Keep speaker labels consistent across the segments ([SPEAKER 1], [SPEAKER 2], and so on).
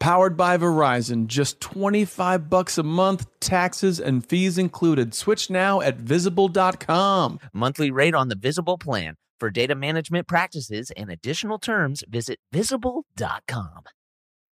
[SPEAKER 1] powered by Verizon. Just 25 bucks a month, taxes and fees included. Switch now at visible.com.
[SPEAKER 2] Monthly rate on the visible plan. For data management practices and additional terms, visit visible.com.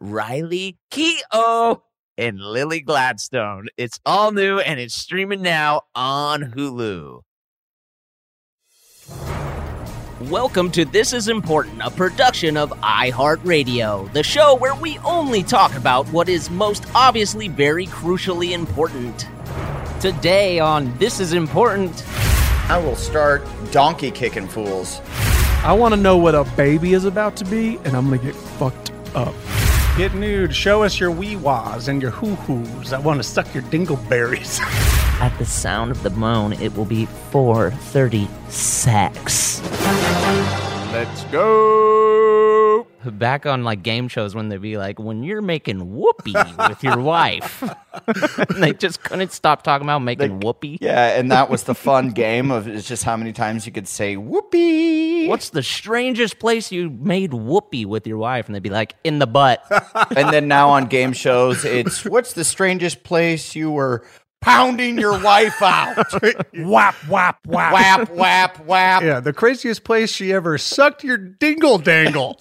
[SPEAKER 2] Riley Keough and Lily Gladstone. It's all new and it's streaming now on Hulu.
[SPEAKER 3] Welcome to This Is Important, a production of iHeartRadio, the show where we only talk about what is most obviously very crucially important. Today on This Is Important,
[SPEAKER 4] I will start donkey kicking fools.
[SPEAKER 1] I want to know what a baby is about to be, and I'm going to get fucked up.
[SPEAKER 5] Get nude. Show us your wee wahs and your hoo hoos. I want to suck your dingleberries.
[SPEAKER 2] At the sound of the moan, it will be 4:30 sex.
[SPEAKER 6] Let's go.
[SPEAKER 3] back on like game shows when they'd be like, when you're making whoopee with your wife. and they just couldn't stop talking about making whoopee.
[SPEAKER 4] Yeah, and that was the fun game of it's just how many times you could say whoopee.
[SPEAKER 3] What's the strangest place you made whoopee with your wife? And they'd be like, in the butt.
[SPEAKER 4] And then now on game shows, it's what's the strangest place you were pounding your wife out?
[SPEAKER 5] whap, whap, whap.
[SPEAKER 4] whap, whap, whap.
[SPEAKER 5] Yeah, the craziest place she ever sucked your dingle dangle.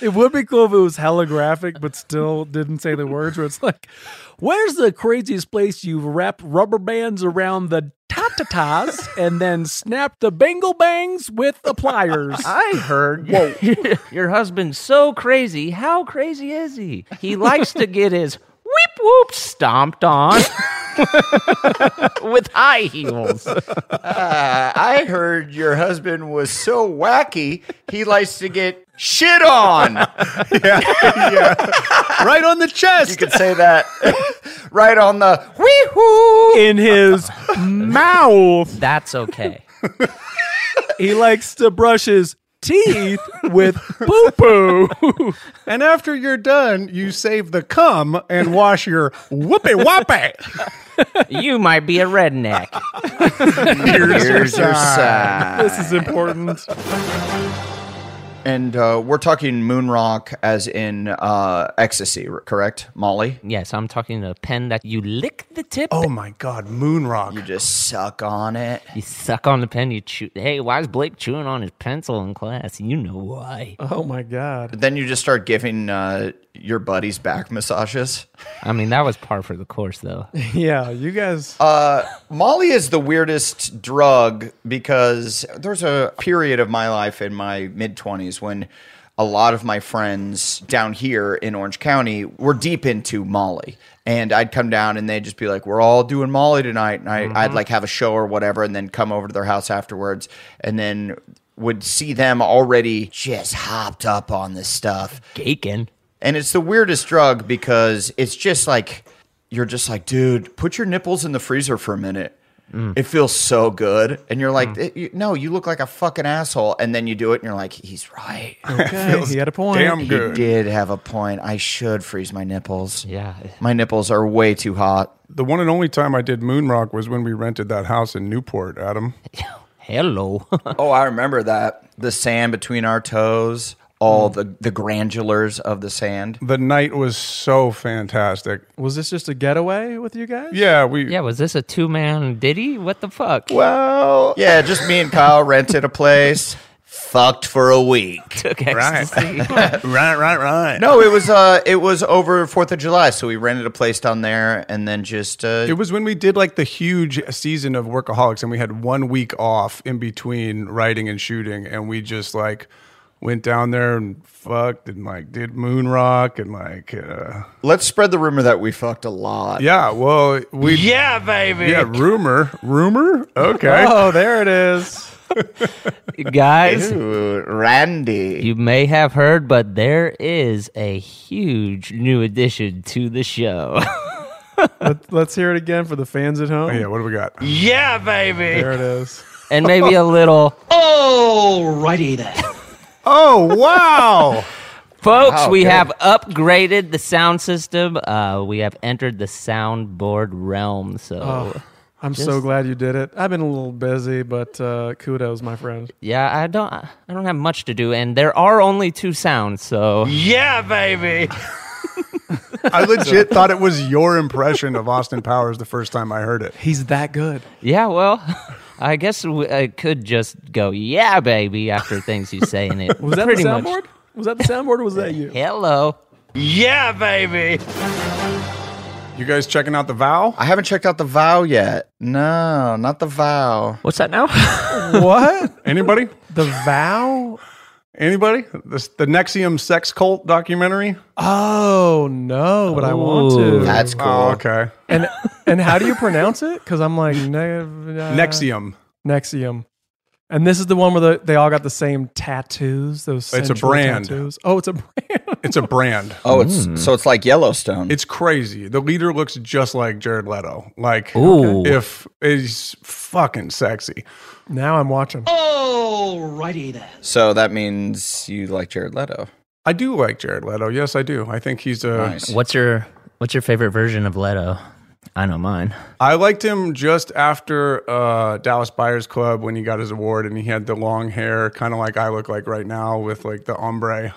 [SPEAKER 1] It would be cool if it was holographic, but still didn't say the words. Where it's like, where's the craziest place you wrap rubber bands around the tatatas and then snap the bangle bangs with the pliers?
[SPEAKER 3] I heard your husband's so crazy. How crazy is he? He likes to get his whoop whoop stomped on with high heels.
[SPEAKER 4] Uh, I heard your husband was so wacky, he likes to get shit on.
[SPEAKER 5] right on the
[SPEAKER 4] You
[SPEAKER 5] chest.
[SPEAKER 4] could say that right on the wee hoo.
[SPEAKER 1] In his mouth,
[SPEAKER 3] That's okay.
[SPEAKER 1] he likes to brush his teeth with poo poo.
[SPEAKER 5] And after you're done, you save the cum and wash your whoopee whoopee.
[SPEAKER 3] You might be a redneck.
[SPEAKER 4] Here's, your sign.
[SPEAKER 1] This is important.
[SPEAKER 4] And uh, we're talking moon rock as in uh, ecstasy, r- correct, Molly?
[SPEAKER 3] Yes, I'm talking to a pen that you lick the tip.
[SPEAKER 5] Oh my God, moon rock.
[SPEAKER 4] You just suck on it.
[SPEAKER 3] You suck on the pen, you chew. Hey, why is Blake chewing on his pencil in class? You know why.
[SPEAKER 1] Oh my god.
[SPEAKER 4] But then you just start giving uh, your buddies back massages.
[SPEAKER 3] I mean, that was par for the course, though.
[SPEAKER 1] Yeah, you guys.
[SPEAKER 4] Uh, Molly is the weirdest drug because there's a period of my life in my mid 20s when a lot of my friends down here in Orange County were deep into Molly. And I'd come down and they'd just be like, We're all doing Molly tonight. And I, I'd like have a show or whatever and then come over to their house afterwards and then would see them already just hopped up on this stuff.
[SPEAKER 3] Gaken.
[SPEAKER 4] And it's the weirdest drug because it's just like you're just like, dude, put your nipples in the freezer for a minute. It feels so good, and you're like, "Eh, you- no, you look like a fucking asshole. And then you do it, and you're like, he's right.
[SPEAKER 1] Okay, he had a point.
[SPEAKER 5] Damn
[SPEAKER 4] he
[SPEAKER 5] good.
[SPEAKER 4] did have a point. I should freeze my nipples.
[SPEAKER 3] Yeah.
[SPEAKER 4] my nipples are way too hot.
[SPEAKER 5] The one and only time I did moon rock was when we rented that house in Newport, Adam.
[SPEAKER 3] Hello.
[SPEAKER 4] Oh, I remember that. The sand between our toes, all the the granulars of the sand.
[SPEAKER 5] The night was so fantastic.
[SPEAKER 1] Was this just a getaway with you guys?
[SPEAKER 5] Yeah, we
[SPEAKER 3] yeah, was this a two man ditty? What the fuck?
[SPEAKER 4] Well, yeah, just me and Kyle rented a place, fucked for a week.
[SPEAKER 3] Took ecstasy.
[SPEAKER 5] right, right, right.
[SPEAKER 4] No, it was uh, it was over Fourth of July, so we rented a place down there, and then just uh,
[SPEAKER 5] It was when we did like the huge season of Workaholics and we had one week off in between writing and shooting. And we just like went down there and fucked and like did moon rock and like, uh,
[SPEAKER 4] let's spread the rumor that we fucked a lot.
[SPEAKER 5] yeah, well, we,
[SPEAKER 3] yeah, baby.
[SPEAKER 5] yeah, rumor, rumor. Okay.
[SPEAKER 1] Oh, there it is.
[SPEAKER 3] Guys,
[SPEAKER 4] Ooh, Randy.
[SPEAKER 3] you may have heard, but there is a huge new addition to the show.
[SPEAKER 1] Let, let's hear it again for the fans at home.
[SPEAKER 5] Yeah, what do we got?
[SPEAKER 3] yeah, baby.
[SPEAKER 1] There it is.
[SPEAKER 3] And maybe a little.
[SPEAKER 5] Oh, wow.
[SPEAKER 3] Folks,
[SPEAKER 4] Wow,
[SPEAKER 3] we
[SPEAKER 4] good.
[SPEAKER 3] have upgraded the sound system. Uh, we have entered the soundboard realm. So,
[SPEAKER 1] I'm so glad you did it. I've been a little busy, but uh, kudos, my friend.
[SPEAKER 3] yeah, I don't, I don't have much to do, and there are only two sounds. So,
[SPEAKER 5] I legit thought it was your impression of Austin Powers the first time I heard it.
[SPEAKER 1] He's that good.
[SPEAKER 3] yeah, well, I guess w- I could just go, yeah, baby, after things you say in it.
[SPEAKER 1] Was that
[SPEAKER 3] Pretty
[SPEAKER 1] the
[SPEAKER 3] much.
[SPEAKER 1] soundboard? Was that the soundboard or was that you?
[SPEAKER 3] Hello.
[SPEAKER 5] You guys checking out the vow?
[SPEAKER 4] I haven't checked out the vow yet. No, not the vow.
[SPEAKER 3] What's that now?
[SPEAKER 1] what?
[SPEAKER 5] Anybody?
[SPEAKER 1] The vow?
[SPEAKER 5] Anybody? This, the Nexium sex cult documentary?
[SPEAKER 1] Oh no, but I want to.
[SPEAKER 3] Ooh.
[SPEAKER 4] That's cool.
[SPEAKER 5] Oh, okay.
[SPEAKER 1] and and how do you pronounce it? Because I'm like ne- uh,
[SPEAKER 5] Nexium.
[SPEAKER 1] Nexium. And this is the one where the, they all got the same tattoos. Those
[SPEAKER 5] It's a
[SPEAKER 1] sensual
[SPEAKER 5] brand.
[SPEAKER 1] Tattoos. Oh, it's a brand.
[SPEAKER 5] It's a brand.
[SPEAKER 4] Oh, it's so it's like Yellowstone.
[SPEAKER 5] It's crazy. The leader looks just like Jared Leto. Like,
[SPEAKER 3] Ooh.
[SPEAKER 5] if he's fucking sexy.
[SPEAKER 1] now I'm watching.
[SPEAKER 4] so that means you like Jared Leto.
[SPEAKER 5] I do like Jared Leto. Yes, I do. I think he's a.
[SPEAKER 4] Nice.
[SPEAKER 3] What's your What's your favorite version of Leto? I know mine.
[SPEAKER 5] I liked him just after uh, Dallas Buyers Club when he got his award and he had the long hair, kind of like I look like right now with like the ombre.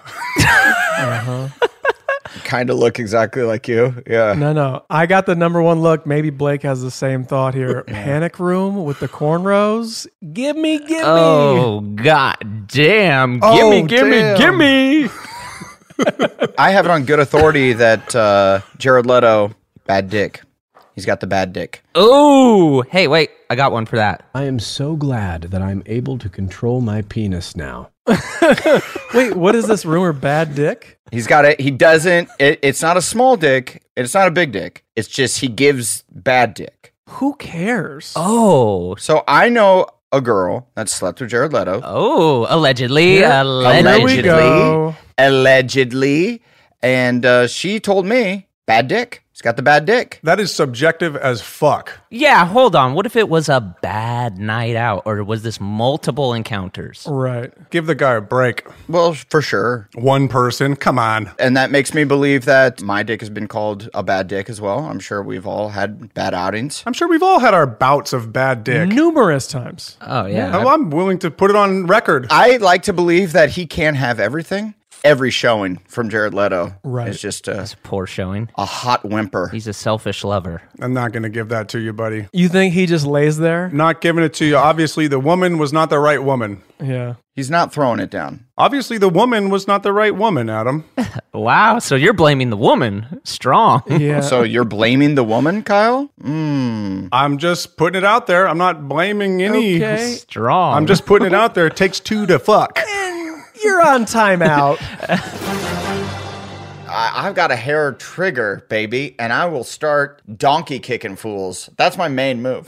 [SPEAKER 4] Kind of look exactly like you. Yeah.
[SPEAKER 1] No, no. I got the number one look. Maybe Blake has the same thought here. Panic room with the cornrows. Give me, give me.
[SPEAKER 3] Oh god damn. gimme,
[SPEAKER 4] Oh,
[SPEAKER 3] gimme,
[SPEAKER 4] damn.
[SPEAKER 3] gimme.
[SPEAKER 4] I have it on good authority that uh, Jared Leto bad dick. He's got the bad dick.
[SPEAKER 3] Oh hey, wait, I got one for that.
[SPEAKER 7] I am so glad that I'm able to control my penis now.
[SPEAKER 1] Wait, what is this rumor? Bad dick?
[SPEAKER 4] He's got it. He doesn't. It, it's not a small dick. and It's not a big dick. It's just he gives bad dick.
[SPEAKER 1] Who cares?
[SPEAKER 3] Oh.
[SPEAKER 4] So I know a girl that slept with Jared Leto.
[SPEAKER 3] Oh, allegedly. Uh,
[SPEAKER 1] Yeah. Oh, There we
[SPEAKER 3] allegedly.
[SPEAKER 1] go.
[SPEAKER 4] allegedly, and uh, she told me bad dick. He's got the bad dick.
[SPEAKER 5] that is subjective as fuck.
[SPEAKER 3] Yeah, hold on. What if it was a bad night out or was this multiple encounters?
[SPEAKER 1] Right.
[SPEAKER 5] Give the guy a break.
[SPEAKER 4] Well, for sure.
[SPEAKER 5] One person. Come on.
[SPEAKER 4] And that makes me believe that my dick has been called a bad dick as well. I'm sure we've all had bad outings.
[SPEAKER 5] I'm sure we've all had our bouts of bad dick.
[SPEAKER 1] Numerous times.
[SPEAKER 3] Oh Mm-hmm. yeah.
[SPEAKER 5] I'm- I'm willing to put it on record.
[SPEAKER 4] I like to believe that he can have everything. Every showing from Jared Leto
[SPEAKER 1] Right.
[SPEAKER 4] is just a,
[SPEAKER 3] Poor showing.
[SPEAKER 4] a hot whimper.
[SPEAKER 3] He's a selfish lover.
[SPEAKER 5] I'm not going to give that to you, buddy.
[SPEAKER 1] You think he just lays there?
[SPEAKER 5] Not giving it to you. Obviously, the woman was not the right woman.
[SPEAKER 1] Yeah.
[SPEAKER 4] He's not throwing it down.
[SPEAKER 5] Obviously, the woman was not the right woman, Adam.
[SPEAKER 3] Wow, so you're blaming the woman. Strong.
[SPEAKER 1] Yeah.
[SPEAKER 4] So you're blaming the woman, Kyle? Mm.
[SPEAKER 5] I'm just putting it out there. I'm not blaming any.
[SPEAKER 1] okay.
[SPEAKER 3] Strong.
[SPEAKER 5] I'm just putting it out there. It takes two to fuck.
[SPEAKER 8] You're on timeout.
[SPEAKER 4] I, I've got a hair trigger, baby, and I will start donkey kicking fools. That's my main move.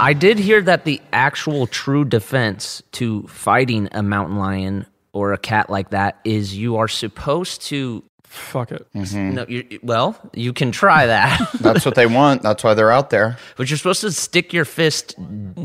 [SPEAKER 3] I did hear that the actual true defense to fighting a mountain lion or a cat like that is you are supposed to.
[SPEAKER 9] Fuck it.
[SPEAKER 3] No, you well, you can try that,
[SPEAKER 4] That's what they want. That's why they're out there.
[SPEAKER 3] but you're supposed to stick your fist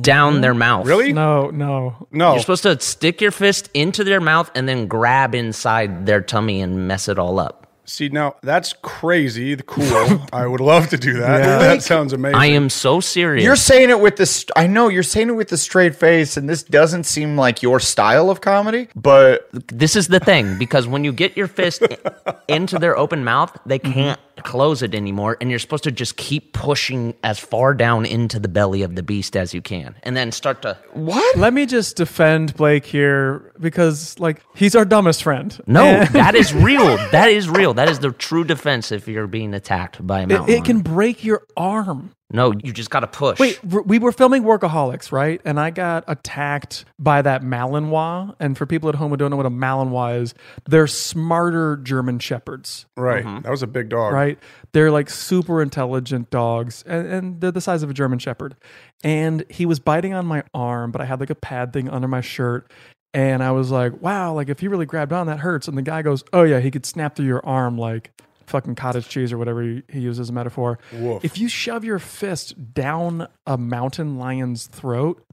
[SPEAKER 3] down their mouth.
[SPEAKER 5] Really?
[SPEAKER 8] No, no.
[SPEAKER 5] No.
[SPEAKER 3] You're supposed to stick your fist into their mouth and then grab inside their tummy and mess it all up.
[SPEAKER 5] See, now that's crazy. Cool. I would love to do that. That sounds amazing.
[SPEAKER 3] I am so serious.
[SPEAKER 4] You're saying it with this. I know you're saying it with a straight face, and this doesn't seem like your style of comedy. But
[SPEAKER 3] this is the thing because when you get your fist i- into their open mouth, they
[SPEAKER 9] Mm-hmm.
[SPEAKER 3] can't close it anymore, and you're supposed to just keep pushing as far down into the belly of the beast as you can, and then start to.
[SPEAKER 9] Let me just defend Blake here because, like, he's our dumbest friend.
[SPEAKER 3] No,
[SPEAKER 9] And-
[SPEAKER 3] that is real. That is real. That is the true defense if you're being attacked by a
[SPEAKER 9] It,
[SPEAKER 3] mountain.
[SPEAKER 9] it can
[SPEAKER 3] lion.
[SPEAKER 9] break your arm.
[SPEAKER 3] No, you just got to push.
[SPEAKER 9] Wait, r- we were filming Workaholics, right? And I got attacked by that Malinois. And for people at home who don't know what a Malinois is, they're smarter German Shepherds,
[SPEAKER 5] right.
[SPEAKER 3] Mm-hmm.
[SPEAKER 5] That was a big dog.
[SPEAKER 9] right? They're like super intelligent dogs, and, and they're the size of a German Shepherd. And he was biting on my arm, but I had like a pad thing under my shirt. And I was like, wow, like if you really grabbed on, that hurts. And the guy goes, oh, yeah, he could snap through your arm like fucking cottage cheese or whatever he, he used as a metaphor. If you shove your fist down a mountain lion's throat,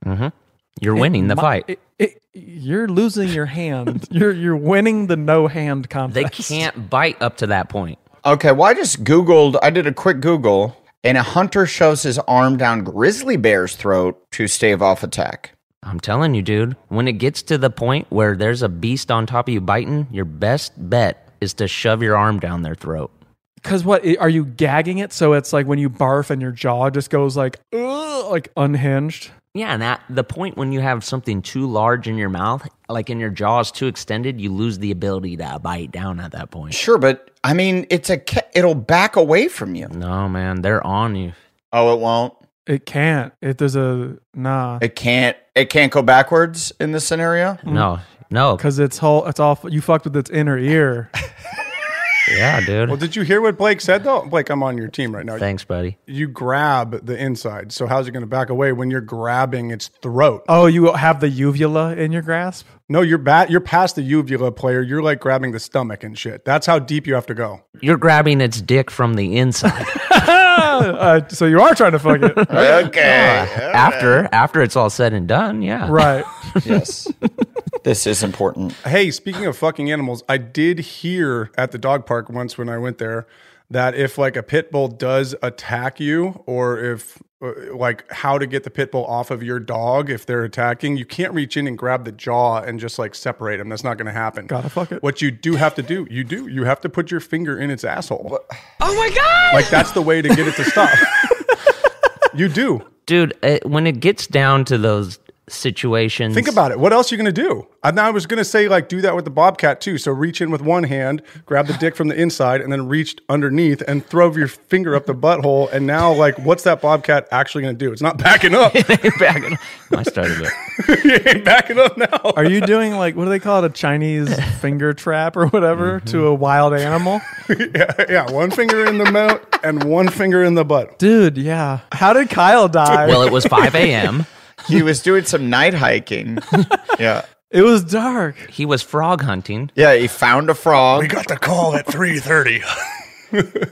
[SPEAKER 3] You're winning the
[SPEAKER 9] my-
[SPEAKER 3] fight.
[SPEAKER 9] it- it- you're losing your hand. you're, you're winning the no hand
[SPEAKER 3] they
[SPEAKER 9] contest.
[SPEAKER 3] can't bite up to that point.
[SPEAKER 4] okay, well, I just googled. I did a quick Google, and a hunter shoves his arm down grizzly bear's throat to stave off attack.
[SPEAKER 3] I'm telling you, dude, when it gets to the point where there's a beast on top of you biting, your best bet is to shove your arm down their throat.
[SPEAKER 9] Because what i- are you gagging it? So it's like when you barf and your jaw just goes like, "Ugh," like unhinged.
[SPEAKER 3] Yeah, and at the point when you have something too large in your mouth, like in your jaws too extended, you lose the ability to bite down at that point.
[SPEAKER 4] Sure, but I mean, it's a. Ca- it'll back away from you.
[SPEAKER 3] No, man, they're on you.
[SPEAKER 4] Oh, it won't.
[SPEAKER 9] It can't. It there's a nah
[SPEAKER 4] It can't. It can't go backwards in this scenario.
[SPEAKER 9] Mm.
[SPEAKER 3] No, no.
[SPEAKER 9] because it's whole. It's all you fucked with its inner ear.
[SPEAKER 3] Yeah, dude.
[SPEAKER 5] Well, did you hear what Blake said though? Blake, I'm on your team right now.
[SPEAKER 3] Thanks, buddy.
[SPEAKER 5] You grab the inside. So how's it going to back away when you're grabbing its throat?
[SPEAKER 9] Oh, you have the uvula in your grasp.
[SPEAKER 5] No, you're bat. You're past the uvula player. You're like grabbing the stomach and shit. That's how deep you have to go.
[SPEAKER 3] You're grabbing its dick from the inside.
[SPEAKER 9] Uh, so you are trying to fuck it,
[SPEAKER 4] Okay.
[SPEAKER 3] after after it's all said and done, yeah.
[SPEAKER 9] right?
[SPEAKER 4] yes. This is important.
[SPEAKER 5] Hey, speaking of fucking animals, I did hear at the dog park once when I went there that if like a pit bull does attack you or if uh, like how to get the pit bull off of your dog if they're attacking, you can't reach in and grab the jaw and just like separate them. That's not going to happen. Gotta
[SPEAKER 9] fuck it.
[SPEAKER 5] What you do have to do, you do. You have to put your finger in its asshole. Oh my God. Like that's the way to get it to stop. you do.
[SPEAKER 3] Dude, it, when it gets down to those situations,
[SPEAKER 5] Think about it. What else are you going to do? I, I was going to say, like, do that with the bobcat too. So reach in with one hand, grab the dick from the inside, and then reach underneath and throw your finger up the butthole. And now, like, what's that bobcat actually going to do? It's not backing up. it
[SPEAKER 3] it. I started it.
[SPEAKER 5] ain't backing up now.
[SPEAKER 9] Are you doing like what do they call it? A Chinese finger trap or whatever to a wild animal,
[SPEAKER 5] yeah, yeah, one finger in the mouth and one finger in the butt.
[SPEAKER 9] dude? Yeah. How did Kyle die?
[SPEAKER 3] Well, it was 5 a.m.
[SPEAKER 4] He was doing some night hiking. yeah.
[SPEAKER 9] it was dark.
[SPEAKER 3] He was frog hunting.
[SPEAKER 4] Yeah, he found a frog
[SPEAKER 5] got the call at three thirty.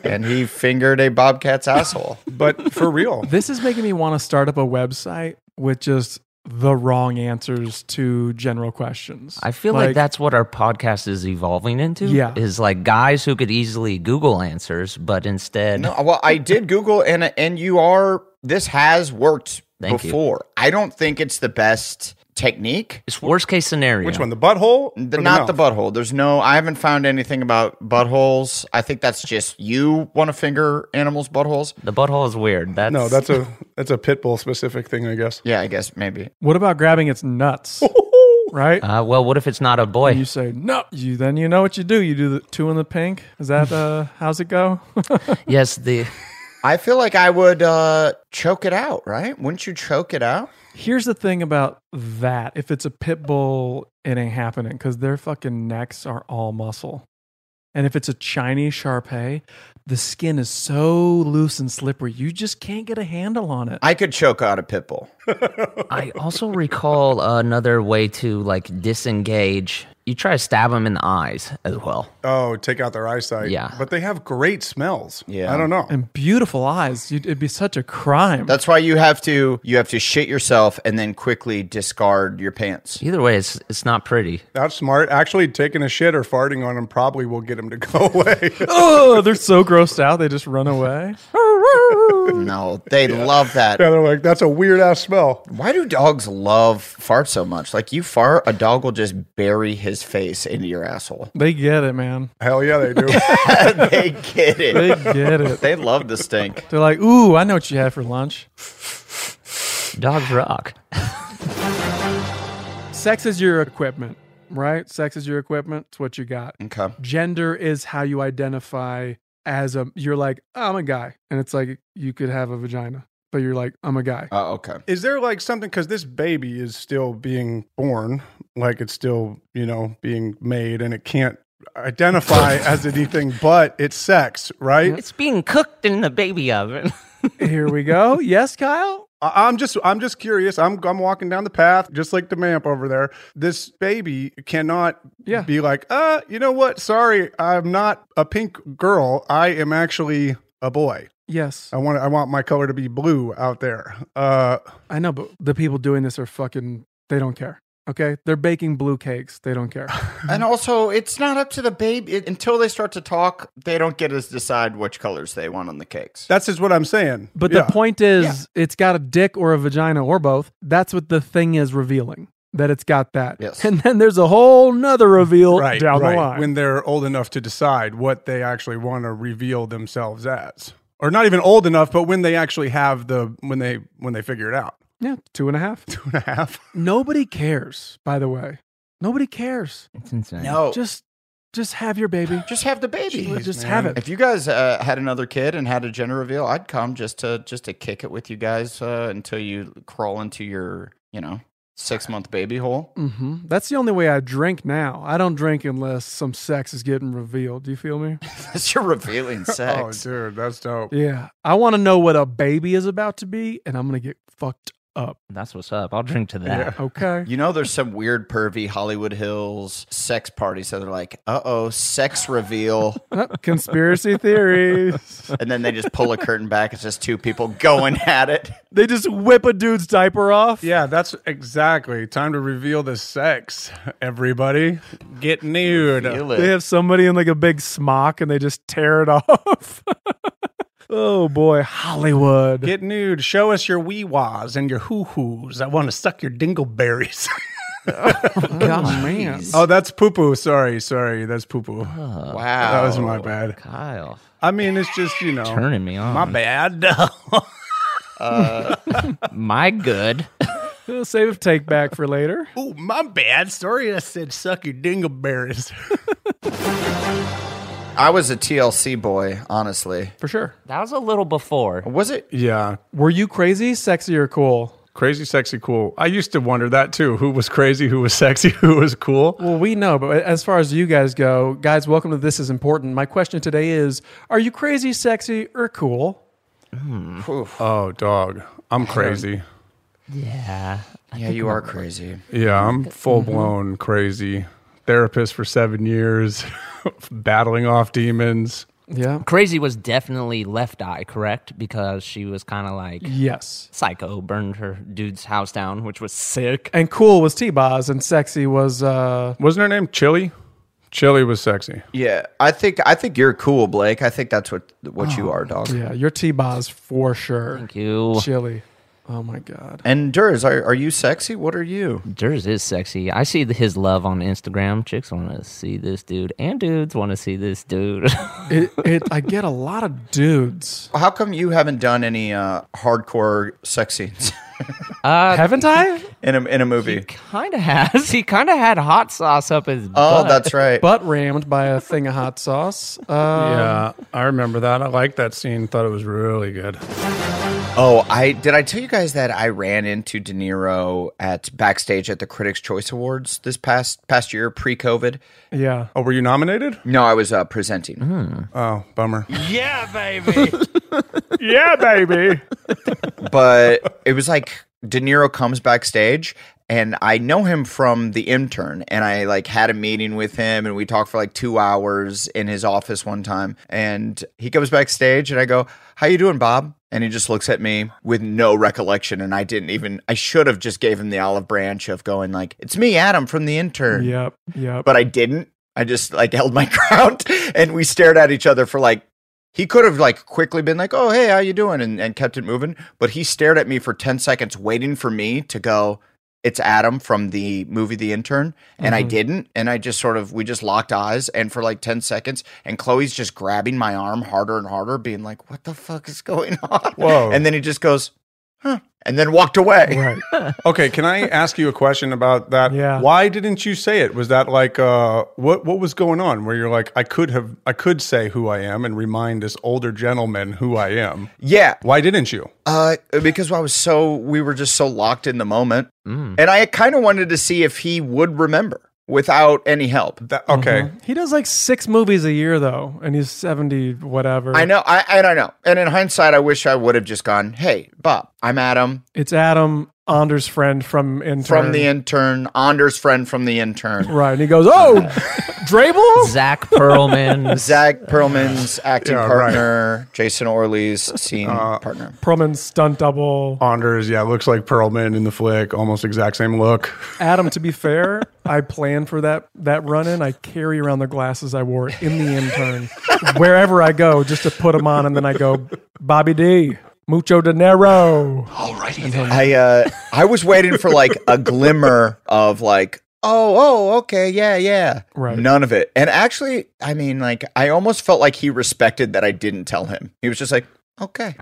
[SPEAKER 4] and he fingered a bobcat's asshole.
[SPEAKER 5] but for real,
[SPEAKER 9] This is making me want to start up a website with just the wrong answers to general questions.
[SPEAKER 3] I feel like, that's what our podcast is evolving into.
[SPEAKER 9] Yeah.
[SPEAKER 3] Is like guys who could easily Google answers, but instead
[SPEAKER 4] No, well, I did Google and and you are this has worked
[SPEAKER 3] Thank you.
[SPEAKER 4] before. I don't think it's the best technique.
[SPEAKER 3] it's worst case scenario.
[SPEAKER 5] which one? The butthole?
[SPEAKER 4] The,
[SPEAKER 5] or
[SPEAKER 4] not the
[SPEAKER 5] mouth?
[SPEAKER 4] butthole. There's no. I haven't found anything about buttholes. I think that's just you want to finger animals' buttholes.
[SPEAKER 3] The butthole is weird. That's
[SPEAKER 5] No, that's a that's a pit bull specific thing, I guess.
[SPEAKER 4] Yeah, I guess maybe.
[SPEAKER 9] What about grabbing its nuts? right?
[SPEAKER 3] uh, well. What if it's not a
[SPEAKER 9] you
[SPEAKER 3] boy?
[SPEAKER 9] say no. You then you know what you do. You do the two in the pink. Is that uh how's it go?
[SPEAKER 3] yes, the
[SPEAKER 4] I feel like I would uh, choke it out, right? Wouldn't you choke it out?
[SPEAKER 9] Here's the thing about that. If it's a pit bull, it ain't happening because their fucking necks are all muscle. And if it's a Chinese Sharpei, the skin is so loose and slippery, you just can't get a handle on it.
[SPEAKER 4] I could choke out a pit bull.
[SPEAKER 3] I also recall another way to like disengage. You try to stab them in the eyes as well.
[SPEAKER 5] Oh, take out their eyesight.
[SPEAKER 3] Yeah.
[SPEAKER 5] But they have great smells.
[SPEAKER 4] Yeah.
[SPEAKER 5] I don't know.
[SPEAKER 9] and beautiful eyes. You'd, it'd be such a crime.
[SPEAKER 4] That's why you have to you have to shit yourself and then quickly discard your pants.
[SPEAKER 3] Either way, it's it's not pretty.
[SPEAKER 5] That's smart. Actually, taking a shit or farting on them probably will get them to go away.
[SPEAKER 9] oh, they're so grossed out they just run away.
[SPEAKER 4] No, they love that.
[SPEAKER 5] yeah, they're like, that's a weird ass smell.
[SPEAKER 4] Why do dogs love fart so much? Like you fart, a dog will just bury his face into your asshole.
[SPEAKER 9] They get it, man.
[SPEAKER 5] Hell yeah, they do.
[SPEAKER 4] they get
[SPEAKER 9] They
[SPEAKER 4] it.
[SPEAKER 9] get it.
[SPEAKER 4] They love the stink.
[SPEAKER 9] They're like, ooh, I know what you had for lunch.
[SPEAKER 3] Dogs rock.
[SPEAKER 9] Sex is your equipment, right? Sex is your equipment. It's what you got.
[SPEAKER 4] Okay.
[SPEAKER 9] Gender is how you identify as a. You're like, I'm a guy, and it's like you could have a vagina, but you're like, I'm a guy.
[SPEAKER 4] Oh, okay.
[SPEAKER 5] is there like something because this baby is still being born, like it's still you know being made, and it can't identify as anything but it's sex, right?
[SPEAKER 3] It's being cooked in the baby oven.
[SPEAKER 9] Here we go. Yes, Kyle.
[SPEAKER 5] I- I'm just I'm just curious. I'm I'm walking down the path just like the mamp over there. This baby cannot
[SPEAKER 9] Yeah.
[SPEAKER 5] be like, uh, you know what? Sorry, I'm not a pink girl. I am actually a boy.
[SPEAKER 9] Yes,
[SPEAKER 5] I want I want my color to be blue out there. Uh,
[SPEAKER 9] I know, but the people doing this are fucking. They don't care. Okay, they're baking blue cakes. They don't care.
[SPEAKER 4] And also, it's not up to the baby it, until they start to talk. They don't get to decide which colors they want on the cakes.
[SPEAKER 5] that's just what I'm saying.
[SPEAKER 9] But
[SPEAKER 5] Yeah.
[SPEAKER 9] the point is, it's got a dick or a vagina or both. That's what the thing is revealing that it's got that.
[SPEAKER 4] Yes.
[SPEAKER 9] And then there's a whole nother reveal
[SPEAKER 5] right
[SPEAKER 9] down
[SPEAKER 5] right.
[SPEAKER 9] the line.
[SPEAKER 5] when they're old enough to decide what they actually want to reveal themselves as, or not even old enough, but when they actually have the when they when they figure it out.
[SPEAKER 9] yeah, two and a half.
[SPEAKER 5] Two and a half.
[SPEAKER 9] Nobody cares, by the way. Nobody cares.
[SPEAKER 3] It's insane.
[SPEAKER 4] No, just,
[SPEAKER 9] Just just have your baby.
[SPEAKER 4] Oh. just have the baby.
[SPEAKER 9] Just, just
[SPEAKER 5] man.
[SPEAKER 9] have it.
[SPEAKER 4] If you guys uh, had another kid and had a gender reveal, I'd come just to just to kick it with you guys uh, until you crawl into your you know six month baby hole.
[SPEAKER 9] hmm That's the only way I drink now. I don't drink unless some sex is getting revealed. Do you feel me?
[SPEAKER 4] That's your revealing sex.
[SPEAKER 5] Oh, dude, that's dope.
[SPEAKER 9] Yeah. I want to know what a baby is about to be, and I'm going to get fucked up.
[SPEAKER 3] That's what's up. I'll drink to that.
[SPEAKER 9] Okay.
[SPEAKER 4] you know, there's some weird pervy Hollywood Hills sex party, so they're like, "Uh oh, sex reveal,"
[SPEAKER 9] Uh, Conspiracy theories.
[SPEAKER 4] and then they just pull a curtain back. It's just two people going at it.
[SPEAKER 9] They just whip a dude's diaper off.
[SPEAKER 5] Yeah, that's exactly. Time to reveal the sex, everybody. Get nude.
[SPEAKER 4] Feel
[SPEAKER 9] They
[SPEAKER 4] it.
[SPEAKER 9] have somebody in like a big smock and they just tear it off. oh boy, Hollywood.
[SPEAKER 10] Get nude. Show us your wee wahs and your hoo hoos. I want to suck your dingleberries.
[SPEAKER 9] God, man.
[SPEAKER 5] Oh, that's poo poo. Sorry, sorry. That's poo poo.
[SPEAKER 4] Wow,
[SPEAKER 5] That was my bad.
[SPEAKER 3] Kyle,
[SPEAKER 5] I mean, it's just, you know.
[SPEAKER 3] turning me on.
[SPEAKER 5] My bad.
[SPEAKER 3] My good.
[SPEAKER 9] We'll save a take back for later.
[SPEAKER 10] oh, my bad. Sorry, I said suck your dingleberries.
[SPEAKER 4] I was a TLC boy, honestly.
[SPEAKER 9] For sure.
[SPEAKER 3] That was a little before.
[SPEAKER 4] Was it?
[SPEAKER 5] yeah.
[SPEAKER 9] Were you crazy, sexy, or cool?
[SPEAKER 5] Crazy, sexy, cool. I used to wonder that too. Who was crazy? Who was sexy? Who was cool?
[SPEAKER 9] Well, we know, but as far as you guys go, guys, welcome to This is Important. My question today is Are you crazy, sexy, or cool?
[SPEAKER 5] Oh, dog. I'm crazy.
[SPEAKER 3] Yeah.
[SPEAKER 4] Yeah, you are crazy.
[SPEAKER 5] Yeah, I'm full blown crazy. Therapist for seven years, battling off demons.
[SPEAKER 9] Yeah.
[SPEAKER 3] Crazy was definitely left eye, correct? Because she was kind of like
[SPEAKER 9] Yes.
[SPEAKER 3] psycho, burned her dude's house down, which was sick.
[SPEAKER 9] And cool was T Boz, and sexy was, uh,
[SPEAKER 5] Wasn't her name Chili? Chili was sexy.
[SPEAKER 4] Yeah, I think I think you're cool, Blake. I think that's what what you are, dog.
[SPEAKER 9] yeah, you're T Boz for sure.
[SPEAKER 3] Thank you.
[SPEAKER 9] Chili. Oh my God.
[SPEAKER 4] And Durs, are, are you sexy? What are you?
[SPEAKER 3] Durs is sexy. I see the, his love on Instagram. Chicks want to see this dude, and dudes want to see this dude.
[SPEAKER 9] it, it I get a lot of dudes.
[SPEAKER 4] How come you haven't done any uh, hardcore sex scenes?
[SPEAKER 9] Haven't I?
[SPEAKER 4] in a in a movie.
[SPEAKER 3] Kind of has. He kind of had hot sauce up his.
[SPEAKER 4] oh,
[SPEAKER 3] butt.
[SPEAKER 4] that's right.
[SPEAKER 1] butt rammed by a thing of hot sauce. Um,
[SPEAKER 5] yeah, I remember that. I liked that scene. Thought it was really good.
[SPEAKER 4] Oh, I did I tell you guys that I ran into De Niro at backstage at the Critics Choice Awards this past past year pre-COVID.
[SPEAKER 1] Yeah.
[SPEAKER 5] Oh, were you nominated?
[SPEAKER 4] No, I was uh, presenting.
[SPEAKER 5] Oh, bummer.
[SPEAKER 11] Yeah, baby.
[SPEAKER 5] yeah, baby.
[SPEAKER 4] but it was like De Niro comes backstage and I know him from the intern and I like had a meeting with him and we talked for like 2 hours in his office one time and he comes backstage and I go, "How you doing, Bob?" And he just looks at me with no recollection and I didn't even I should have just gave him the olive branch of going like, "It's me, Adam from the intern."
[SPEAKER 1] Yep. Yep.
[SPEAKER 4] But I didn't. I just like held my ground and we stared at each other for like he could have like quickly been like, "Oh, hey, how you doing?" and, and kept it moving, but he stared at me for 10 seconds waiting for me to go, "It's Adam from the movie The Intern." And I didn't, and I just sort of we just locked eyes and for like 10 seconds and Chloe's just grabbing my arm harder and harder being like, "What the fuck is going on?"
[SPEAKER 5] Whoa.
[SPEAKER 4] And then he just goes, "Huh." And then walked away.
[SPEAKER 1] Right.
[SPEAKER 5] Okay, can I ask you a question about that?
[SPEAKER 1] Yeah.
[SPEAKER 5] Why didn't you say it? Was that like uh, what what was going on? Where you're like, I could have, I could say who I am and remind this older gentleman who I am.
[SPEAKER 4] Yeah.
[SPEAKER 5] Why didn't you?
[SPEAKER 4] Uh, because I was so we were just so locked in the moment,
[SPEAKER 5] Mm.
[SPEAKER 4] and I kind of wanted to see if he would remember without any help.
[SPEAKER 5] That, okay.
[SPEAKER 1] He does like six movies a year though, and he's seventy whatever.
[SPEAKER 4] I know, I I don't know. And in hindsight, I wish I would have just gone, "Hey, Bob, I'm Adam
[SPEAKER 1] It's Adam Anders' friend from intern.
[SPEAKER 4] from the intern, Anders' friend from the intern,
[SPEAKER 1] right, and he goes, "Oh, Drabel."
[SPEAKER 3] Zach Perlman.
[SPEAKER 4] Zach Perlman's acting
[SPEAKER 5] Yeah, right.
[SPEAKER 4] partner, Jason Orley's scene
[SPEAKER 5] Uh,
[SPEAKER 4] partner."
[SPEAKER 1] Perlman's stunt double.
[SPEAKER 5] Anders, yeah, looks like Perlman in the flick, almost exact same look.
[SPEAKER 1] Adam, to be fair, I plan for that that run in. I carry around the glasses I wore in the intern wherever I go, just to put them on, and then I go, Bobby D, mucho dinero.
[SPEAKER 4] I uh, I was waiting for like a glimmer of like, oh, oh, okay, yeah, yeah.
[SPEAKER 1] Right.
[SPEAKER 4] None of it. And actually, I mean, like, I almost felt like he respected that I didn't tell him. He was just like, okay.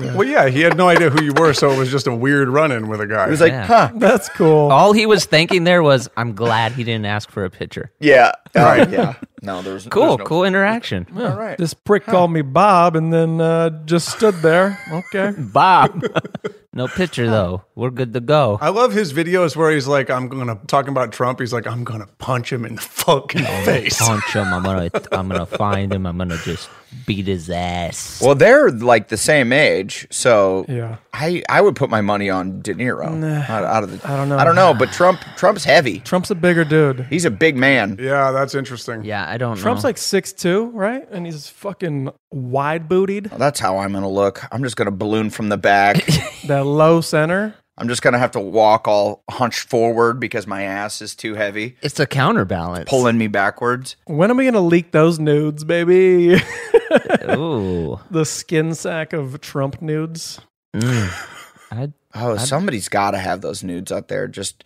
[SPEAKER 5] Well, yeah, he had no idea who you were, so it was just a weird run-in with a guy.
[SPEAKER 4] He was like,
[SPEAKER 3] Yeah.
[SPEAKER 4] huh,
[SPEAKER 1] That's cool.
[SPEAKER 3] All he was thinking there was, I'm glad he didn't ask for a picture.
[SPEAKER 4] yeah, right, yeah. No, there was
[SPEAKER 3] Cool,
[SPEAKER 4] there's no-
[SPEAKER 3] cool interaction.
[SPEAKER 4] All right.
[SPEAKER 1] This prick called me Bob, and then uh, just stood there. Okay.
[SPEAKER 3] Bob. no picture though. We're good to go.
[SPEAKER 5] I love his videos where he's like, I'm gonna talking about Trump. He's like, I'm gonna punch him in the fucking face.
[SPEAKER 3] Oh, Punch him. I'm gonna. I'm gonna find him. I'm gonna just beat his ass.
[SPEAKER 4] Well, they're like the same age, so
[SPEAKER 1] Yeah.
[SPEAKER 4] I I would put my money on De Niro out, out of the.
[SPEAKER 1] I don't know.
[SPEAKER 4] I don't know, but Trump Trump's heavy.
[SPEAKER 1] Trump's a bigger dude.
[SPEAKER 4] He's a big man.
[SPEAKER 5] Yeah, that's interesting.
[SPEAKER 3] Yeah, I don't
[SPEAKER 1] Trump's
[SPEAKER 3] know.
[SPEAKER 1] like six two, right? And he's fucking wide bootied.
[SPEAKER 4] That's how I'm gonna look. I'm just gonna balloon from the back.
[SPEAKER 1] That low center.
[SPEAKER 4] I'm just gonna have to walk all hunched forward because my ass is too heavy,
[SPEAKER 3] it's a counterbalance.
[SPEAKER 4] pulling me backwards.
[SPEAKER 1] When are we gonna leak those nudes, baby?
[SPEAKER 3] Ooh,
[SPEAKER 1] the skin sack of Trump nudes.
[SPEAKER 3] I,
[SPEAKER 4] Oh, somebody's got to have those nudes out there. Just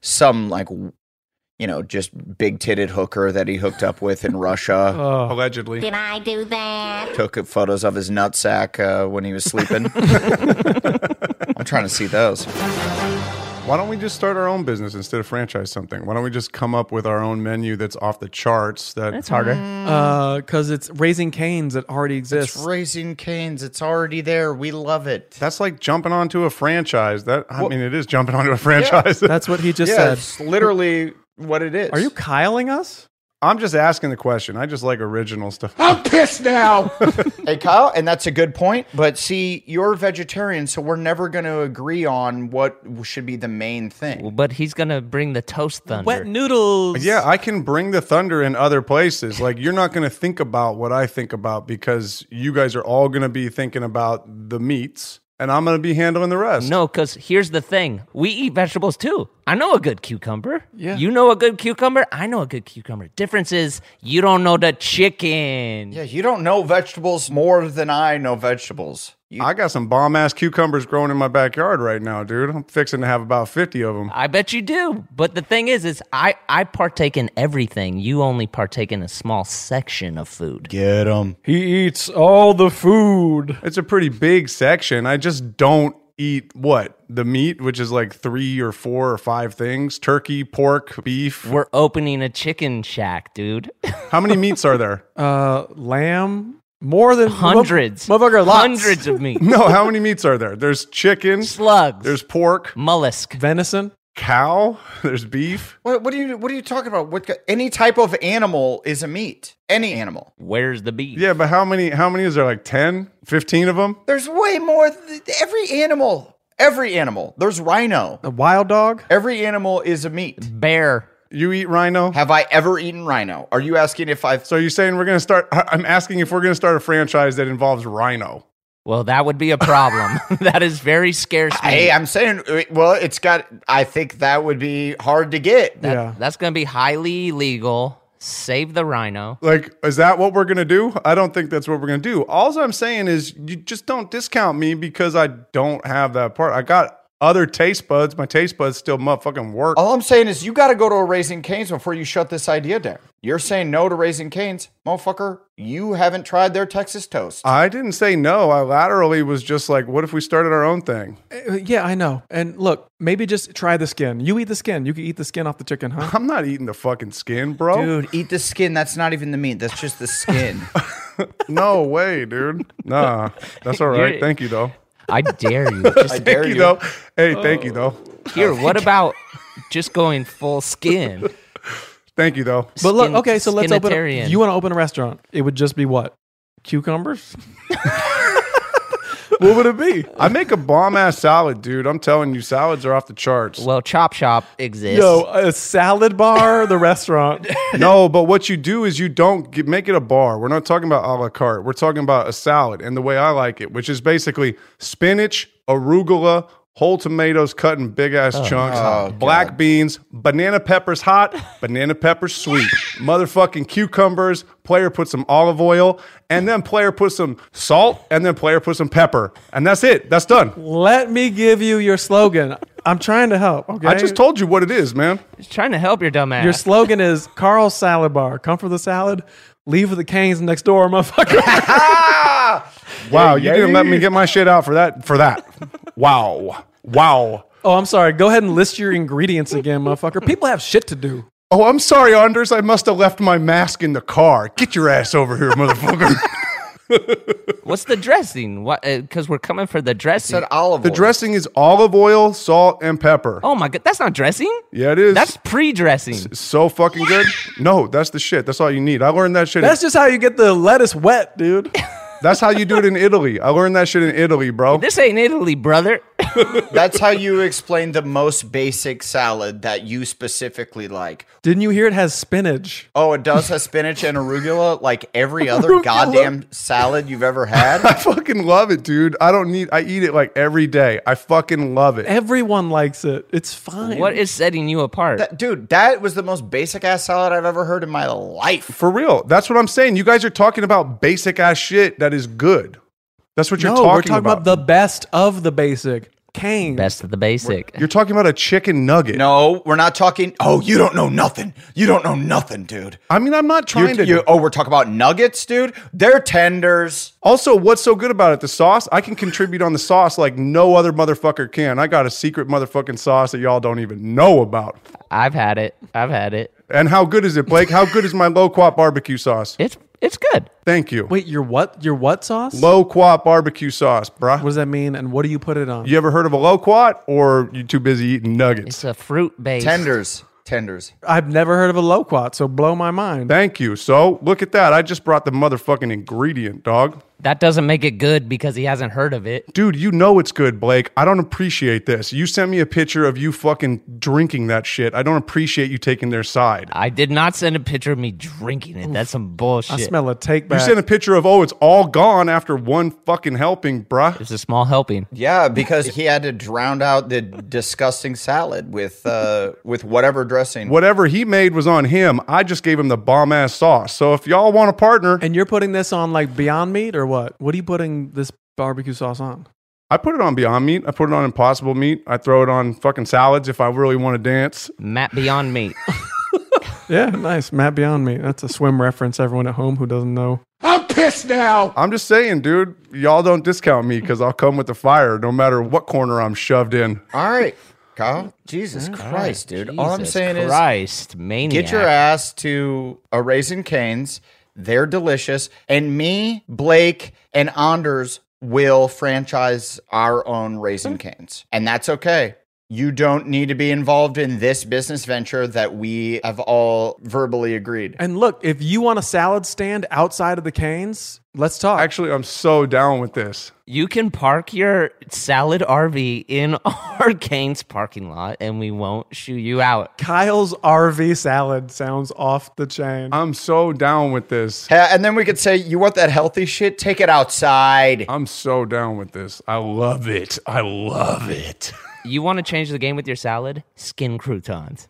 [SPEAKER 4] some like, w- you know, just big titted hooker that he hooked up with in Russia.
[SPEAKER 3] Oh.
[SPEAKER 5] Allegedly.
[SPEAKER 12] Did I do
[SPEAKER 1] Uh.
[SPEAKER 12] that?
[SPEAKER 4] Took photos of his nutsack uh, when he was sleeping. I'm trying to see those.
[SPEAKER 5] Why don't we just start our own business instead of franchise something? Why don't we just come up with our own menu that's off the charts? That
[SPEAKER 3] that's Mm. harder.
[SPEAKER 1] Because Uh, it's raising canes that already
[SPEAKER 4] It's
[SPEAKER 1] exists.
[SPEAKER 4] raising canes. It's already there. We love it.
[SPEAKER 5] that's like jumping onto a franchise. That I mean, it is jumping onto a franchise.
[SPEAKER 1] That's what he just
[SPEAKER 4] Yeah,
[SPEAKER 1] said.
[SPEAKER 4] it's literally what it is.
[SPEAKER 1] Are you Kyling us?
[SPEAKER 5] I'm just asking the question. I just like original stuff.
[SPEAKER 4] Hey, Kyle, and that's a good point. But see, you're vegetarian, so we're never going to agree on what should be the main thing.
[SPEAKER 3] But he's gonna bring the toast thunder.
[SPEAKER 1] noodles.
[SPEAKER 5] Yeah, I can bring the thunder in other places. Like you're not going to think about what I think about because you guys are all going to be thinking about the meats, and I'm going to be handling the rest.
[SPEAKER 3] No, because here's the thing: we eat vegetables too. I know a good cucumber. Yeah. You know a good cucumber. I know a good cucumber. Difference is you don't know the chicken.
[SPEAKER 4] Yeah, you don't know vegetables more than I know vegetables. You,
[SPEAKER 5] I got some bomb ass cucumbers growing in my backyard right now, dude. I'm fixing to have about 50 of them.
[SPEAKER 3] I bet you do. But the thing is, is I I partake in everything. You only partake in a small section of food.
[SPEAKER 4] get them.
[SPEAKER 1] He eats all the food.
[SPEAKER 5] It's a pretty big section. I just don't eat what? The meat, which is like three or four or five things turkey, pork, beef.
[SPEAKER 3] We're opening a chicken shack, dude.
[SPEAKER 5] How many meats are there?
[SPEAKER 1] Uh, lamb, more than
[SPEAKER 3] Hundreds.
[SPEAKER 1] Motherfucker, lots.
[SPEAKER 3] Hundreds of meat.
[SPEAKER 5] no, how many meats are there? There's chicken,
[SPEAKER 3] slugs,
[SPEAKER 5] there's pork,
[SPEAKER 3] mollusk,
[SPEAKER 1] venison,
[SPEAKER 5] cow, there's beef.
[SPEAKER 4] What, what are you What are you talking about? What any type of animal is a meat? Any animal.
[SPEAKER 3] Where's the beef?
[SPEAKER 5] Yeah, but how many how many is there like 10, 15 of them?
[SPEAKER 4] There's way more. Th- every animal. Every animal. There's rhino.
[SPEAKER 1] A wild dog?
[SPEAKER 4] Every animal is a meat.
[SPEAKER 3] Bear.
[SPEAKER 5] You eat rhino?
[SPEAKER 4] Have I ever eaten rhino? Are you asking if I've
[SPEAKER 5] So you're saying we're going to start I- I'm asking if we're going to start a franchise that involves rhino.
[SPEAKER 3] Well, that would be a problem. that is very scarce.
[SPEAKER 4] Hey, I'm saying, uh, well, it's got. I think that would be hard to get.
[SPEAKER 3] That- That's going to be highly illegal. Save the rhino.
[SPEAKER 5] Like, is that what we're going to do? I don't think that's what we're going to do. All I'm saying is you just don't discount me because I don't have that part. I got other taste buds. My taste buds still motherfucking work.
[SPEAKER 4] All I'm saying is, you got to go to a Raising Canes before you shut this idea down. You're saying no to Raising Canes, motherfucker. You haven't tried their Texas toast.
[SPEAKER 5] I didn't say no. I laterally was just like, what if we started our own thing?
[SPEAKER 1] Uh, Yeah, I know. And look, maybe just try the skin. You eat the skin. You can eat the skin off the chicken, huh?
[SPEAKER 5] I'm not eating the fucking skin, bro.
[SPEAKER 4] Dude, eat the skin. That's not even the meat. That's just the skin.
[SPEAKER 5] No way, dude. Nah, that's all right.
[SPEAKER 3] You're-
[SPEAKER 5] Thank you, though.
[SPEAKER 3] I dare you. Just
[SPEAKER 4] I dare
[SPEAKER 5] Thank you,
[SPEAKER 4] you.
[SPEAKER 5] though. Hey, thank you, though.
[SPEAKER 3] here, what about just going full skin?
[SPEAKER 5] Thank you, though.
[SPEAKER 1] But look,
[SPEAKER 3] Skin-
[SPEAKER 1] okay, so let's open. A,
[SPEAKER 3] skinitarian.
[SPEAKER 1] you want to open a restaurant? It would just be what? Cucumbers? what would it be?
[SPEAKER 5] I make a bomb ass salad, dude. I'm telling you, salads are off the charts.
[SPEAKER 3] Well, Chop Shop exists.
[SPEAKER 1] Yo, a salad bar, the restaurant.
[SPEAKER 5] no, but what you do is you don't get, make it a bar. We're not talking about a la carte. We're talking about a salad and the way I like it, which is basically spinach, arugula, whole tomatoes cut in big ass chunks, black beans, banana peppers hot, banana peppers sweet, motherfucking cucumbers. Player put some olive oil, and then player put some salt, and then player put some pepper, and that's it. That's done.
[SPEAKER 1] Let me give you your slogan. I'm trying to help. Okay,
[SPEAKER 5] I just told you what it is, man.
[SPEAKER 3] Just trying to help your dumb ass.
[SPEAKER 1] your slogan is Carl's Salad Bar. Come for the salad. Leave for the canes next door, motherfucker.
[SPEAKER 5] Wow, you didn't let me get my shit out for that. For that, wow, wow.
[SPEAKER 1] oh, I'm sorry. Go ahead and list your ingredients again, motherfucker. People have shit to do.
[SPEAKER 5] Oh, I'm sorry, Anders. I must have left my mask in the car. Get your ass over here, motherfucker.
[SPEAKER 3] What's the dressing? What? Because we're coming for the dressing.
[SPEAKER 4] Said olive.
[SPEAKER 5] the
[SPEAKER 4] oil.
[SPEAKER 5] dressing is olive oil, salt, and pepper.
[SPEAKER 3] oh my god, that's not dressing.
[SPEAKER 5] Yeah, it is.
[SPEAKER 3] That's pre-dressing.
[SPEAKER 5] so fucking good. No, that's the shit. That's all you need. I learned that shit.
[SPEAKER 1] That's just how you get the lettuce wet, dude.
[SPEAKER 5] that's how you do it in Italy. I learned that shit in Italy, bro.
[SPEAKER 3] This ain't Italy, brother.
[SPEAKER 4] That's how you explain the most basic salad that you specifically like.
[SPEAKER 1] Didn't you hear it has spinach?
[SPEAKER 4] Oh, it does have spinach and arugula like every other goddamn salad you've ever
[SPEAKER 5] I
[SPEAKER 4] had.
[SPEAKER 5] fucking love it, dude. I don't need. I eat it like every day. I fucking love it.
[SPEAKER 1] Everyone likes it. It's fine.
[SPEAKER 3] what is setting you apart?
[SPEAKER 4] That- dude, that was the most basic ass salad I've ever heard in my life.
[SPEAKER 5] For real. That's what I'm saying. You guys are talking about basic ass shit that is good. That's what you're
[SPEAKER 1] no,
[SPEAKER 5] talking,
[SPEAKER 1] we're talking about. the best of the basic. Cane.
[SPEAKER 3] Best of the basic.
[SPEAKER 5] you're talking about a chicken nugget.
[SPEAKER 4] No, we're not talking. Oh, you don't know nothing. You don't know nothing, dude.
[SPEAKER 5] I mean, I'm not
[SPEAKER 4] You,
[SPEAKER 5] trying to.
[SPEAKER 4] you, oh, we're talking about nuggets, dude. They're tenders.
[SPEAKER 5] Also, what's so good about it? The sauce, I can contribute on the sauce like no other motherfucker can. I got a secret motherfucking sauce that y'all don't even know about.
[SPEAKER 3] I've had it. I've had it.
[SPEAKER 5] And how good is it, Blake? How good is my loquat barbecue sauce?
[SPEAKER 3] It's it's good.
[SPEAKER 5] Thank you.
[SPEAKER 1] Wait, your what? Your what sauce?
[SPEAKER 5] Loquat barbecue sauce, bruh.
[SPEAKER 1] What does that mean? And what do you put it on?
[SPEAKER 5] You ever heard of a loquat or you too busy eating nuggets?
[SPEAKER 3] It's a fruit based.
[SPEAKER 4] Tenders. Tenders.
[SPEAKER 1] I've never heard of a loquat, so blow my mind.
[SPEAKER 5] Thank you. So, look at that. I just brought the motherfucking ingredient, dog.
[SPEAKER 3] That doesn't make it good because he hasn't heard of it.
[SPEAKER 5] Dude, you know it's good, Blake. I don't appreciate this. You sent me a picture of you fucking drinking that shit. I don't appreciate you taking their side.
[SPEAKER 3] I did not send a picture of me drinking it. That's some bullshit.
[SPEAKER 1] I smell a take
[SPEAKER 5] You
[SPEAKER 1] back.
[SPEAKER 5] sent a picture of oh, it's all gone after one fucking helping, bruh.
[SPEAKER 3] It's a small helping.
[SPEAKER 4] Yeah, because he had to drown out the disgusting salad with uh with whatever dressing.
[SPEAKER 5] Whatever he made was on him. I just gave him the bomb ass sauce. So if y'all want a partner,
[SPEAKER 1] and you're putting this on like Beyond Meat or what? What are you putting this barbecue sauce on?
[SPEAKER 5] I put it on Beyond Meat. I put it on Impossible Meat. I throw it on fucking salads if I really want to dance.
[SPEAKER 3] Matt Beyond Meat.
[SPEAKER 1] Yeah, nice. Matt Beyond Meat. That's a swim reference, everyone at home who doesn't know.
[SPEAKER 4] I'm
[SPEAKER 5] kiss now. I'm just saying, dude, y'all don't discount me because I'll come with the fire no matter what corner I'm shoved in.
[SPEAKER 4] All right, Kyle. Jesus Christ, dude. All I'm
[SPEAKER 3] Jesus
[SPEAKER 4] saying is
[SPEAKER 3] Christ,
[SPEAKER 4] Get your
[SPEAKER 3] maniac.
[SPEAKER 4] ass to a Raisin Canes. They're delicious. And me, Blake, and Anders will franchise our own Raisin Canes. And that's okay. You don't need to be involved in this business venture that we have all verbally agreed.
[SPEAKER 1] And look, if you want a salad stand outside of the Canes, let's talk.
[SPEAKER 5] Actually, I'm so down with this.
[SPEAKER 3] You can park your salad RV in our Canes parking lot and we won't shoo you out.
[SPEAKER 1] Kyle's RV salad sounds off the chain.
[SPEAKER 5] I'm so down with this.
[SPEAKER 4] Yeah, Uh, and then we could say, you want that healthy shit? Take it outside.
[SPEAKER 5] I'm so down with this. I love it. I love it.
[SPEAKER 3] You want to change the game with your salad? Skin croutons.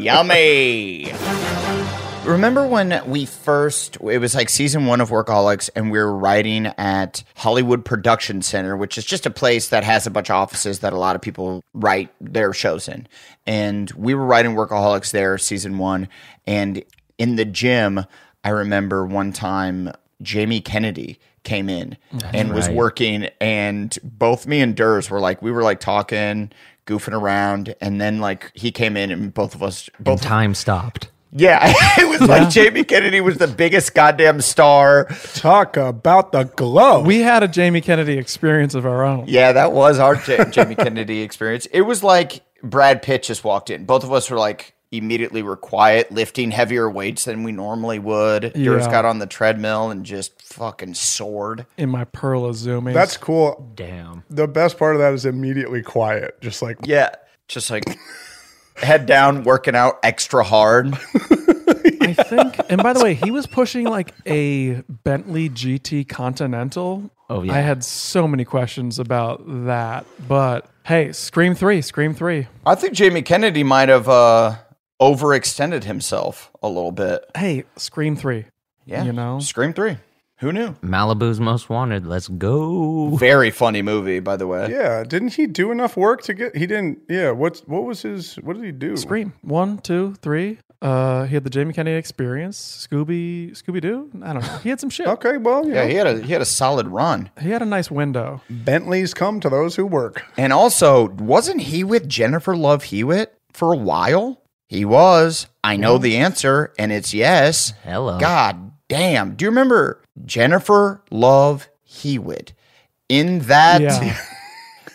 [SPEAKER 4] Yummy. Remember when we first, it was like season one of Workaholics, and we were writing at Hollywood Production Center, which is just a place that has a bunch of offices that a lot of people write their shows in. And we were writing Workaholics there, season one. And in the gym, I remember one time Jamie Kennedy came in
[SPEAKER 9] That's
[SPEAKER 4] and was
[SPEAKER 9] right.
[SPEAKER 4] working working and both me and Durs were like we were like talking, goofing around, and then like he came in and both of us both
[SPEAKER 3] time stopped.
[SPEAKER 4] Yeah. it was like Jamie Kennedy was the biggest goddamn star.
[SPEAKER 5] Talk about the glow.
[SPEAKER 1] We had a Jamie Kennedy experience of our own.
[SPEAKER 4] Yeah, that was our Ja- Jamie Kennedy experience. It was like Brad Pitt just walked in. Both of us were like immediately were quiet, lifting heavier weights than we normally would. Durs
[SPEAKER 1] Yeah.
[SPEAKER 4] got on the treadmill and just fucking soared.
[SPEAKER 1] In my Perla zoomies.
[SPEAKER 5] That's cool.
[SPEAKER 3] Damn.
[SPEAKER 5] The best part of that is immediately quiet. Just like,
[SPEAKER 4] Yeah. Just like head down, working out extra hard.
[SPEAKER 1] I think. And by the way, he was pushing like a Bentley GT Continental.
[SPEAKER 3] Oh, yeah.
[SPEAKER 1] I had so many questions about that. But hey, Scream 3, Scream 3.
[SPEAKER 4] I think Jamie Kennedy might have uh, overextended himself a little bit.
[SPEAKER 1] Hey, Scream 3.
[SPEAKER 4] Yeah.
[SPEAKER 1] You know?
[SPEAKER 4] Scream 3. Who knew?
[SPEAKER 3] Malibu's Most Wanted. Let's go.
[SPEAKER 4] Very funny movie, by the way.
[SPEAKER 5] yeah, didn't he do enough work to get? He didn't. Yeah, what's what was his? What did he do?
[SPEAKER 1] Scream. One, two, three. Uh, he had the Jamie Kennedy experience, Scooby, Scooby Doo. I don't know. He had some shit.
[SPEAKER 5] okay, well,
[SPEAKER 4] Yeah, he had a he had a solid run.
[SPEAKER 1] He had a nice window.
[SPEAKER 5] Bentley's come to those who work.
[SPEAKER 4] And also, wasn't he with Jennifer Love Hewitt for a while? He was. I know the answer, and it's yes.
[SPEAKER 3] Hello.
[SPEAKER 4] God damn. Do you remember Jennifer Love Hewitt? In that
[SPEAKER 1] Yeah.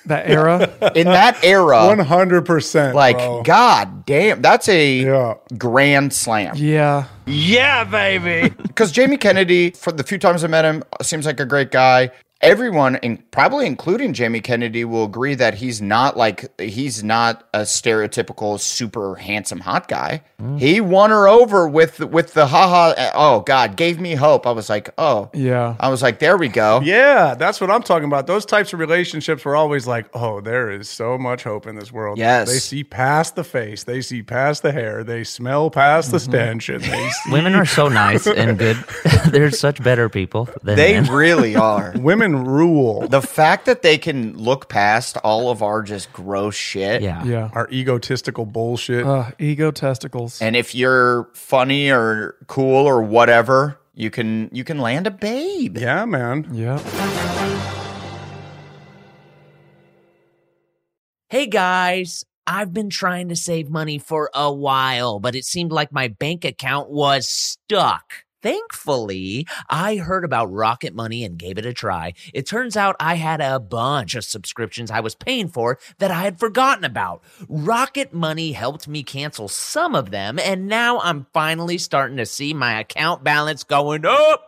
[SPEAKER 1] That era.
[SPEAKER 4] in that era.
[SPEAKER 5] One hundred percent.
[SPEAKER 4] Like,
[SPEAKER 5] bro.
[SPEAKER 4] god damn, that's a grand slam.
[SPEAKER 1] Yeah.
[SPEAKER 4] Yeah, baby. Because Jamie Kennedy, for the few times I met him, seems like a great guy. Everyone, and probably including Jamie Kennedy, will agree that he's not like he's not a stereotypical super handsome hot guy. He won her over with with the haha. Oh God, gave me hope. I was like, oh
[SPEAKER 1] Yeah.
[SPEAKER 4] I was like, there we go.
[SPEAKER 5] Yeah, that's what I'm talking about. Those types of relationships were always like, oh, there is so much hope in this world.
[SPEAKER 4] Yes.
[SPEAKER 5] They see past the face, they see past the hair, they smell past the
[SPEAKER 1] Mm-hmm.
[SPEAKER 5] stench, and they see.
[SPEAKER 3] Women are so nice and good. They're such better people than
[SPEAKER 4] They
[SPEAKER 3] men.
[SPEAKER 4] really are.
[SPEAKER 5] Women rule.
[SPEAKER 4] The fact that they can look past all of our just gross shit.
[SPEAKER 3] Yeah.
[SPEAKER 1] Yeah.
[SPEAKER 5] Our egotistical bullshit.
[SPEAKER 1] Uh, ego testicles.
[SPEAKER 4] And if you're funny or cool or whatever, you can you can land a babe.
[SPEAKER 5] yeah, man.
[SPEAKER 1] Yeah.
[SPEAKER 2] Hey guys, I've been trying to save money for a while, but it seemed like my bank account was stuck. Thankfully, I heard about Rocket Money and gave it a try. It turns out I had a bunch of subscriptions I was paying for that I had forgotten about. Rocket Money helped me cancel some of them, and now I'm finally starting to see my account balance going up.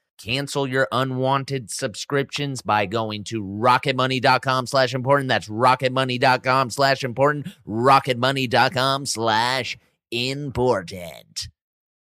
[SPEAKER 2] Cancel your unwanted subscriptions by going to rocketmoney.com slash important. That's rocketmoney.com slash important. Rocketmoney.com slash important.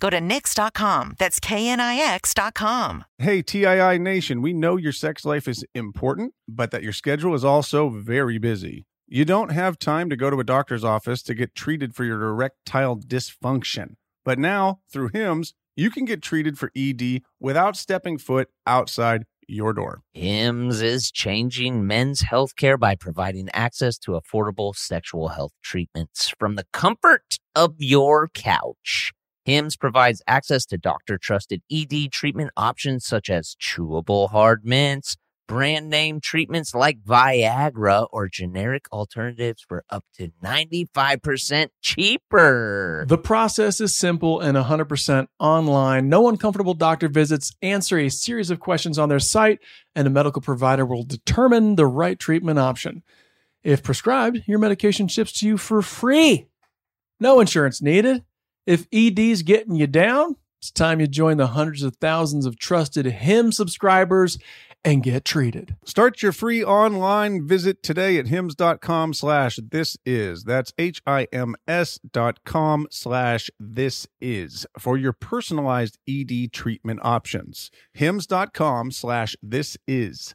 [SPEAKER 9] Go to NYX.com. That's knix.com.
[SPEAKER 5] Hey, TII Nation, we know your sex life is important, but that your schedule is also very busy. You don't have time to go to a doctor's office to get treated for your erectile dysfunction. But now, through HIMS, you can get treated for ED without stepping foot outside your door.
[SPEAKER 2] Hims is changing men's health care by providing access to affordable sexual health treatments from the comfort of your couch. Hims provides access to doctor trusted ED treatment options such as chewable hard mints, brand name treatments like Viagra, or generic alternatives for up to 95% cheaper.
[SPEAKER 1] The process is simple and 100% online. No uncomfortable doctor visits. Answer a series of questions on their site, and a medical provider will determine the right treatment option. If prescribed, your medication ships to you for free. No insurance needed. If ED's getting you down, it's time you join the hundreds of thousands of trusted HIM subscribers and get treated.
[SPEAKER 5] Start your free online visit today at hymns.com slash this is. That's H-I-M-S dot com slash this is for your personalized ED treatment options. Hymns.com slash this is.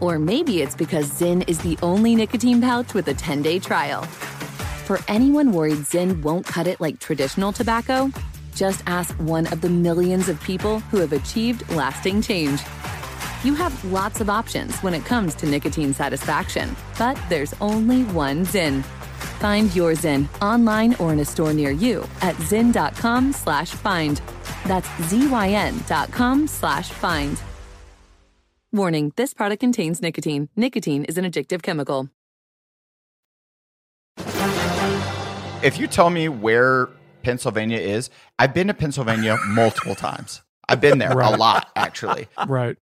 [SPEAKER 13] Or maybe it's because Zyn is the only nicotine pouch with a 10 day trial. For anyone worried Zyn won't cut it like traditional tobacco, just ask one of the millions of people who have achieved lasting change. You have lots of options when it comes to nicotine satisfaction, but there's only one Zyn. Find your Zyn online or in a store near you at zyn.com slash find. That's zyn.com slash find. Warning this product contains nicotine. Nicotine is an addictive chemical.
[SPEAKER 4] If you tell me where Pennsylvania is, I've been to Pennsylvania multiple times. I've been there
[SPEAKER 5] Right.
[SPEAKER 4] a lot, actually.
[SPEAKER 1] Right.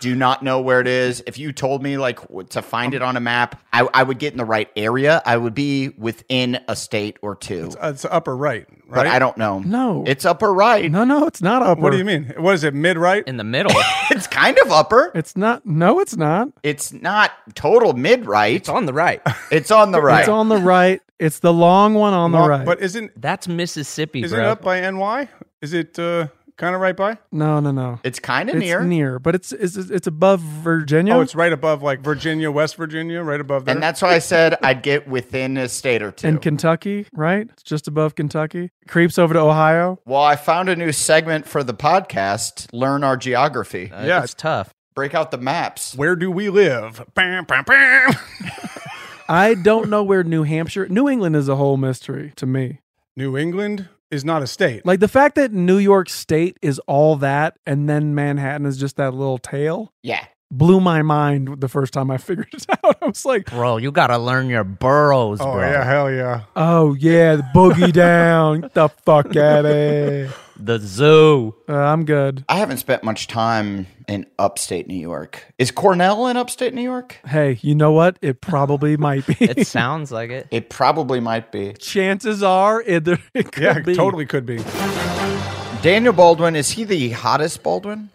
[SPEAKER 4] Do not know where it is. If you told me like w- to find it on a map, I, I would get in the right area. I would be within a state or two.
[SPEAKER 5] Uh, It's upper right, right?
[SPEAKER 4] But I don't know.
[SPEAKER 1] No.
[SPEAKER 4] It's upper right.
[SPEAKER 1] No, no, it's not upper.
[SPEAKER 5] What do you mean? What is it, mid right?
[SPEAKER 3] In the middle.
[SPEAKER 4] it's kind of upper.
[SPEAKER 1] It's not. No, it's not.
[SPEAKER 4] It's not total mid right. It's
[SPEAKER 3] on the right.
[SPEAKER 4] It's on the right.
[SPEAKER 1] It's on the right. It's the long one on the
[SPEAKER 5] Long-
[SPEAKER 1] right.
[SPEAKER 5] But isn't
[SPEAKER 3] that's Mississippi?
[SPEAKER 5] Is it
[SPEAKER 1] bro.
[SPEAKER 5] up by NY? Is it uh, kind of right by?
[SPEAKER 1] no, no, no.
[SPEAKER 4] It's kind
[SPEAKER 1] It's near, but it's it's it's above Virginia.
[SPEAKER 5] Oh, it's right above like Virginia, West Virginia, right above there.
[SPEAKER 4] And that's why I said I'd get within a state or two.
[SPEAKER 1] in Kentucky, right? It's just above Kentucky. Creeps over to Ohio.
[SPEAKER 4] Well, I found a new segment for the podcast, Learn Our Geography.
[SPEAKER 3] Uh, Yeah. it's tough.
[SPEAKER 4] Break out the maps.
[SPEAKER 5] Where do we live? Bam, bam, bam.
[SPEAKER 1] I don't know where New Hampshire, New England is a whole mystery to me.
[SPEAKER 5] New England is not a state.
[SPEAKER 1] Like the fact that New York State is all that and then Manhattan is just that little tail.
[SPEAKER 4] Yeah.
[SPEAKER 1] Blew my mind the first time I figured it out. I was like,
[SPEAKER 2] Bro, you gotta learn your burrows,
[SPEAKER 5] Oh,
[SPEAKER 2] bro.
[SPEAKER 5] yeah, hell yeah.
[SPEAKER 1] oh, yeah, the boogie down. Get the fuck out of here. Uh,
[SPEAKER 2] The zoo.
[SPEAKER 1] I'm good.
[SPEAKER 4] I haven't spent much time in upstate New York. Is Cornell in upstate New York?
[SPEAKER 1] Hey, you know what? It probably might be.
[SPEAKER 4] It
[SPEAKER 3] sounds like it.
[SPEAKER 4] It probably might be.
[SPEAKER 1] Chances are, it, there- it could
[SPEAKER 4] Yeah,
[SPEAKER 1] be.
[SPEAKER 4] totally
[SPEAKER 5] could be.
[SPEAKER 4] Daniel Baldwin, is he the hottest Baldwin?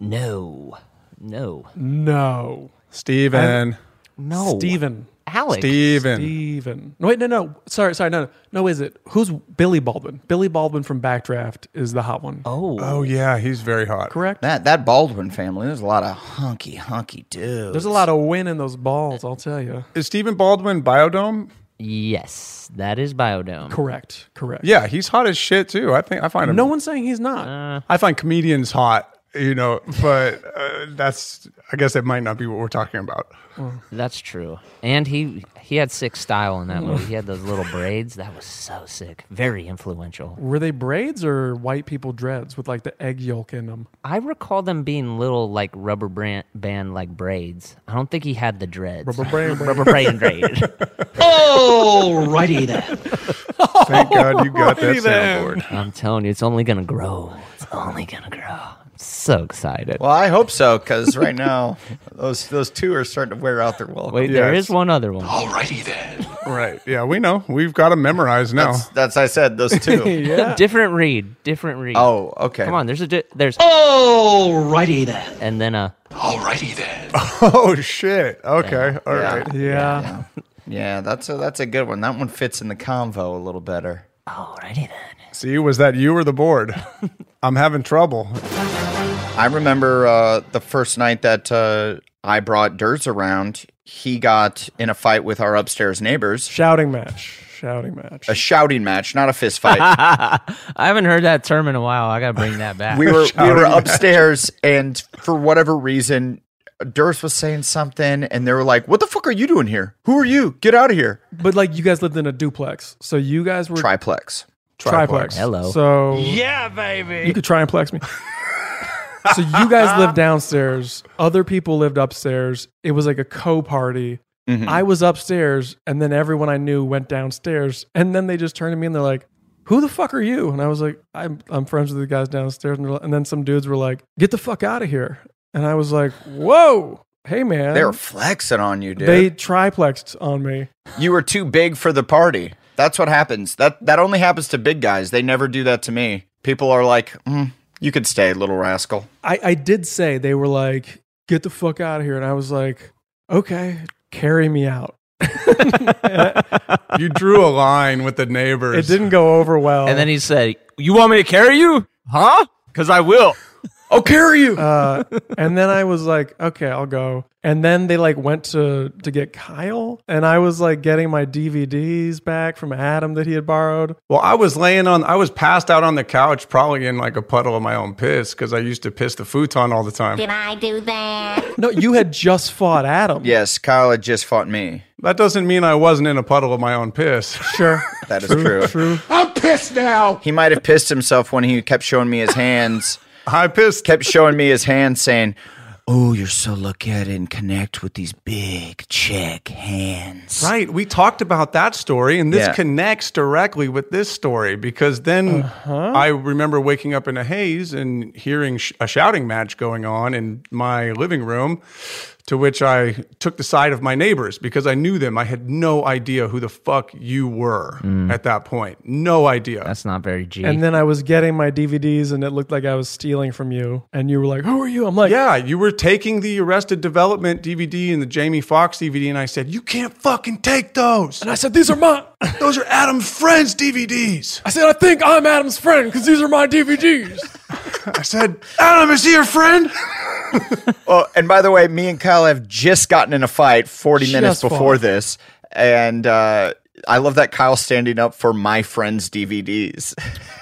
[SPEAKER 3] No. No.
[SPEAKER 1] No.
[SPEAKER 5] Steven.
[SPEAKER 3] No.
[SPEAKER 1] Steven.
[SPEAKER 3] Alex.
[SPEAKER 5] Steven.
[SPEAKER 1] Steven. No, wait, no, no. Sorry, sorry, no, no. No, is it? Who's Billy Baldwin? Billy Baldwin from Backdraft is the hot one.
[SPEAKER 3] Oh.
[SPEAKER 5] Oh, yeah, he's very hot.
[SPEAKER 1] Correct.
[SPEAKER 4] That that Baldwin family, there's a lot of hunky, hunky dudes.
[SPEAKER 1] There's a lot of win in those balls, I'll tell you.
[SPEAKER 5] Is Stephen Baldwin Biodome?
[SPEAKER 3] Yes, that is Biodome.
[SPEAKER 1] Correct. Correct.
[SPEAKER 5] Yeah, he's hot as shit too. I think I find him.
[SPEAKER 1] No one's saying he's not.
[SPEAKER 5] I find comedians hot, you know, but uh, that's I guess it might not be what we're talking about.
[SPEAKER 3] That's true. And he he had sick style in that movie. He had those little braids. That was so sick. Very influential.
[SPEAKER 1] Were they braids or white people dreads with like the egg yolk in them?
[SPEAKER 3] I recall them being little like rubber brand, band like braids. I don't think he had the dreads.
[SPEAKER 1] Rubber brand braid.
[SPEAKER 3] rubber brand braid.
[SPEAKER 1] Alrighty
[SPEAKER 3] then.
[SPEAKER 5] Thank God you got that
[SPEAKER 3] Alrighty then.
[SPEAKER 5] soundboard.
[SPEAKER 3] I'm telling you, it's only gonna grow. It's only gonna grow. I'm so excited.
[SPEAKER 4] Well, I hope so, because right now those those two are starting to wear out their welcome.
[SPEAKER 3] Wait, there is one other one.
[SPEAKER 4] Alrighty then.
[SPEAKER 5] Right. Yeah, we know. We've got to memorize now.
[SPEAKER 4] That's, that's I said those two.
[SPEAKER 3] different read. Different read.
[SPEAKER 4] Oh, okay.
[SPEAKER 3] Come on, there's a di- there's Alrighty then. And then
[SPEAKER 14] uh,
[SPEAKER 3] a Alrighty then.
[SPEAKER 5] Oh shit. Okay. All
[SPEAKER 4] Yeah.
[SPEAKER 5] right.
[SPEAKER 1] Yeah.
[SPEAKER 4] Yeah, that's a that's a good one. That one fits in the convo a little better.
[SPEAKER 3] Alrighty then.
[SPEAKER 5] See, was that you or the board? I'm having trouble.
[SPEAKER 4] I remember uh, the first night that uh, I brought Durs around. He got in a fight with our upstairs neighbors.
[SPEAKER 1] Shouting match. Shouting match.
[SPEAKER 4] A shouting match, not a fist fight.
[SPEAKER 3] I haven't heard that term in a while. I gotta bring that back.
[SPEAKER 4] we were we were upstairs, and for whatever reason, Durs was saying something, and they were like, "What the fuck are you doing here? Who are you? Get out of here!"
[SPEAKER 1] But like you guys lived in a duplex. So you guys were
[SPEAKER 4] Triplex.
[SPEAKER 1] triplex.
[SPEAKER 3] Hello.
[SPEAKER 1] So
[SPEAKER 11] Yeah, baby.
[SPEAKER 1] you could triplex me. so you guys lived downstairs. Other people lived upstairs. It was like a co party.
[SPEAKER 11] Mm-hmm.
[SPEAKER 4] Mhm.
[SPEAKER 1] I was upstairs, and then everyone I knew went downstairs, and then they just turned to me and they're like, "Who the fuck are you?" And I was like, "I'm I'm friends with the guys downstairs," and, they're like- and then some dudes were like, "Get the fuck out of here!" And I was like, "Whoa, hey man."
[SPEAKER 4] They were flexing on you, dude.
[SPEAKER 1] They triplexed on me.
[SPEAKER 4] You were too big for the party. That's what happens. That that only happens to big guys. They never do that to me. People are like, mm, "You could stay, little rascal."
[SPEAKER 1] I, I did say they were like, get the fuck out of here. And I was like, okay, carry me out.
[SPEAKER 5] You drew a line with the neighbors.
[SPEAKER 1] It didn't go over well.
[SPEAKER 3] And then he said, "You want me to carry you, huh? Because I will.
[SPEAKER 4] I'll carry you."
[SPEAKER 1] uh, and then I was like, okay, I'll go. And then they like went to to get Kyle, and I was like getting my DVDs back from Adam that he had borrowed.
[SPEAKER 5] Well, I was laying on, I was passed out on the couch, probably in like a puddle of my own piss because I used to piss the futon all the time.
[SPEAKER 12] Did I do that?
[SPEAKER 1] No, you had just fought Adam.
[SPEAKER 4] Yes, Kyle had just fought me.
[SPEAKER 5] That doesn't mean I wasn't in a puddle of my own piss.
[SPEAKER 1] Sure.
[SPEAKER 4] That is true.
[SPEAKER 1] True.
[SPEAKER 11] I'm pissed now.
[SPEAKER 4] He might have pissed himself when he kept showing me his hands.
[SPEAKER 5] I pissed.
[SPEAKER 4] Kept showing me his hands, saying, "Oh, you're so lucky I didn't connect with these big check hands."
[SPEAKER 5] Right. We talked about that story, and this
[SPEAKER 4] Yeah.
[SPEAKER 5] connects directly with this story because then I remember waking up in a haze and hearing sh- a shouting match going on in my living room, to which I took the side of my neighbors because I knew them. I had no idea who the fuck you were at that point. No idea.
[SPEAKER 3] That's not very G.
[SPEAKER 1] And then I was getting my DVDs, and it looked like I was stealing from you. And you were like, "Who are you?" I'm like,
[SPEAKER 5] yeah, you were taking the Arrested Development DVD and the Jamie Foxx DVD, and I said, You can't fucking take those.
[SPEAKER 1] And I said, "These are my."
[SPEAKER 5] Those are Adam Friend's DVDs.
[SPEAKER 1] I said, "I think I'm Adam's friend because these are my DVDs."
[SPEAKER 5] I said, Adam, is he your friend?
[SPEAKER 4] Oh, and by the way, me and Kyle have just gotten in a fight 40 minutes
[SPEAKER 1] Just
[SPEAKER 4] before
[SPEAKER 1] fought.
[SPEAKER 4] this, and uh, I love that Kyle standing up for my friend's DVDs.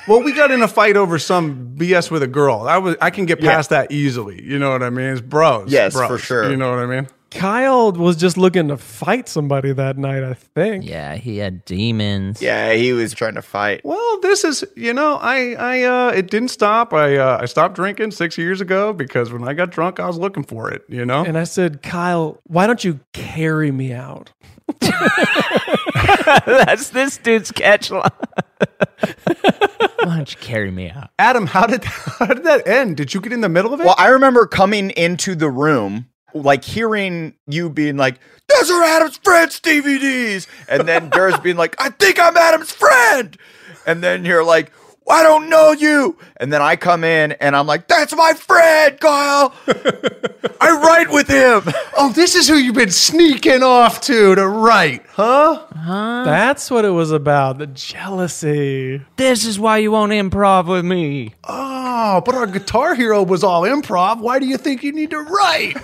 [SPEAKER 5] well, we got in a fight over some BS with a girl. I was I can get past that easily. You know what I mean? It's bros.
[SPEAKER 4] Yes,
[SPEAKER 5] bros,
[SPEAKER 4] for sure.
[SPEAKER 5] You know what I mean?
[SPEAKER 1] Kyle was just looking to fight somebody that night, I think.
[SPEAKER 14] Yeah, he had demons.
[SPEAKER 4] Yeah, he was trying to fight.
[SPEAKER 5] Well, this is you know I I uh, it didn't stop. I uh, I stopped drinking six years ago because when I got drunk, I was looking for it. You know.
[SPEAKER 1] And I said, Kyle, why don't you carry me out?
[SPEAKER 14] That's this dude's catch line. Why don't you carry me out?
[SPEAKER 5] Adam, how did how did that end? Did you get in the middle of it?
[SPEAKER 4] Well, I remember coming into the room, like hearing you being like, "Those are Adam's friends' DVDs," and then Durs being like, "I think I'm Adam's friend," and then you're like. I don't know you. And then I come in and I'm like, that's my friend, Kyle. I write with him.
[SPEAKER 5] Oh, this is who you've been sneaking off to to write, huh?
[SPEAKER 1] Huh? That's what it was about the jealousy.
[SPEAKER 14] This is why you won't improv with me.
[SPEAKER 5] Oh, but our guitar hero was all improv. Why do you think you need to write?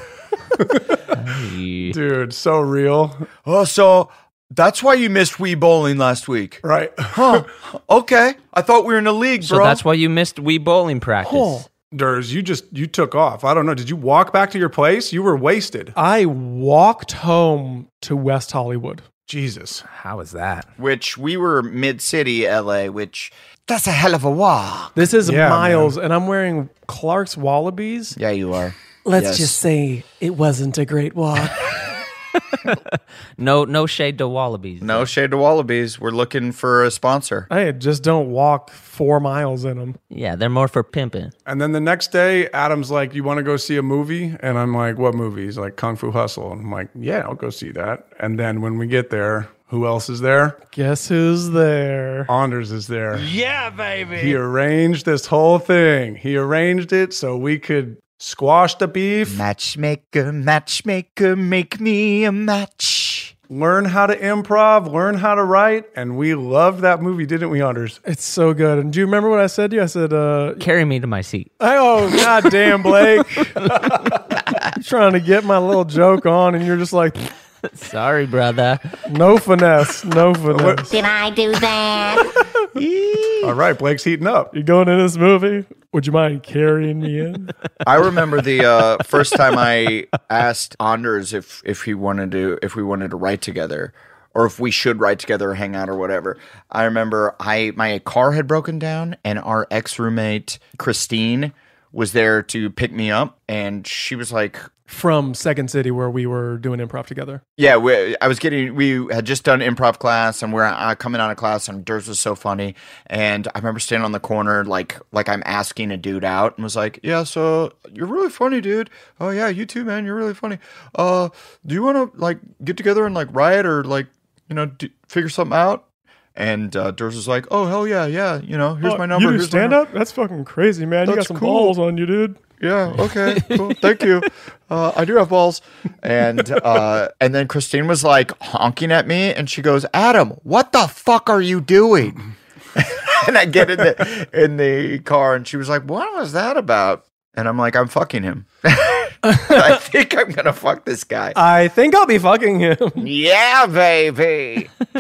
[SPEAKER 5] Dude, so real.
[SPEAKER 4] Oh, so that's why you missed Wii Bowling last week.
[SPEAKER 5] Right.
[SPEAKER 4] Huh. Okay. I thought we were in a league,
[SPEAKER 14] So
[SPEAKER 4] bro.
[SPEAKER 14] that's why you missed wee bowling practice.
[SPEAKER 5] Durs, you just you took off. I don't know. Did you walk back to your place? You were wasted.
[SPEAKER 1] I walked home to West Hollywood.
[SPEAKER 5] Jesus.
[SPEAKER 14] How is that?
[SPEAKER 4] Which we were mid city LA, which that's a hell of a walk.
[SPEAKER 1] This is
[SPEAKER 4] Yeah,
[SPEAKER 1] Miles,
[SPEAKER 4] man.
[SPEAKER 1] and I'm wearing Clark's Wallabies.
[SPEAKER 4] Yeah, you are.
[SPEAKER 1] Let's
[SPEAKER 4] Yes.
[SPEAKER 1] just say it wasn't a great walk.
[SPEAKER 14] No, no shade to wallabies.
[SPEAKER 4] No shade to Wallabies. We're looking for a sponsor.
[SPEAKER 1] I just don't walk four miles in them.
[SPEAKER 14] Yeah, they're more for pimping.
[SPEAKER 5] And then the next day, Adam's like, "You want to go see a movie?" And I'm like, "What movie?" He's like, "Kung Fu Hustle." And I'm like, "Yeah, I'll go see that." And then when we get there, who else is there?
[SPEAKER 1] Guess who's there?
[SPEAKER 5] Anders is there.
[SPEAKER 11] Yeah, baby.
[SPEAKER 5] He arranged this whole thing. He arranged it so we could squash the beef.
[SPEAKER 4] Matchmaker, matchmaker, make me a match.
[SPEAKER 5] Learn how to improv, learn how to write, and we loved that movie, didn't we, Anders?
[SPEAKER 1] It's so good. And do you remember what I said to you? I said, uh,
[SPEAKER 14] Carry me to my seat.
[SPEAKER 1] oh, god damn, Blake. I'm trying to get my little joke on, and you're just like,
[SPEAKER 14] Sorry, brother.
[SPEAKER 1] no finesse, no finesse.
[SPEAKER 12] Did I do that?
[SPEAKER 5] All right, Blake's heating up.
[SPEAKER 1] You're going to this movie? Would you mind carrying me in?
[SPEAKER 4] I remember the uh, first time I asked Anders if if he wanted to if we wanted to write together or if we should write together or hang out or whatever. I remember I my car had broken down and our ex roommate Christine was there to pick me up and she was like
[SPEAKER 1] From Second City, where we were doing improv together.
[SPEAKER 4] yeah, we, I was getting. We had just done improv class, and we're uh, coming out of class, and Durs was so funny. And I remember standing on the corner, like like I'm asking a dude out, and was like, "Yeah, so you're really funny, dude. Oh yeah, you too, man. You're really funny. Uh, do you want to like get together and like riot or like you know do, figure something out?" And uh, Durs was like, "Oh hell yeah, yeah. You know, here's
[SPEAKER 1] Oh,
[SPEAKER 4] my number.
[SPEAKER 1] You do
[SPEAKER 4] here's my
[SPEAKER 1] stand
[SPEAKER 4] number."
[SPEAKER 1] up? That's fucking crazy, man. you got
[SPEAKER 4] That's
[SPEAKER 1] some
[SPEAKER 4] cool.
[SPEAKER 1] balls on you, dude.
[SPEAKER 4] Yeah. Okay. Cool. Thank you. Uh, I do have balls. And uh, and then Christine was like honking at me, and she goes, "Adam, what the fuck are you doing?" and I get in the in the car, and she was like, "What was that about?" And I'm like, "I'm fucking him. I think I'm gonna fuck this guy."
[SPEAKER 1] I think I'll be fucking him.
[SPEAKER 4] Yeah, baby.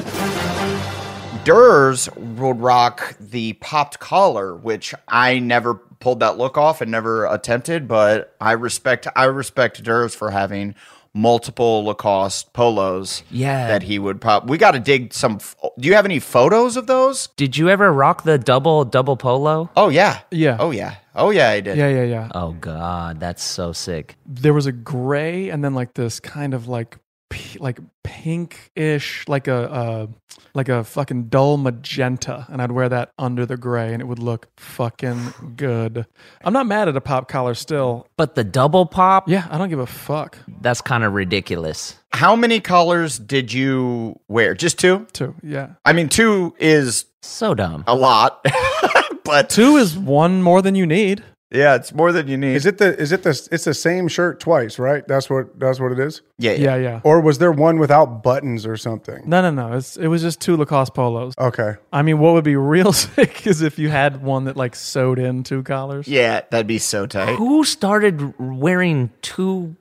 [SPEAKER 4] Durs would rock the popped collar, which I never pulled that look off and never attempted, but I respect I respect Durs for having multiple Lacoste polos.
[SPEAKER 14] Yeah.
[SPEAKER 4] that he would pop. We got to dig some. f- Do you have any photos of those?
[SPEAKER 14] Did you ever rock the double double polo?
[SPEAKER 4] Oh yeah,
[SPEAKER 1] Yeah.
[SPEAKER 4] oh yeah, oh yeah. I did.
[SPEAKER 1] Yeah, yeah, yeah.
[SPEAKER 14] Oh god, that's so sick.
[SPEAKER 1] There was a gray, and then like this kind of like p- like pink-ish, like a uh, like a fucking dull magenta, and I'd wear that under the gray, and it would look fucking good. I'm not mad at a pop collar still.
[SPEAKER 14] But the double pop,
[SPEAKER 1] Yeah, I don't give a fuck.
[SPEAKER 14] that's kind of ridiculous.
[SPEAKER 4] How many collars did you wear? Just two.
[SPEAKER 1] Two, yeah.
[SPEAKER 4] I mean, two is
[SPEAKER 14] So dumb.
[SPEAKER 4] a lot, but
[SPEAKER 1] Two is one more than you need.
[SPEAKER 4] yeah, it's more than you need.
[SPEAKER 5] Is it the is it the it's the same shirt twice, right? That's what that's what it is.
[SPEAKER 4] Yeah,
[SPEAKER 1] Yeah,
[SPEAKER 4] yeah.
[SPEAKER 1] yeah.
[SPEAKER 5] Or was there one without buttons or something?
[SPEAKER 1] No, no, no. It's, it was just two Lacoste polos.
[SPEAKER 5] Okay.
[SPEAKER 1] I mean, what would be real sick is if you had one that like sewed in two collars.
[SPEAKER 4] Yeah, that'd be so tight.
[SPEAKER 14] Who started wearing two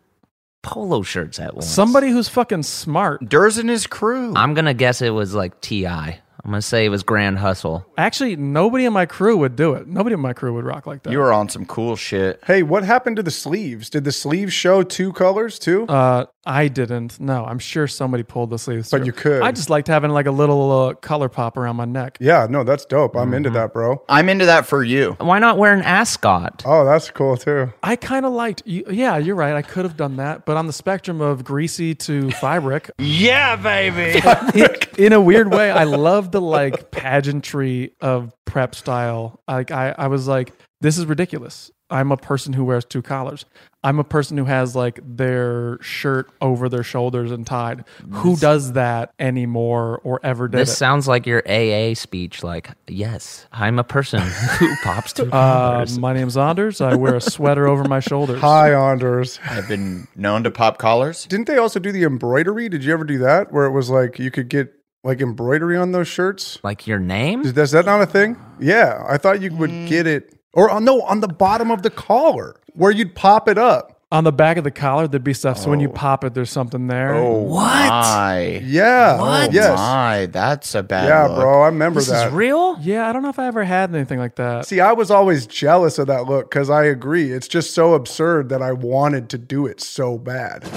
[SPEAKER 2] polo shirts at once.
[SPEAKER 1] Somebody who's fucking smart.
[SPEAKER 4] Durs and his crew.
[SPEAKER 3] I'm gonna guess it was like Ti. I'm gonna say it was Grand Hustle.
[SPEAKER 1] Actually, nobody in my crew would do it. Nobody in my crew would rock like that.
[SPEAKER 4] You were on some cool shit.
[SPEAKER 5] Hey, what happened to the sleeves? Did the sleeves show two colors too?
[SPEAKER 1] Uh, I didn't. No, I'm sure somebody pulled the sleeves.
[SPEAKER 5] But you could.
[SPEAKER 1] I just liked having like a little uh, color pop around my neck.
[SPEAKER 5] yeah, no, that's dope. I'm into that, bro.
[SPEAKER 4] I'm into that for you.
[SPEAKER 3] Why not wear an ascot?
[SPEAKER 5] Oh, that's cool too.
[SPEAKER 1] I kind of liked. You, yeah, you're right. I could have done that, but on the spectrum of greasy to fibric,
[SPEAKER 11] Yeah, baby.
[SPEAKER 1] in a weird way, I love the like pageantry of prep style. Like I, I was like, this is ridiculous. I'm a person who wears two collars. I'm a person who has like their shirt over their shoulders and tied. Who does that anymore or ever did
[SPEAKER 3] This
[SPEAKER 1] it?
[SPEAKER 3] sounds like your AA speech. Like, yes, I'm a person who pops two
[SPEAKER 1] uh,
[SPEAKER 3] colors.
[SPEAKER 1] my name's Anders. I wear a sweater over my shoulders.
[SPEAKER 5] Hi, Anders.
[SPEAKER 4] I've been known to pop collars.
[SPEAKER 5] Didn't they also do the embroidery? Did you ever do that where it was like you could get like embroidery on those shirts?
[SPEAKER 3] like your name?
[SPEAKER 5] Is that, is that not a thing? Yeah, I thought you would get it. Or on, no, on the bottom of the collar where you'd pop it up.
[SPEAKER 1] On the back of the collar, there'd be stuff. So when you pop it, there's something there.
[SPEAKER 5] Oh,
[SPEAKER 4] My.
[SPEAKER 5] Yeah.
[SPEAKER 4] What?
[SPEAKER 5] Yes.
[SPEAKER 4] My, that's a bad
[SPEAKER 5] Yeah,
[SPEAKER 4] look.
[SPEAKER 5] bro, I remember
[SPEAKER 3] This
[SPEAKER 5] that.
[SPEAKER 3] is real?
[SPEAKER 1] Yeah, I don't know if I ever had anything like that.
[SPEAKER 5] See, I was always jealous of that look because I agree. It's just so absurd that I wanted to do it so bad.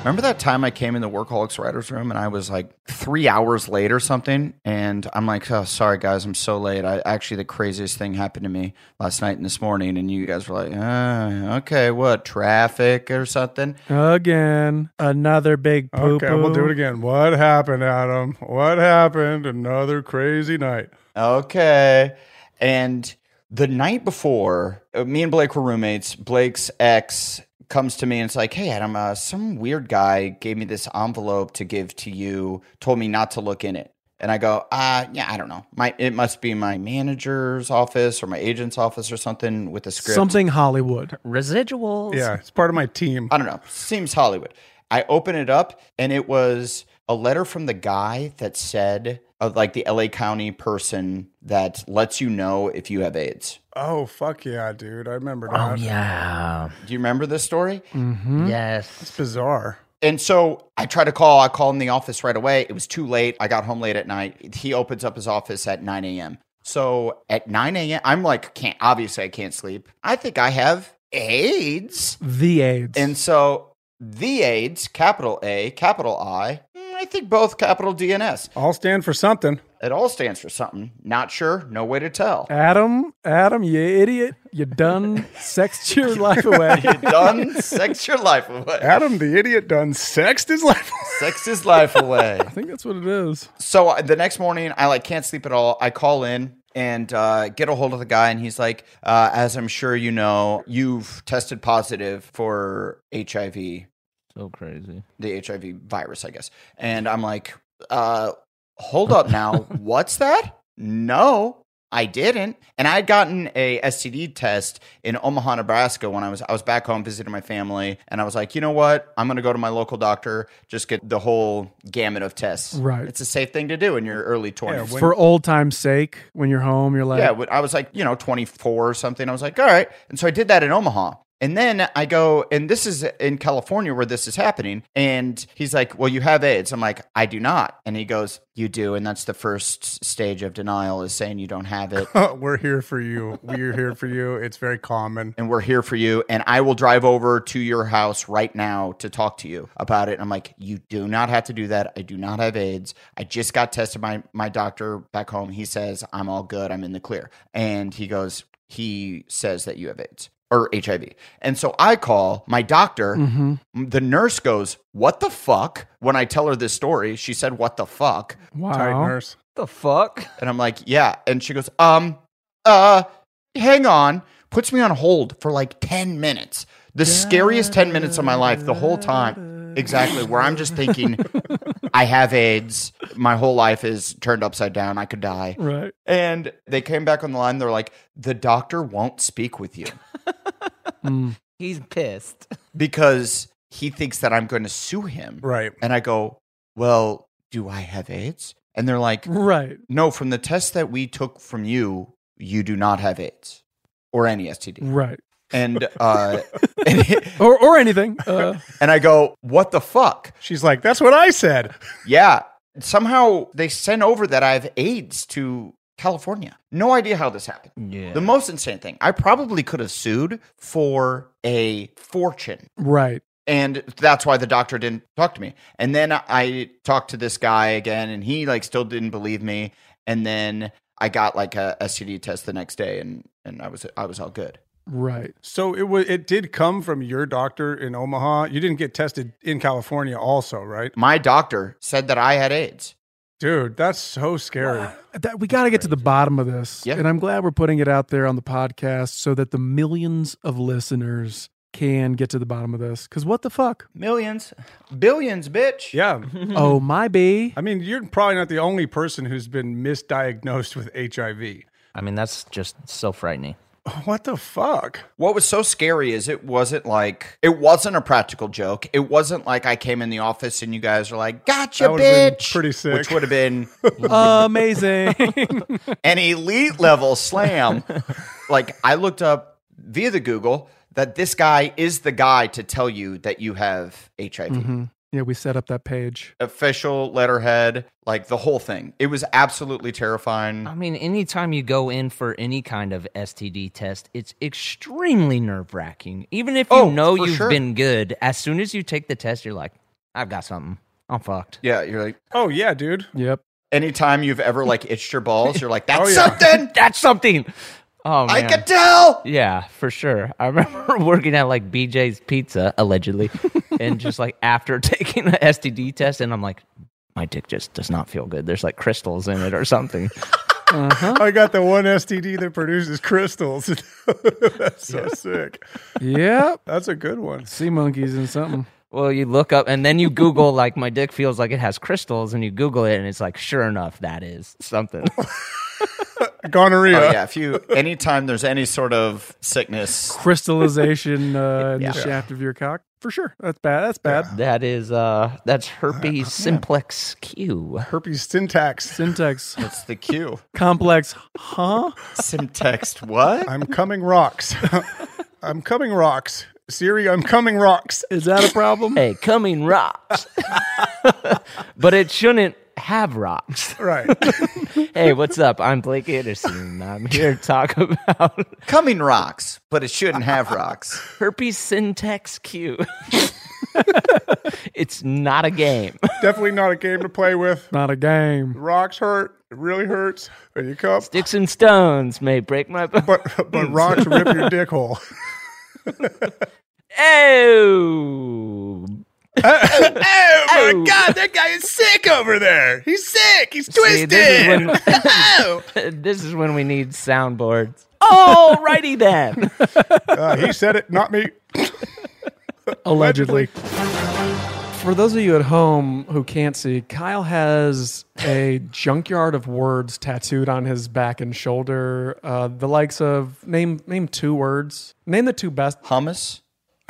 [SPEAKER 4] Remember that time I came in the Workaholics writers room and I was like three hours late or something, and I'm like, "Oh, sorry guys, I'm so late. I actually the craziest thing happened to me last night and this morning." And you guys were like, uh, "Okay, what traffic or something?"
[SPEAKER 1] Again, another big poo
[SPEAKER 5] Okay, we'll do it again. What happened, Adam? What happened? Another crazy night.
[SPEAKER 4] Okay. And the night before, uh, me and Blake were roommates. Blake's ex comes to me and it's like, "Hey Adam, uh, some weird guy gave me this envelope to give to you. Told me not to look in it." And I go, "Uh, yeah, I don't know. My it must be my manager's office or my agent's office or something with a script.
[SPEAKER 1] Something Hollywood.
[SPEAKER 3] Residuals.
[SPEAKER 5] Yeah, it's part of my team.
[SPEAKER 4] I don't know. Seems Hollywood. I open it up and it was a letter from the guy that said of like the LA County person that lets you know if you have AIDS.
[SPEAKER 5] Oh, fuck yeah, dude. I remember that.
[SPEAKER 3] Oh yeah.
[SPEAKER 4] Do you remember this story?
[SPEAKER 5] Hmm?
[SPEAKER 3] Yes.
[SPEAKER 5] It's bizarre.
[SPEAKER 4] And so I try to call. I call in the office right away. It was too late. I got home late at night. He opens up his office at 9 a.m. So at 9 a.m., I'm like, can't obviously I can't sleep. I think I have AIDS.
[SPEAKER 1] The AIDS.
[SPEAKER 4] And so the AIDS, capital A, capital I, mm, I think both capital D and S.
[SPEAKER 5] All stand for something.
[SPEAKER 4] It all stands for something. Not sure. No way to tell.
[SPEAKER 1] Adam, Adam, you idiot. You done sexed your life away.
[SPEAKER 4] Done. Sex your life away.
[SPEAKER 5] Adam the idiot done sexed his life.
[SPEAKER 4] Sex his life away.
[SPEAKER 1] I think that's what it is.
[SPEAKER 4] so I- the next morning i like can't sleep at all i call in and uh, get a hold of the guy and he's like uh, as i'm sure you know you've tested positive for hiv the
[SPEAKER 3] So crazy.
[SPEAKER 4] hiv virus i guess and i'm like uh, hold up now what's that no i didn't and i had gotten a std test in omaha nebraska when i was i was back home visiting my family and i was like you know what i'm going to go to my local doctor just get the whole gamut of tests
[SPEAKER 1] Right.
[SPEAKER 4] it's a safe thing to do in your early 20s yeah,
[SPEAKER 1] For old time's sake, when you're home, you're like,
[SPEAKER 4] when i was like you know 24 or something i was like all right and so i did that in omaha and then I go, and this is in California where this is happening. And he's like, Well, you have AIDS. I'm like, I do not. And he goes, You do. And that's the first stage of denial is saying you don't have it.
[SPEAKER 5] we're here for you. We're here for you. It's very common.
[SPEAKER 4] and we're here for you. And I will drive over to your house right now to talk to you about it. And I'm like, you do not have to do that. I do not have AIDS. I just got tested by my doctor back home. He says, I'm all good. I'm in the clear. And he goes, he says that you have AIDS or HIV. And so I call my doctor.
[SPEAKER 5] Mm.
[SPEAKER 4] The nurse goes, What the fuck? When I tell her this story, she said, What the fuck?
[SPEAKER 5] Tight
[SPEAKER 1] wow.
[SPEAKER 5] nurse.
[SPEAKER 3] The fuck?
[SPEAKER 4] And I'm like, yeah. And she goes, um, uh, hang on. Puts me on hold for like 10 minutes. The scariest 10 minutes of my life the whole time. Exactly. Where I'm just thinking, I have AIDS. My whole life is turned upside down. I could die.
[SPEAKER 1] Right.
[SPEAKER 4] And they came back on the line. They're like, the doctor won't speak with you
[SPEAKER 1] Mm.
[SPEAKER 3] He's pissed.
[SPEAKER 4] because he thinks that I'm going to sue him.
[SPEAKER 5] Right.
[SPEAKER 4] And I go, well, do I have AIDS? And they're like,
[SPEAKER 1] Right.
[SPEAKER 4] No, from the test that we took from you, you do not have AIDS or any STD.
[SPEAKER 1] Right.
[SPEAKER 4] and uh,
[SPEAKER 1] or or anything. Uh,
[SPEAKER 4] and I go, "What the fuck?"
[SPEAKER 11] She's like, "That's what I said."
[SPEAKER 4] Yeah. Somehow they sent over that I have AIDS to California. No idea how this happened.
[SPEAKER 11] Yeah.
[SPEAKER 4] The most insane thing, I probably could have sued for a fortune.
[SPEAKER 1] right.
[SPEAKER 4] And that's why the doctor didn't talk to me. And then I talked to this guy again, and he like still didn't believe me. And then I got like a STD test the next day, and and I was I was all good.
[SPEAKER 1] Right.
[SPEAKER 5] So it was. It did come from your doctor in Omaha. You didn't get tested in California, also, right?
[SPEAKER 4] My doctor said that I had AIDS.
[SPEAKER 5] Dude, that's so scary.
[SPEAKER 1] Uh, That, we got to get to the bottom of this.
[SPEAKER 5] Yeah.
[SPEAKER 1] And I'm glad we're putting it out there on the podcast so that the millions of listeners can get to the bottom of this. Because what the fuck?
[SPEAKER 5] Mm.
[SPEAKER 4] Millions, billions, bitch.
[SPEAKER 5] Yeah.
[SPEAKER 1] Oh, my B.
[SPEAKER 5] I mean, you're probably not the only person who's been misdiagnosed with HIV.
[SPEAKER 3] I mean, that's just so frightening.
[SPEAKER 5] What the fuck?
[SPEAKER 4] What was so scary is it wasn't like it wasn't a practical joke. It wasn't like I came in the office and you guys were like, "Gotcha,
[SPEAKER 5] That would've been
[SPEAKER 4] bitch!"
[SPEAKER 5] pretty sick.
[SPEAKER 4] Which would have been
[SPEAKER 1] Amazing.
[SPEAKER 4] an elite level slam. like I looked up via the Google that this guy is the guy to tell you that you have HIV.
[SPEAKER 5] Mm-hmm.
[SPEAKER 1] Mhm. Yeah, we set up that page.
[SPEAKER 4] Official letterhead, like the whole thing. It was absolutely terrifying.
[SPEAKER 3] I mean, anytime you go in for any kind of STD test, it's extremely nerve wracking. Even if you
[SPEAKER 4] Oh,
[SPEAKER 3] know
[SPEAKER 4] for
[SPEAKER 3] you've
[SPEAKER 4] sure.
[SPEAKER 3] been good, as soon as you take the test, you're like, I've got something. I'm fucked.
[SPEAKER 4] Yeah, you're like,
[SPEAKER 5] oh yeah, dude.
[SPEAKER 1] Yep.
[SPEAKER 4] Anytime you've ever like itched your balls, you're like, that's
[SPEAKER 3] Oh, yeah.
[SPEAKER 4] something.
[SPEAKER 3] that's something. Oh,
[SPEAKER 4] I
[SPEAKER 3] man.
[SPEAKER 4] could tell.
[SPEAKER 3] Yeah, for sure. I remember working at like BJ's Pizza, allegedly, and just like after taking an STD test, and I'm like, my dick just does not feel good. There's like crystals in it or something.
[SPEAKER 5] I got the one STD that produces crystals. That's so sick.
[SPEAKER 1] Yep.
[SPEAKER 5] That's a good one.
[SPEAKER 1] Sea monkeys and something.
[SPEAKER 3] Well, you look up and then you Google, like, my dick feels like it has crystals, and you Google it, and it's like, sure enough, that is something.
[SPEAKER 5] Gonorrhea.
[SPEAKER 4] Oh, yeah, if you anytime there's any sort of sickness,
[SPEAKER 1] Crystallization uh, in
[SPEAKER 4] Yeah.
[SPEAKER 1] the shaft of your cock. For sure. That's bad. That's bad.
[SPEAKER 3] that is, uh, that's herpes simplex Q.
[SPEAKER 5] Herpes syntax.
[SPEAKER 1] Syntax.
[SPEAKER 4] That's the cue.
[SPEAKER 1] Complex. Huh?
[SPEAKER 4] Simtext. What?
[SPEAKER 5] I'm coming rocks. I'm coming rocks. Siri, I'm coming rocks.
[SPEAKER 1] Is that a problem?
[SPEAKER 3] Hey, coming rocks. but it shouldn't have rocks.
[SPEAKER 5] Right.
[SPEAKER 3] hey, what's up? I'm Blake Anderson. I'm here to talk about
[SPEAKER 4] Coming rocks, but it shouldn't have rocks.
[SPEAKER 3] herpes syntax Q. it's not a game.
[SPEAKER 5] Definitely not a game to play with.
[SPEAKER 1] Not a game.
[SPEAKER 5] Rocks hurt. It really hurts when you come.
[SPEAKER 3] Sticks and stones may break my bones.
[SPEAKER 5] But but rocks rip your dick hole.
[SPEAKER 3] Oh.
[SPEAKER 4] Oh my god, that guy is sick over there. He's sick. He's
[SPEAKER 3] See,
[SPEAKER 4] twisted. Oh.
[SPEAKER 3] this, is when, this is when we need soundboards. Alrighty then.
[SPEAKER 5] Uh, he said it, not me.
[SPEAKER 1] Allegedly. For those of you at home who can't see, Kyle has a junkyard of words tattooed on his back and shoulder. Uh, the likes of name name two words. Name the two best
[SPEAKER 4] Hummus.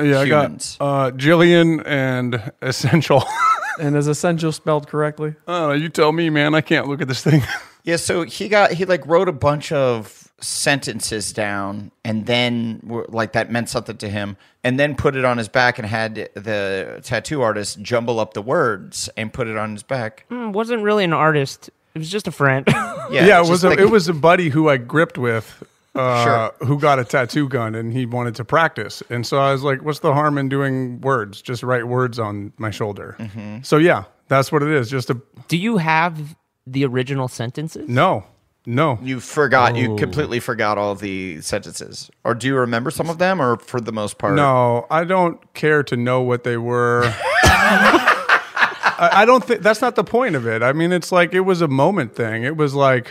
[SPEAKER 5] Yeah,
[SPEAKER 4] Humans.
[SPEAKER 5] I got uh, Jillian and essential.
[SPEAKER 1] and is essential spelled correctly?
[SPEAKER 5] I don't know. You tell me, man. I can't look at this thing.
[SPEAKER 4] Yeah, so he got he like wrote a bunch of sentences down, and then were- like that meant something to him, and then put it on his back and had the tattoo artist jumble up the words and put it on his back.
[SPEAKER 3] Mm, wasn't really an artist. It was just a friend.
[SPEAKER 5] Yeah, it
[SPEAKER 4] just
[SPEAKER 5] was a,
[SPEAKER 4] like-
[SPEAKER 5] it was a buddy who I gripped with, uh, who got a tattoo gun and he wanted to practice, and so I was like, "What's the harm in doing words? Just write words on my shoulder."
[SPEAKER 4] Mm-hmm.
[SPEAKER 5] So yeah, that's what it is. Just a
[SPEAKER 3] Do you have the original sentences?
[SPEAKER 5] no, no.
[SPEAKER 4] You forgot.
[SPEAKER 3] Oh.
[SPEAKER 4] You completely forgot all the sentences, or do you remember some of them, or for the most part?
[SPEAKER 5] No, I don't care to know what they were. I, I don't think that's not the point of it. I mean, it's like it was a moment thing. It was like.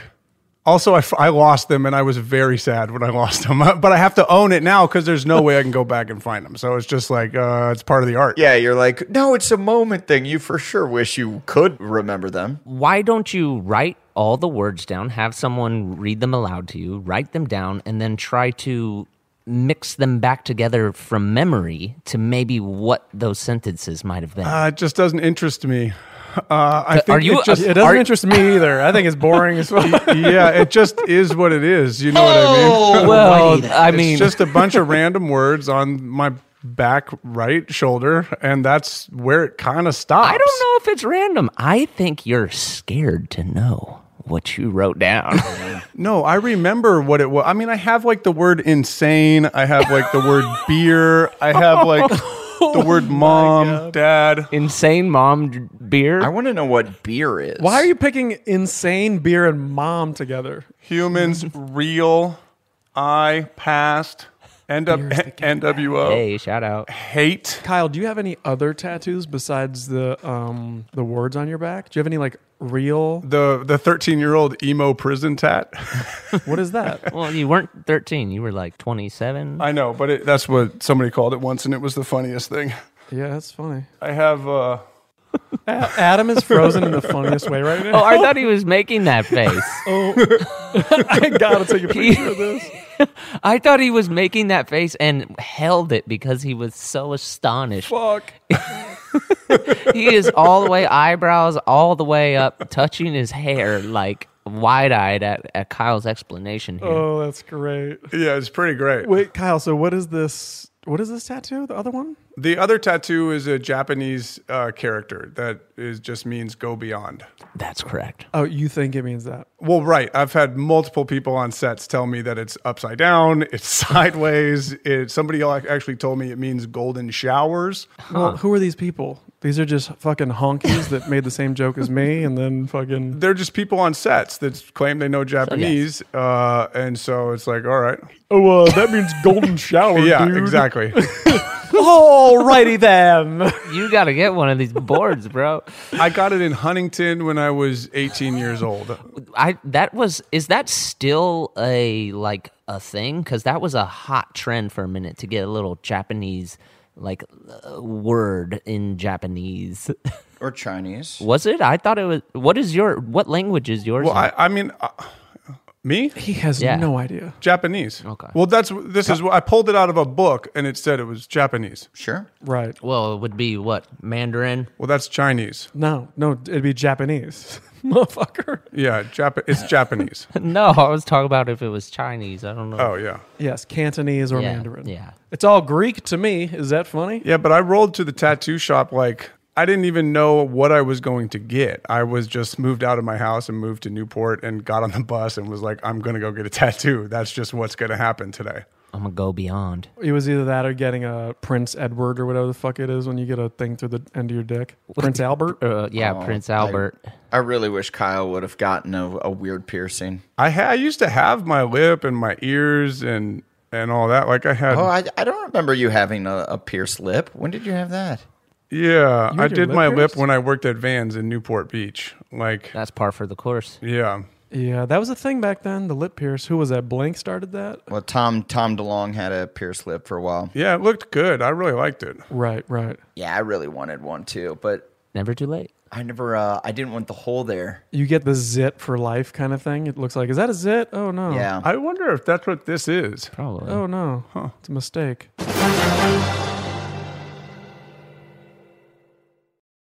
[SPEAKER 5] Also, I, f- I lost them and I was very sad when I lost them. But I have to own it now because there's no way I can go back and find them. So it's just like, uh, it's part of the art.
[SPEAKER 4] Yeah, you're like, no, it's a moment thing. You for sure wish you could remember them.
[SPEAKER 3] Why don't you write all the words down, have someone read them aloud to you, write them down, and then try to mix them back together from memory to maybe what those sentences might have been?
[SPEAKER 5] Uh, it just doesn't interest me. Uh, I
[SPEAKER 1] Th-
[SPEAKER 5] think
[SPEAKER 1] are you-
[SPEAKER 5] it, just,
[SPEAKER 1] it doesn't interest me either. I think it's boring as well.
[SPEAKER 5] yeah, it just is what it is. You know what I
[SPEAKER 1] Oh,
[SPEAKER 5] mean?
[SPEAKER 1] well, Wait. I mean-
[SPEAKER 5] it's just a bunch of random words on my back right shoulder, and that's where it kind of stops. I don't
[SPEAKER 3] know if it's random. I think you're scared to know what you wrote down.
[SPEAKER 5] No, I remember what it was. I mean, I have like the word insane. I have like the word beer. I have like the word mom, dad.
[SPEAKER 3] Insane mom beer.
[SPEAKER 5] I want to know what beer is.
[SPEAKER 1] Why are you picking insane beer and mom together?
[SPEAKER 5] Humans, real, I passed, end up, NWO.
[SPEAKER 3] Hey, shout out.
[SPEAKER 5] Hate.
[SPEAKER 1] Kyle, do you have any other tattoos besides the um the words on your back? Do you have any like real?
[SPEAKER 5] The the thirteen year old emo prison tat.
[SPEAKER 1] what is that?
[SPEAKER 3] well, you weren't 13. You were like 27.
[SPEAKER 5] I know, but it, that's what somebody called it once, and it was the funniest thing.
[SPEAKER 1] Yeah, that's funny.
[SPEAKER 5] I have. uh
[SPEAKER 1] Adam is frozen in the funniest way right now.
[SPEAKER 3] Oh, I thought he was making that face.
[SPEAKER 1] Oh, I gotta take a picture of this.
[SPEAKER 3] I thought he was making that face and held it because he was so astonished.
[SPEAKER 1] Fuck.
[SPEAKER 3] he is all the way eyebrows, all the way up, touching his hair, like wide eyed at, at Kyle's explanation here.
[SPEAKER 1] Oh, that's great.
[SPEAKER 5] Yeah, it's pretty great.
[SPEAKER 1] Wait, Kyle. So what is this? What is this tattoo? The other one?
[SPEAKER 5] The other tattoo is a Japanese uh, character that is just means go beyond.
[SPEAKER 3] That's correct.
[SPEAKER 1] Oh, you think it means that?
[SPEAKER 5] Well, right. I've had multiple people on sets tell me that it's upside down, it's sideways. It, somebody al- actually told me it means golden showers.
[SPEAKER 1] Well, who are these people? These are just fucking honkies that made the same joke as me, and then fucking.
[SPEAKER 5] They're just people on sets that claim they know Japanese, uh, and so it's like, all right,
[SPEAKER 1] Oh, uh, that means golden shower.
[SPEAKER 5] yeah,
[SPEAKER 1] Oh, dude.
[SPEAKER 5] exactly.
[SPEAKER 1] Alrighty then.
[SPEAKER 3] You got to get one of these boards, bro.
[SPEAKER 5] I got it in Huntington when I was 18 years old.
[SPEAKER 3] I that was is that still a like a thing cuz that was a hot trend for a minute to get a little Japanese like uh, word in Japanese.
[SPEAKER 4] or Chinese.
[SPEAKER 3] was it? I thought it was What is your what language is yours?
[SPEAKER 5] Well,
[SPEAKER 3] in?
[SPEAKER 5] I, I mean, uh, me?
[SPEAKER 1] He has
[SPEAKER 3] Yeah.
[SPEAKER 1] no idea.
[SPEAKER 5] Japanese.
[SPEAKER 3] Okay.
[SPEAKER 5] Well, that's this is what I pulled it out of a book, and it said it was Japanese.
[SPEAKER 4] Sure.
[SPEAKER 1] Right.
[SPEAKER 3] Well, it would be what? Mandarin.
[SPEAKER 5] Well, that's Chinese.
[SPEAKER 1] No, no, it'd be Japanese. Motherfucker.
[SPEAKER 5] Yeah, Jap- it's Japanese.
[SPEAKER 3] No, I was talking about if it was Chinese. I don't know.
[SPEAKER 5] Oh yeah.
[SPEAKER 1] Yes,
[SPEAKER 4] Oh.
[SPEAKER 1] Cantonese or
[SPEAKER 3] Yeah,
[SPEAKER 1] Mandarin.
[SPEAKER 3] yeah.
[SPEAKER 1] It's all Greek to me. Is that funny?
[SPEAKER 5] Yeah, but I rolled to the tattoo shop like I didn't even know what I was going to get. I was just moved out of my house and moved to Newport and got on the bus and was like, I'm gonna go get a tattoo. That's just what's gonna happen today.
[SPEAKER 3] I'm going to go beyond.
[SPEAKER 1] It was either that or getting a Prince Edward or whatever the fuck it is when you get a thing through the end of your dick. Prince Albert?
[SPEAKER 3] Uh, yeah,
[SPEAKER 4] Oh,
[SPEAKER 3] Prince
[SPEAKER 4] I-
[SPEAKER 3] Albert.
[SPEAKER 4] I, really wish Kyle would have gotten a, a weird piercing.
[SPEAKER 5] I ha- I used to have my lip and my ears and and all that. Like I had.
[SPEAKER 4] Oh, I, I don't remember you having a, a pierced lip. When did you have that?
[SPEAKER 5] yeah,
[SPEAKER 1] You
[SPEAKER 5] I
[SPEAKER 1] had your
[SPEAKER 5] did
[SPEAKER 1] lip
[SPEAKER 5] my lip
[SPEAKER 1] pierced?
[SPEAKER 5] when I worked at Vans in Newport Beach. Like,
[SPEAKER 3] That's par for the course.
[SPEAKER 5] yeah.
[SPEAKER 1] Yeah, that was a thing back then. The lip pierce. Who was that? Blank started that?
[SPEAKER 4] Well, Tom Tom DeLong had a pierced lip for a while.
[SPEAKER 5] Yeah, it looked good. I really liked it.
[SPEAKER 1] Right, right.
[SPEAKER 4] Yeah, I really wanted one too, but
[SPEAKER 3] Never too late.
[SPEAKER 4] I never. Uh, I didn't want the hole there.
[SPEAKER 1] You get the zit for life kind of thing. It looks like, is that a zit? Oh, no.
[SPEAKER 4] Yeah.
[SPEAKER 5] I wonder if that's what this is.
[SPEAKER 3] Probably.
[SPEAKER 1] Oh, no. It's a mistake.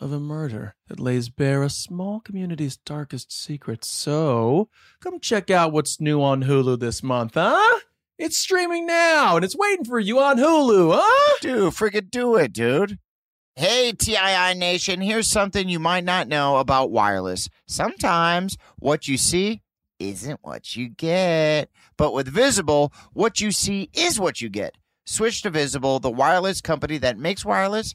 [SPEAKER 1] of a murder that lays bare a small community's darkest secrets. So, come check out what's new on Hulu this month, huh? It's streaming now and it's waiting for you on Hulu, huh?
[SPEAKER 2] Dude, freaking do it, dude. Hey, TII Nation, here's something you might not know about wireless. Sometimes what you see isn't what you get. But with Visible, what you see is what you get. Switch to Visible, the wireless company that makes wireless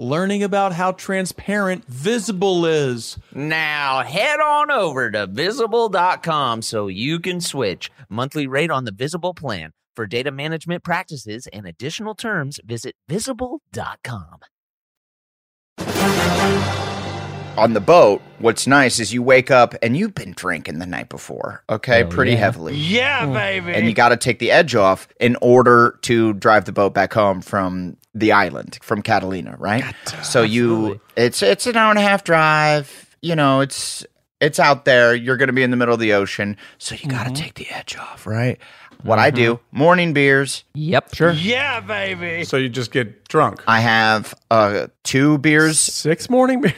[SPEAKER 1] learning about how transparent Visible is.
[SPEAKER 15] Now head on over to visible.com so you can switch. Monthly rate on the Visible plan. For data management practices and additional terms, visit visible.com.
[SPEAKER 4] on the boat, what's nice is you wake up and you've been drinking the night before, okay, pretty heavily.
[SPEAKER 16] Yeah, baby.
[SPEAKER 4] And you got to take the edge off in order to drive the boat back home from the island, from Catalina, right? so you, it's it's an hour and a half drive. You know, it's it's out there. You're going to be in the middle of the ocean, so you got to take the edge off, right? What I do, morning beers.
[SPEAKER 3] Yep,
[SPEAKER 4] sure.
[SPEAKER 16] Yeah, baby.
[SPEAKER 4] So you just get drunk. I have uh, two beers.
[SPEAKER 17] Six morning beers.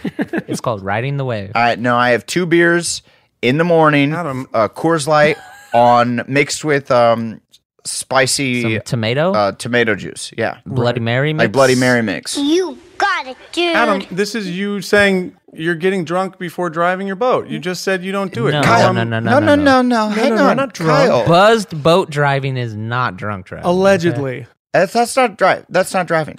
[SPEAKER 3] it's called riding the wave.
[SPEAKER 4] I no, I have two beers in the morning. Uh, Coors Light on mixed with um, spicy
[SPEAKER 3] tomato
[SPEAKER 4] uh, tomato juice. Yeah,
[SPEAKER 3] Bloody Mary
[SPEAKER 4] like
[SPEAKER 3] mix?
[SPEAKER 4] Bloody Mary mix.
[SPEAKER 18] You got it, dude.
[SPEAKER 5] Adam, this is you saying you're getting drunk before driving your boat. You just said you don't do it.
[SPEAKER 3] No,
[SPEAKER 5] Kyle.
[SPEAKER 3] no, no, no, no,
[SPEAKER 4] Uh, no, no. Hang on, Kyle.
[SPEAKER 3] Buzzed boat driving is not drunk driving.
[SPEAKER 4] Allegedly. That's, that's not drive. That's not driving.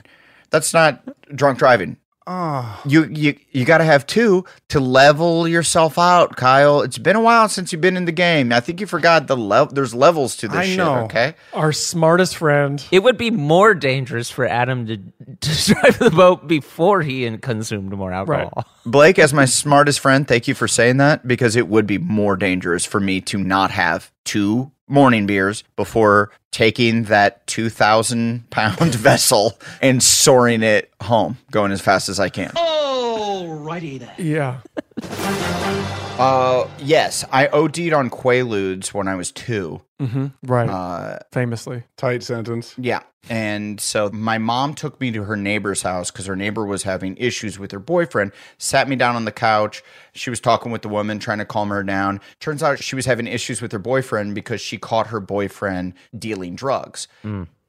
[SPEAKER 4] That's not drunk driving.
[SPEAKER 5] Oh.
[SPEAKER 4] You you you got to have two to level yourself out, Kyle. It's been a while since you've been in the game. I think you forgot the level. There's levels to this
[SPEAKER 17] I
[SPEAKER 4] shit.
[SPEAKER 17] know.
[SPEAKER 4] Okay.
[SPEAKER 17] Our smartest friend.
[SPEAKER 3] It would be more dangerous for Adam to, to drive the boat before he in- consumed more alcohol.
[SPEAKER 4] Blake, as my smartest friend, thank you for saying that because it would be more dangerous for me to not have two morning beers before taking that 2,000 pound vessel and soaring it home, going as fast as I can.
[SPEAKER 17] Alrighty then. Yeah.
[SPEAKER 4] Uh, yes, I OD'd on Quaaludes when I was two.
[SPEAKER 17] hmm Right.
[SPEAKER 4] Uh,
[SPEAKER 17] Famously.
[SPEAKER 5] Tight sentence.
[SPEAKER 4] Yeah. And so my mom took me to her neighbor's house because her neighbor was having issues with her boyfriend, sat me down on the couch. She was talking with the woman, trying to calm her down. Turns out she was having issues with her boyfriend because she caught her boyfriend dealing drugs.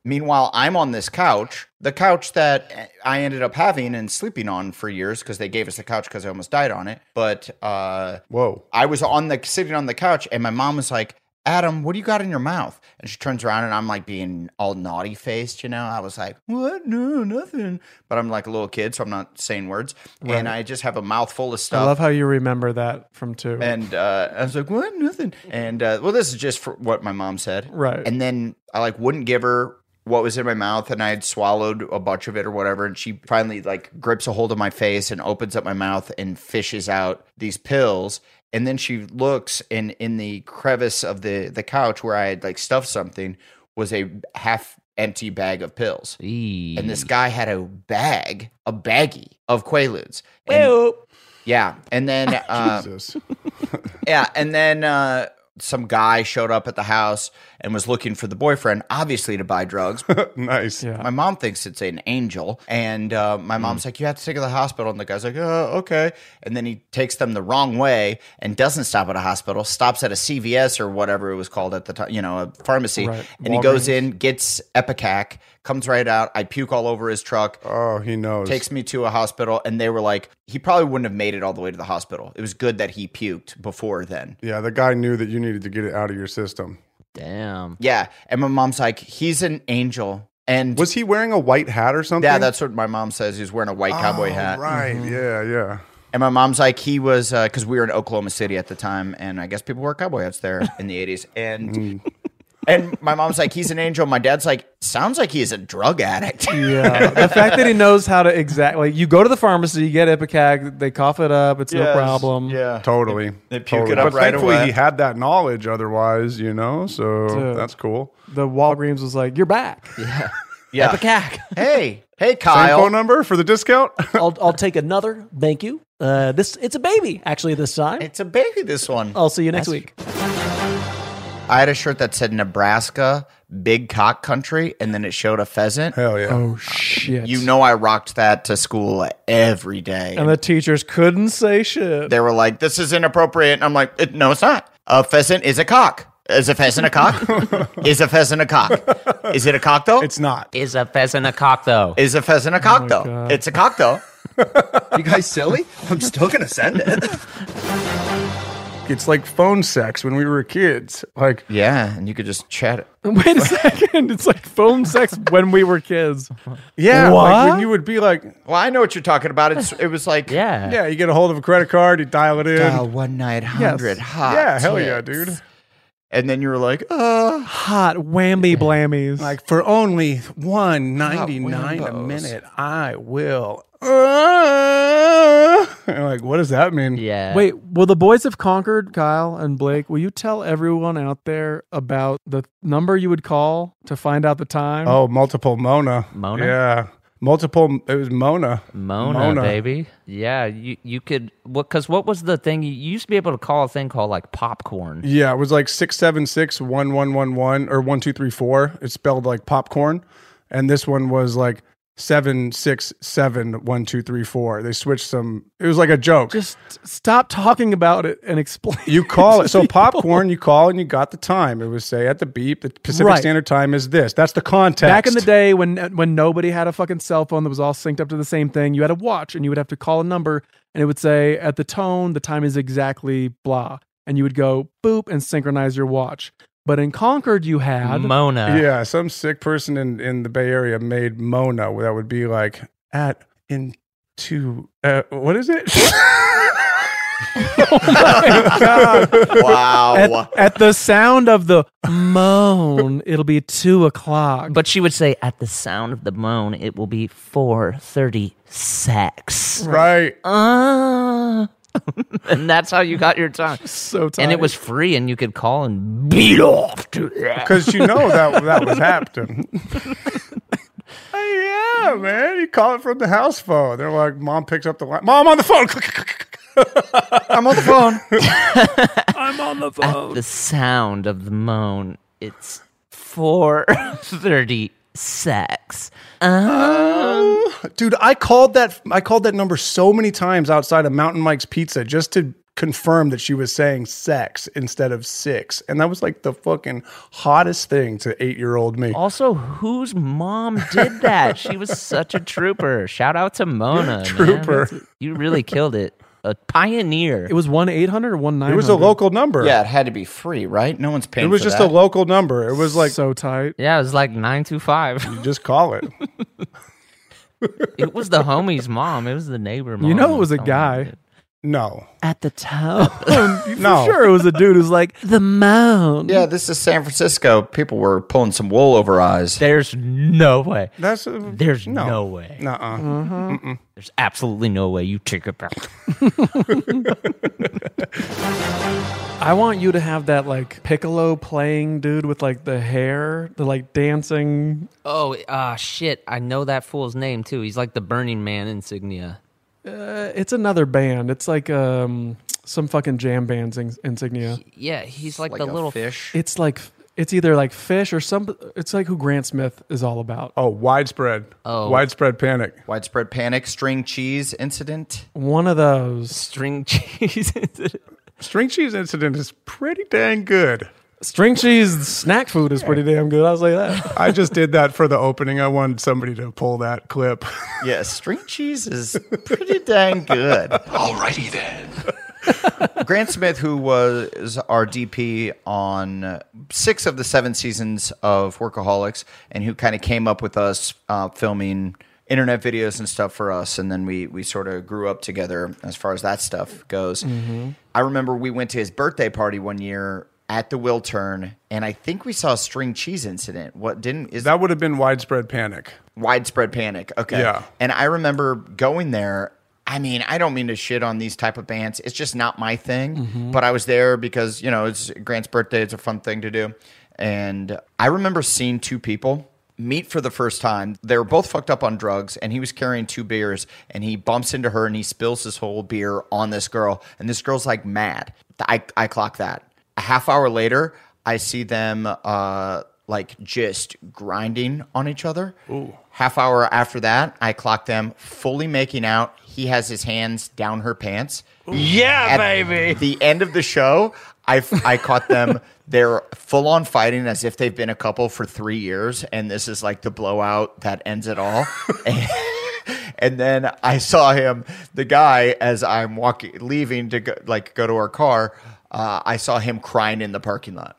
[SPEAKER 4] Meanwhile, I'm on this couch, the couch that I ended up having and sleeping on for years because they gave us the couch because I almost died on it. But uh,
[SPEAKER 5] whoa,
[SPEAKER 4] I was on the sitting on the couch, and my mom was like, Adam, what do you got in your mouth? And she turns around and I'm like being all naughty faced, you know? I was like, what? No, nothing. But I'm like a little kid, so I'm not saying words. And
[SPEAKER 1] Right.
[SPEAKER 4] I just have a mouthful of
[SPEAKER 1] I
[SPEAKER 4] stuff.
[SPEAKER 1] love how you remember that from two.
[SPEAKER 4] And uh, I was like, what? Nothing. And uh, well, this is just for what my mom said.
[SPEAKER 1] Right.
[SPEAKER 4] And then I like wouldn't give her what was in my mouth and I had swallowed a bunch of it or whatever. And she finally like grips a hold of my face and opens up my mouth and fishes out these pills. And then she looks and in the crevice of the, the couch where I had like stuffed something was a half empty bag of pills. And this guy had a bag, a baggie of Quaaludes. And- yeah. And then uh, yeah, and then uh, some guy showed up at the house and was looking for the boyfriend, obviously to buy drugs.
[SPEAKER 5] nice.
[SPEAKER 4] My mom thinks it's an angel, and uh, my
[SPEAKER 5] Mm.
[SPEAKER 4] mom's like, "You have to take her to the hospital." And the guy's like, "Oh, okay." And then he takes them the wrong way and doesn't stop at a hospital. Stops at a CVS or whatever it was called at the time, you know, a pharmacy.
[SPEAKER 5] Right.
[SPEAKER 4] And he goes
[SPEAKER 5] Walgreens.
[SPEAKER 4] in, gets Epicac, comes right out. I puke all over his truck.
[SPEAKER 5] Oh, he knows.
[SPEAKER 4] Takes me to a hospital, and they were like, he probably wouldn't have made it all the way to the hospital. It was good that he puked before then.
[SPEAKER 5] Yeah, the guy knew that you needed to get it out of your system.
[SPEAKER 3] Damn.
[SPEAKER 4] Yeah. And my mom's like, he's an angel. And
[SPEAKER 5] was he wearing a white hat or something?
[SPEAKER 4] Yeah, that's what my mom says. He's wearing a white cowboy
[SPEAKER 5] Oh,
[SPEAKER 4] hat.
[SPEAKER 5] Right.
[SPEAKER 1] Mm-hmm.
[SPEAKER 5] Yeah, yeah.
[SPEAKER 4] And my mom's like, he was, because we were in Oklahoma City at the time, and I guess people wore cowboy hats there in the 80s. And.
[SPEAKER 5] Hmm.
[SPEAKER 4] And my mom's like, he's an angel. My dad's like, sounds like he's a drug addict.
[SPEAKER 1] Yeah, the fact that he knows how to exactly. You go to the pharmacy, you get Ipecac, they cough it up, it's no
[SPEAKER 5] Yes,
[SPEAKER 1] problem.
[SPEAKER 4] Yeah,
[SPEAKER 5] Totally.
[SPEAKER 4] They puke
[SPEAKER 5] Totally.
[SPEAKER 4] it up
[SPEAKER 5] but
[SPEAKER 4] right
[SPEAKER 5] thankfully
[SPEAKER 4] away.
[SPEAKER 5] he had that knowledge otherwise, you know, so
[SPEAKER 1] Dude.
[SPEAKER 5] that's cool.
[SPEAKER 1] The Walgreens was like, "You're back."
[SPEAKER 4] Yeah, yeah.
[SPEAKER 1] Ipecac.
[SPEAKER 4] Hey, hey,
[SPEAKER 5] Same phone number for the discount?
[SPEAKER 19] I'll, I'll take another. Thank you. Uh, this it's a baby actually this time.
[SPEAKER 4] It's a baby this one.
[SPEAKER 5] Oh.
[SPEAKER 19] I'll see you next
[SPEAKER 4] That's-
[SPEAKER 19] week.
[SPEAKER 4] I had a shirt that said Nebraska, big cock country, and then it showed a pheasant.
[SPEAKER 5] Hell yeah.
[SPEAKER 1] Oh, shit.
[SPEAKER 4] You know, I rocked that to school every day.
[SPEAKER 1] And the teachers couldn't say shit.
[SPEAKER 4] they were like, this is inappropriate. And I'm like, "It- no, it's not. A pheasant is a cock. Is a pheasant a cock? is a pheasant a cock? Is it a cock though? It's
[SPEAKER 5] not.
[SPEAKER 3] Is a pheasant a cock though?
[SPEAKER 4] Is a pheasant a
[SPEAKER 5] Oh
[SPEAKER 4] cock though? It's a cock though.
[SPEAKER 5] you guys silly? I'm still gonna send it. It's like phone sex when we were kids. Like
[SPEAKER 4] Yeah, and you could just chat it.
[SPEAKER 1] Wait a second. It's like phone sex when we were kids.
[SPEAKER 5] Yeah, like when
[SPEAKER 1] What?
[SPEAKER 5] you would be like,
[SPEAKER 4] "Well, I know what you're talking about." It's it was like,
[SPEAKER 3] yeah,
[SPEAKER 5] yeah. You get a hold of a credit card, you dial it in,
[SPEAKER 4] Dial one night hundred hot.
[SPEAKER 5] yeah, hell yeah,
[SPEAKER 4] tits.
[SPEAKER 5] dude.
[SPEAKER 4] And then you were like,
[SPEAKER 1] Uh, hot whammy blammies.
[SPEAKER 5] Like for only one ninety nine a minute, I will. Uh, and like, what does that mean?
[SPEAKER 3] Yeah.
[SPEAKER 1] Wait, will the boys have conquered, Kyle and Blake? Will you tell everyone out there about the number you would call to find out the time?
[SPEAKER 5] Oh, multiple Mona.
[SPEAKER 3] Mona?
[SPEAKER 5] Yeah. Multiple. It was Mona.
[SPEAKER 3] Mona, baby. Yeah, you you could what because what was the thing you you used to be able to call a thing called like popcorn.
[SPEAKER 5] Yeah, it was like six seven six one one one one or one two three four. It's spelled like popcorn, and this one was like seven six seven one two three four. They switched some. It was like a joke.
[SPEAKER 1] Just stop talking about it and explain.
[SPEAKER 5] You call it so popcorn. You call and you got the time. It was say at the beep. The Pacific
[SPEAKER 1] Right.
[SPEAKER 5] Standard Time is this. That's the context.
[SPEAKER 1] Back in the day when when nobody had a fucking cell phone that was all synced up to the same thing, you had a watch and you would have to call a number and it would say at the tone the time is exactly blah and you would go boop and synchronize your watch. But in Concord you had
[SPEAKER 3] Uh-huh.
[SPEAKER 5] Yeah, some sick person in in the Bay Area made Mona. That would be like at in two. Uh, what is it?
[SPEAKER 4] wow.
[SPEAKER 1] At, at the sound of the moan, it'll be two o'clock.
[SPEAKER 3] But she would say at the sound of the moan, it will be four thirty sex.
[SPEAKER 5] Right.
[SPEAKER 3] Uh, and that's how you got your time.
[SPEAKER 1] So
[SPEAKER 3] And it
[SPEAKER 1] tight.
[SPEAKER 3] was free, and you could call and beat off to that
[SPEAKER 5] Because you know that that was happening. Hey, yeah, man. You call it from the house phone. They're like, mom picks up the line. Mom on the phone.
[SPEAKER 4] I'm on the phone.
[SPEAKER 1] I'm on the
[SPEAKER 3] at the sound of the moan, it's four thirty sex.
[SPEAKER 5] Dude, I called that I called that number so many times outside of Mountain Mike's Pizza just to confirm that she was saying sex instead of six. And that was like the fucking hottest thing to eight year old me.
[SPEAKER 3] Also, whose mom did that? she was such a trooper. Shout out to Mona. man.
[SPEAKER 5] Trooper.
[SPEAKER 3] You really killed it. a pioneer.
[SPEAKER 1] It was one eight hundred or one nine.
[SPEAKER 5] It was a local number.
[SPEAKER 4] Yeah, it had to be free, right? No one's paying.
[SPEAKER 5] It was
[SPEAKER 4] for
[SPEAKER 5] just
[SPEAKER 4] that.
[SPEAKER 5] a local number. It was like
[SPEAKER 1] so tight.
[SPEAKER 3] Yeah, it was like nine two five.
[SPEAKER 5] You just call it.
[SPEAKER 3] it was the homie's mom. It was the neighbor mom.
[SPEAKER 1] You know, it was a
[SPEAKER 3] Oh,
[SPEAKER 1] guy.
[SPEAKER 5] No.
[SPEAKER 19] At the top.
[SPEAKER 5] No.
[SPEAKER 1] Oh, sure, it was a dude who's like the mound.
[SPEAKER 4] Yeah, this is San Francisco. People were pulling some wool over eyes.
[SPEAKER 3] There's no way.
[SPEAKER 5] That's
[SPEAKER 3] There's no, way.
[SPEAKER 5] Nuh
[SPEAKER 1] Uh,
[SPEAKER 3] Mhm. There's absolutely no way you take it back.
[SPEAKER 1] I want you to have that like piccolo playing dude with like the hair, the like dancing.
[SPEAKER 3] Oh, uh, shit. I know that fool's name, too. He's like the Burning Man insignia.
[SPEAKER 1] Uh, it's another band. It's like um some fucking jam band's in- insignia.
[SPEAKER 3] Yeah, he's like, the little fish.
[SPEAKER 1] It's like it's either like fish or some. It's like who Grant Smith is all about.
[SPEAKER 5] Oh, widespread.
[SPEAKER 3] Oh.
[SPEAKER 5] Widespread panic.
[SPEAKER 4] Widespread panic, string cheese incident.
[SPEAKER 1] One of those
[SPEAKER 3] string cheese incident.
[SPEAKER 5] String cheese incident is pretty dang good.
[SPEAKER 1] String cheese snack food is pretty damn good. I'll say that.
[SPEAKER 5] I just did that for the opening. I wanted somebody to pull that clip.
[SPEAKER 4] Yeah, string cheese is pretty dang good.
[SPEAKER 5] Alrighty then.
[SPEAKER 4] Grant Smith, who was our DP on six of the seven seasons of Workaholics, and who kind of came up with us uh, filming internet videos and stuff for us, and then we we sort of grew up together as far as that stuff goes.
[SPEAKER 20] Mhm.
[SPEAKER 4] I remember we went to his birthday party one year at the Wiltern, and I think we saw a string cheese incident. What didn't is
[SPEAKER 5] that would have been widespread panic?
[SPEAKER 4] Widespread panic. Okay.
[SPEAKER 5] Yeah.
[SPEAKER 4] And I remember going there. I mean, I don't mean to shit on these type of bands. It's just not my thing.
[SPEAKER 20] Mhm.
[SPEAKER 4] But I was there because you know it's Grant's birthday. It's a fun thing to do. And I remember seeing two people meet for the first time. They were both fucked up on drugs, and he was carrying two beers. And he bumps into her, and he spills his whole beer on this girl. And this girl's like mad. I I clock that. A half hour later, I see them uh, like just grinding on each other. Ooh. Half hour after that, I clock them fully making out. He has his hands down her pants.
[SPEAKER 20] Yeah,
[SPEAKER 4] baby. The end of the show, I, f- I caught them. They're full on fighting as if they've been a couple for three years, and this is like the blowout that ends it all. and, and then I saw him, the guy, as I'm walking, leaving to go, like go to our car. Uh, I saw him crying in the parking lot.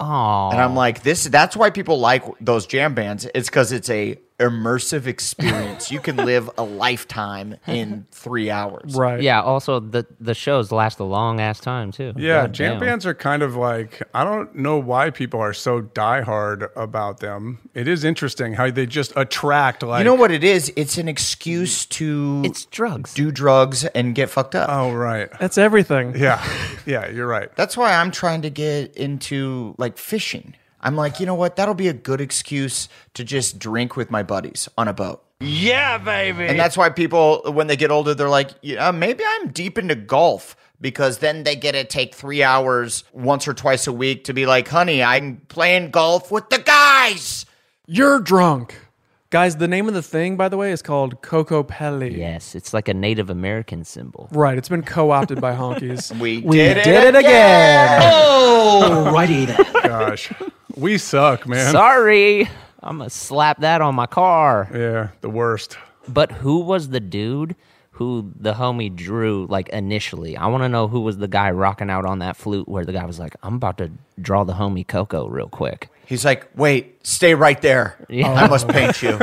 [SPEAKER 3] Oh.
[SPEAKER 4] And I'm like, this. That's why people like those jam bands. It's because it's a immersive experience. you can live a lifetime in three hours.
[SPEAKER 3] Yeah, also the the shows last a long ass time too.
[SPEAKER 5] Yeah,
[SPEAKER 3] God
[SPEAKER 5] jam
[SPEAKER 3] damn.
[SPEAKER 5] bands are kind of like I don't know why people are so diehard about them. It is interesting how they just attract like
[SPEAKER 4] you know what it is? It's an excuse to it's
[SPEAKER 3] drugs,
[SPEAKER 4] do drugs, and get fucked up.
[SPEAKER 5] Oh right,
[SPEAKER 1] that's everything.
[SPEAKER 5] Yeah, yeah, you're right.
[SPEAKER 4] That's why I'm trying to get into like fishing. I'm like, you know what? That'll be a good excuse to just drink with my buddies on a boat.
[SPEAKER 20] Yeah, baby.
[SPEAKER 4] And that's why people, when they get older, they're like, yeah, maybe I'm deep into golf because then they get to take three hours once or twice a week to be like, honey, I'm playing golf with the guys.
[SPEAKER 1] You're drunk. Guys, the name of the thing, by the way, is called Coco Pele.
[SPEAKER 3] Yes, it's like a Native American symbol.
[SPEAKER 1] Right. It's been co opted by honkies.
[SPEAKER 4] we
[SPEAKER 3] did it
[SPEAKER 1] again.
[SPEAKER 3] Oh,
[SPEAKER 1] righty then.
[SPEAKER 5] Gosh, we suck, man.
[SPEAKER 3] Sorry. I'm going to slap that on my car.
[SPEAKER 5] Yeah, the worst.
[SPEAKER 3] But who was the dude who the homie drew like initially? I want to know who was the guy rocking out on that flute where the guy was like, I'm about to draw the homie Coco real quick.
[SPEAKER 4] He's like, wait, stay right there.
[SPEAKER 3] Yeah.
[SPEAKER 4] I must paint you.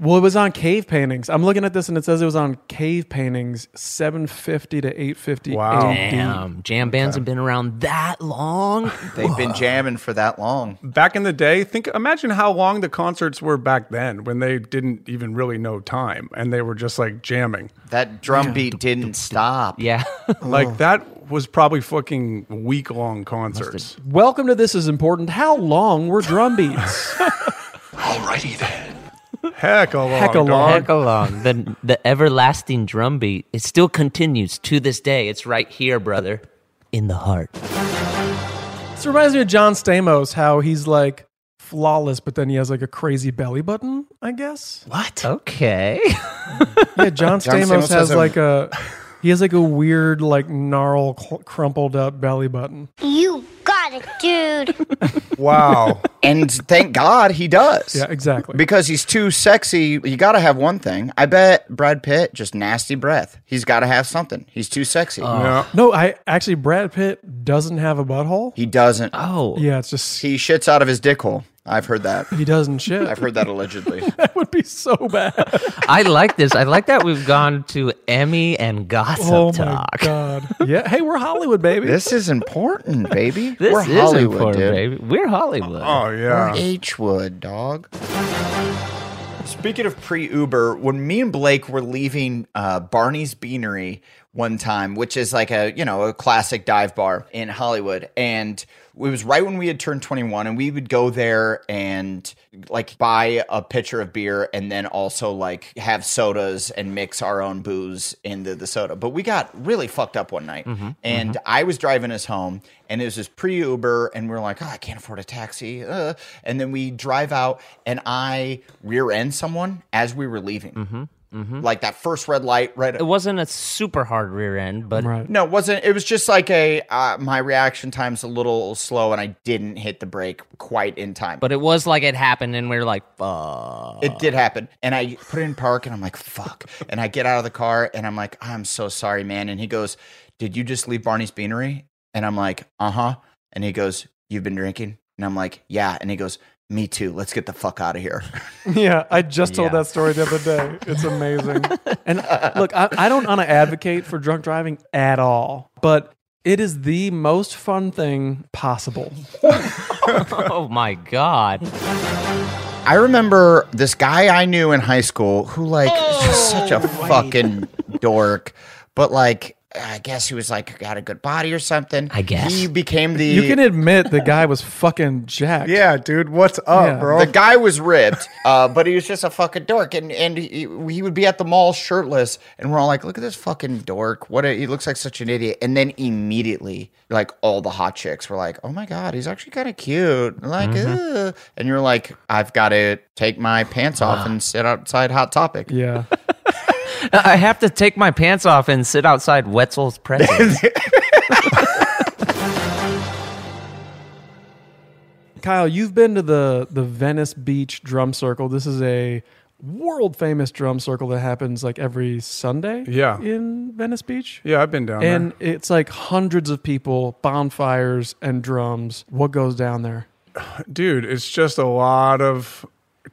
[SPEAKER 1] Well, it was on cave paintings. I'm looking at this and it says it was on cave paintings 750 to 850. AD.
[SPEAKER 3] Damn. Um, Jam bands have been around that long.
[SPEAKER 4] They've been jamming for that long.
[SPEAKER 5] Back in the day, think imagine how long the concerts were back then when they didn't even really know time and they were just like jamming.
[SPEAKER 4] That drum beat didn't stop.
[SPEAKER 3] Yeah.
[SPEAKER 1] Oh.
[SPEAKER 5] like that was probably fucking week long concerts.
[SPEAKER 1] Welcome to This Is Important. How long were drum beats?
[SPEAKER 5] Alrighty then. Heck along.
[SPEAKER 1] Heck along.
[SPEAKER 5] dog.
[SPEAKER 3] Heck along. The, the everlasting drum beat, it still continues to this day. It's right here, brother, in the heart.
[SPEAKER 1] This reminds me of John Stamos, how he's like flawless, but then he has like a crazy belly button, I guess.
[SPEAKER 3] What? Okay.
[SPEAKER 1] Yeah, John,
[SPEAKER 3] John
[SPEAKER 1] Stamos,
[SPEAKER 3] Stamos
[SPEAKER 1] has,
[SPEAKER 3] has a-
[SPEAKER 1] like a he has like a weird like gnarled cl- crumpled up belly button.
[SPEAKER 12] You got it, dude.
[SPEAKER 5] Wow.
[SPEAKER 4] and thank God he does.
[SPEAKER 1] Yeah, exactly.
[SPEAKER 4] Because he's too sexy. You got to have one thing. I bet Brad Pitt just nasty breath. He's got to have something. He's too sexy.
[SPEAKER 3] Oh.
[SPEAKER 1] No, I actually Brad Pitt doesn't have a butthole.
[SPEAKER 4] He doesn't.
[SPEAKER 3] Oh.
[SPEAKER 1] Yeah, it's just
[SPEAKER 4] he shits out of his dick hole. I've heard that.
[SPEAKER 1] He doesn't shit.
[SPEAKER 4] I've heard that allegedly.
[SPEAKER 1] That would be so bad.
[SPEAKER 3] I like this. I like that we've gone to Emmy and gossip
[SPEAKER 1] Oh my
[SPEAKER 3] talk.
[SPEAKER 1] god. Yeah. Hey, we're Hollywood, baby.
[SPEAKER 4] This is important, baby.
[SPEAKER 3] This
[SPEAKER 4] We're
[SPEAKER 3] is
[SPEAKER 4] Hollywood,
[SPEAKER 3] important,
[SPEAKER 4] dude.
[SPEAKER 3] baby. We're Hollywood.
[SPEAKER 4] Oh We're
[SPEAKER 3] yeah.
[SPEAKER 4] H-Wood, dog. Speaking of pre-Uber, when me and Blake were leaving uh, Barney's Beanery one time, which is like a you know a classic dive bar in Hollywood, and it was right when we had turned 21, and we would go there and like buy a pitcher of beer, and then also like have sodas and mix our own booze into the soda. But we got really fucked up one night,
[SPEAKER 3] Mm-hmm,
[SPEAKER 21] Mhm,
[SPEAKER 4] and I was driving us home, and it was this pre Uber, and we are like, oh, I can't afford a taxi. Uh. And then we drive out, and I rear end someone as we were leaving. Like that first red light, right?
[SPEAKER 3] Mm-hmm, It wasn't a super hard rear end, but
[SPEAKER 4] No, it wasn't. It was just like a uh, my reaction time's a little slow, and I didn't hit the brake quite in time.
[SPEAKER 3] but it was like it happened, and we were like, "Fuck!"
[SPEAKER 4] It did happen. And I put it in park and I'm like, fuck. And I get out of the car and I'm like, I'm so sorry, man. And he goes, Did you just leave Barney's Beanery? And I'm like, Uh huh. And he goes, You've been drinking? And I'm like, Yeah. And he goes, Me too. Let's get the fuck out of here.
[SPEAKER 1] Yeah, I just told
[SPEAKER 4] Yeah.
[SPEAKER 1] that story the other day. It's amazing. and look, I, I don't want to advocate for drunk driving at all, but it is the most fun thing possible.
[SPEAKER 3] oh my god!
[SPEAKER 4] I remember this guy I knew in high school who, like, was just such a fucking dork, but like, I guess he was like got a good body or something. I guess he became the
[SPEAKER 1] you can admit the guy was fucking jacked.
[SPEAKER 4] Yeah, dude, what's up,
[SPEAKER 1] bro?
[SPEAKER 4] The guy was ripped, uh, but he was just a fucking dork, and and he, he would be at the mall shirtless, and we're all like, "Look at this fucking dork! What a, he looks like such an idiot!" And then immediately, like all the hot chicks were like, "Oh my god, he's actually kind of cute!" Like, "Ugh." and you're like, "I've got to take my pants off and sit outside Hot Topic."
[SPEAKER 1] Yeah,
[SPEAKER 3] I have to take my pants off and sit outside Wetzel's Pretzels.
[SPEAKER 1] Kyle, you've been to the the Venice Beach Drum Circle. This is a world famous drum circle that happens like every Sunday.
[SPEAKER 5] Yeah.
[SPEAKER 1] in Venice Beach.
[SPEAKER 5] Yeah, I've been down there.
[SPEAKER 1] and it's like hundreds of people, bonfires and drums. What goes down there?
[SPEAKER 5] dude, it's just a lot of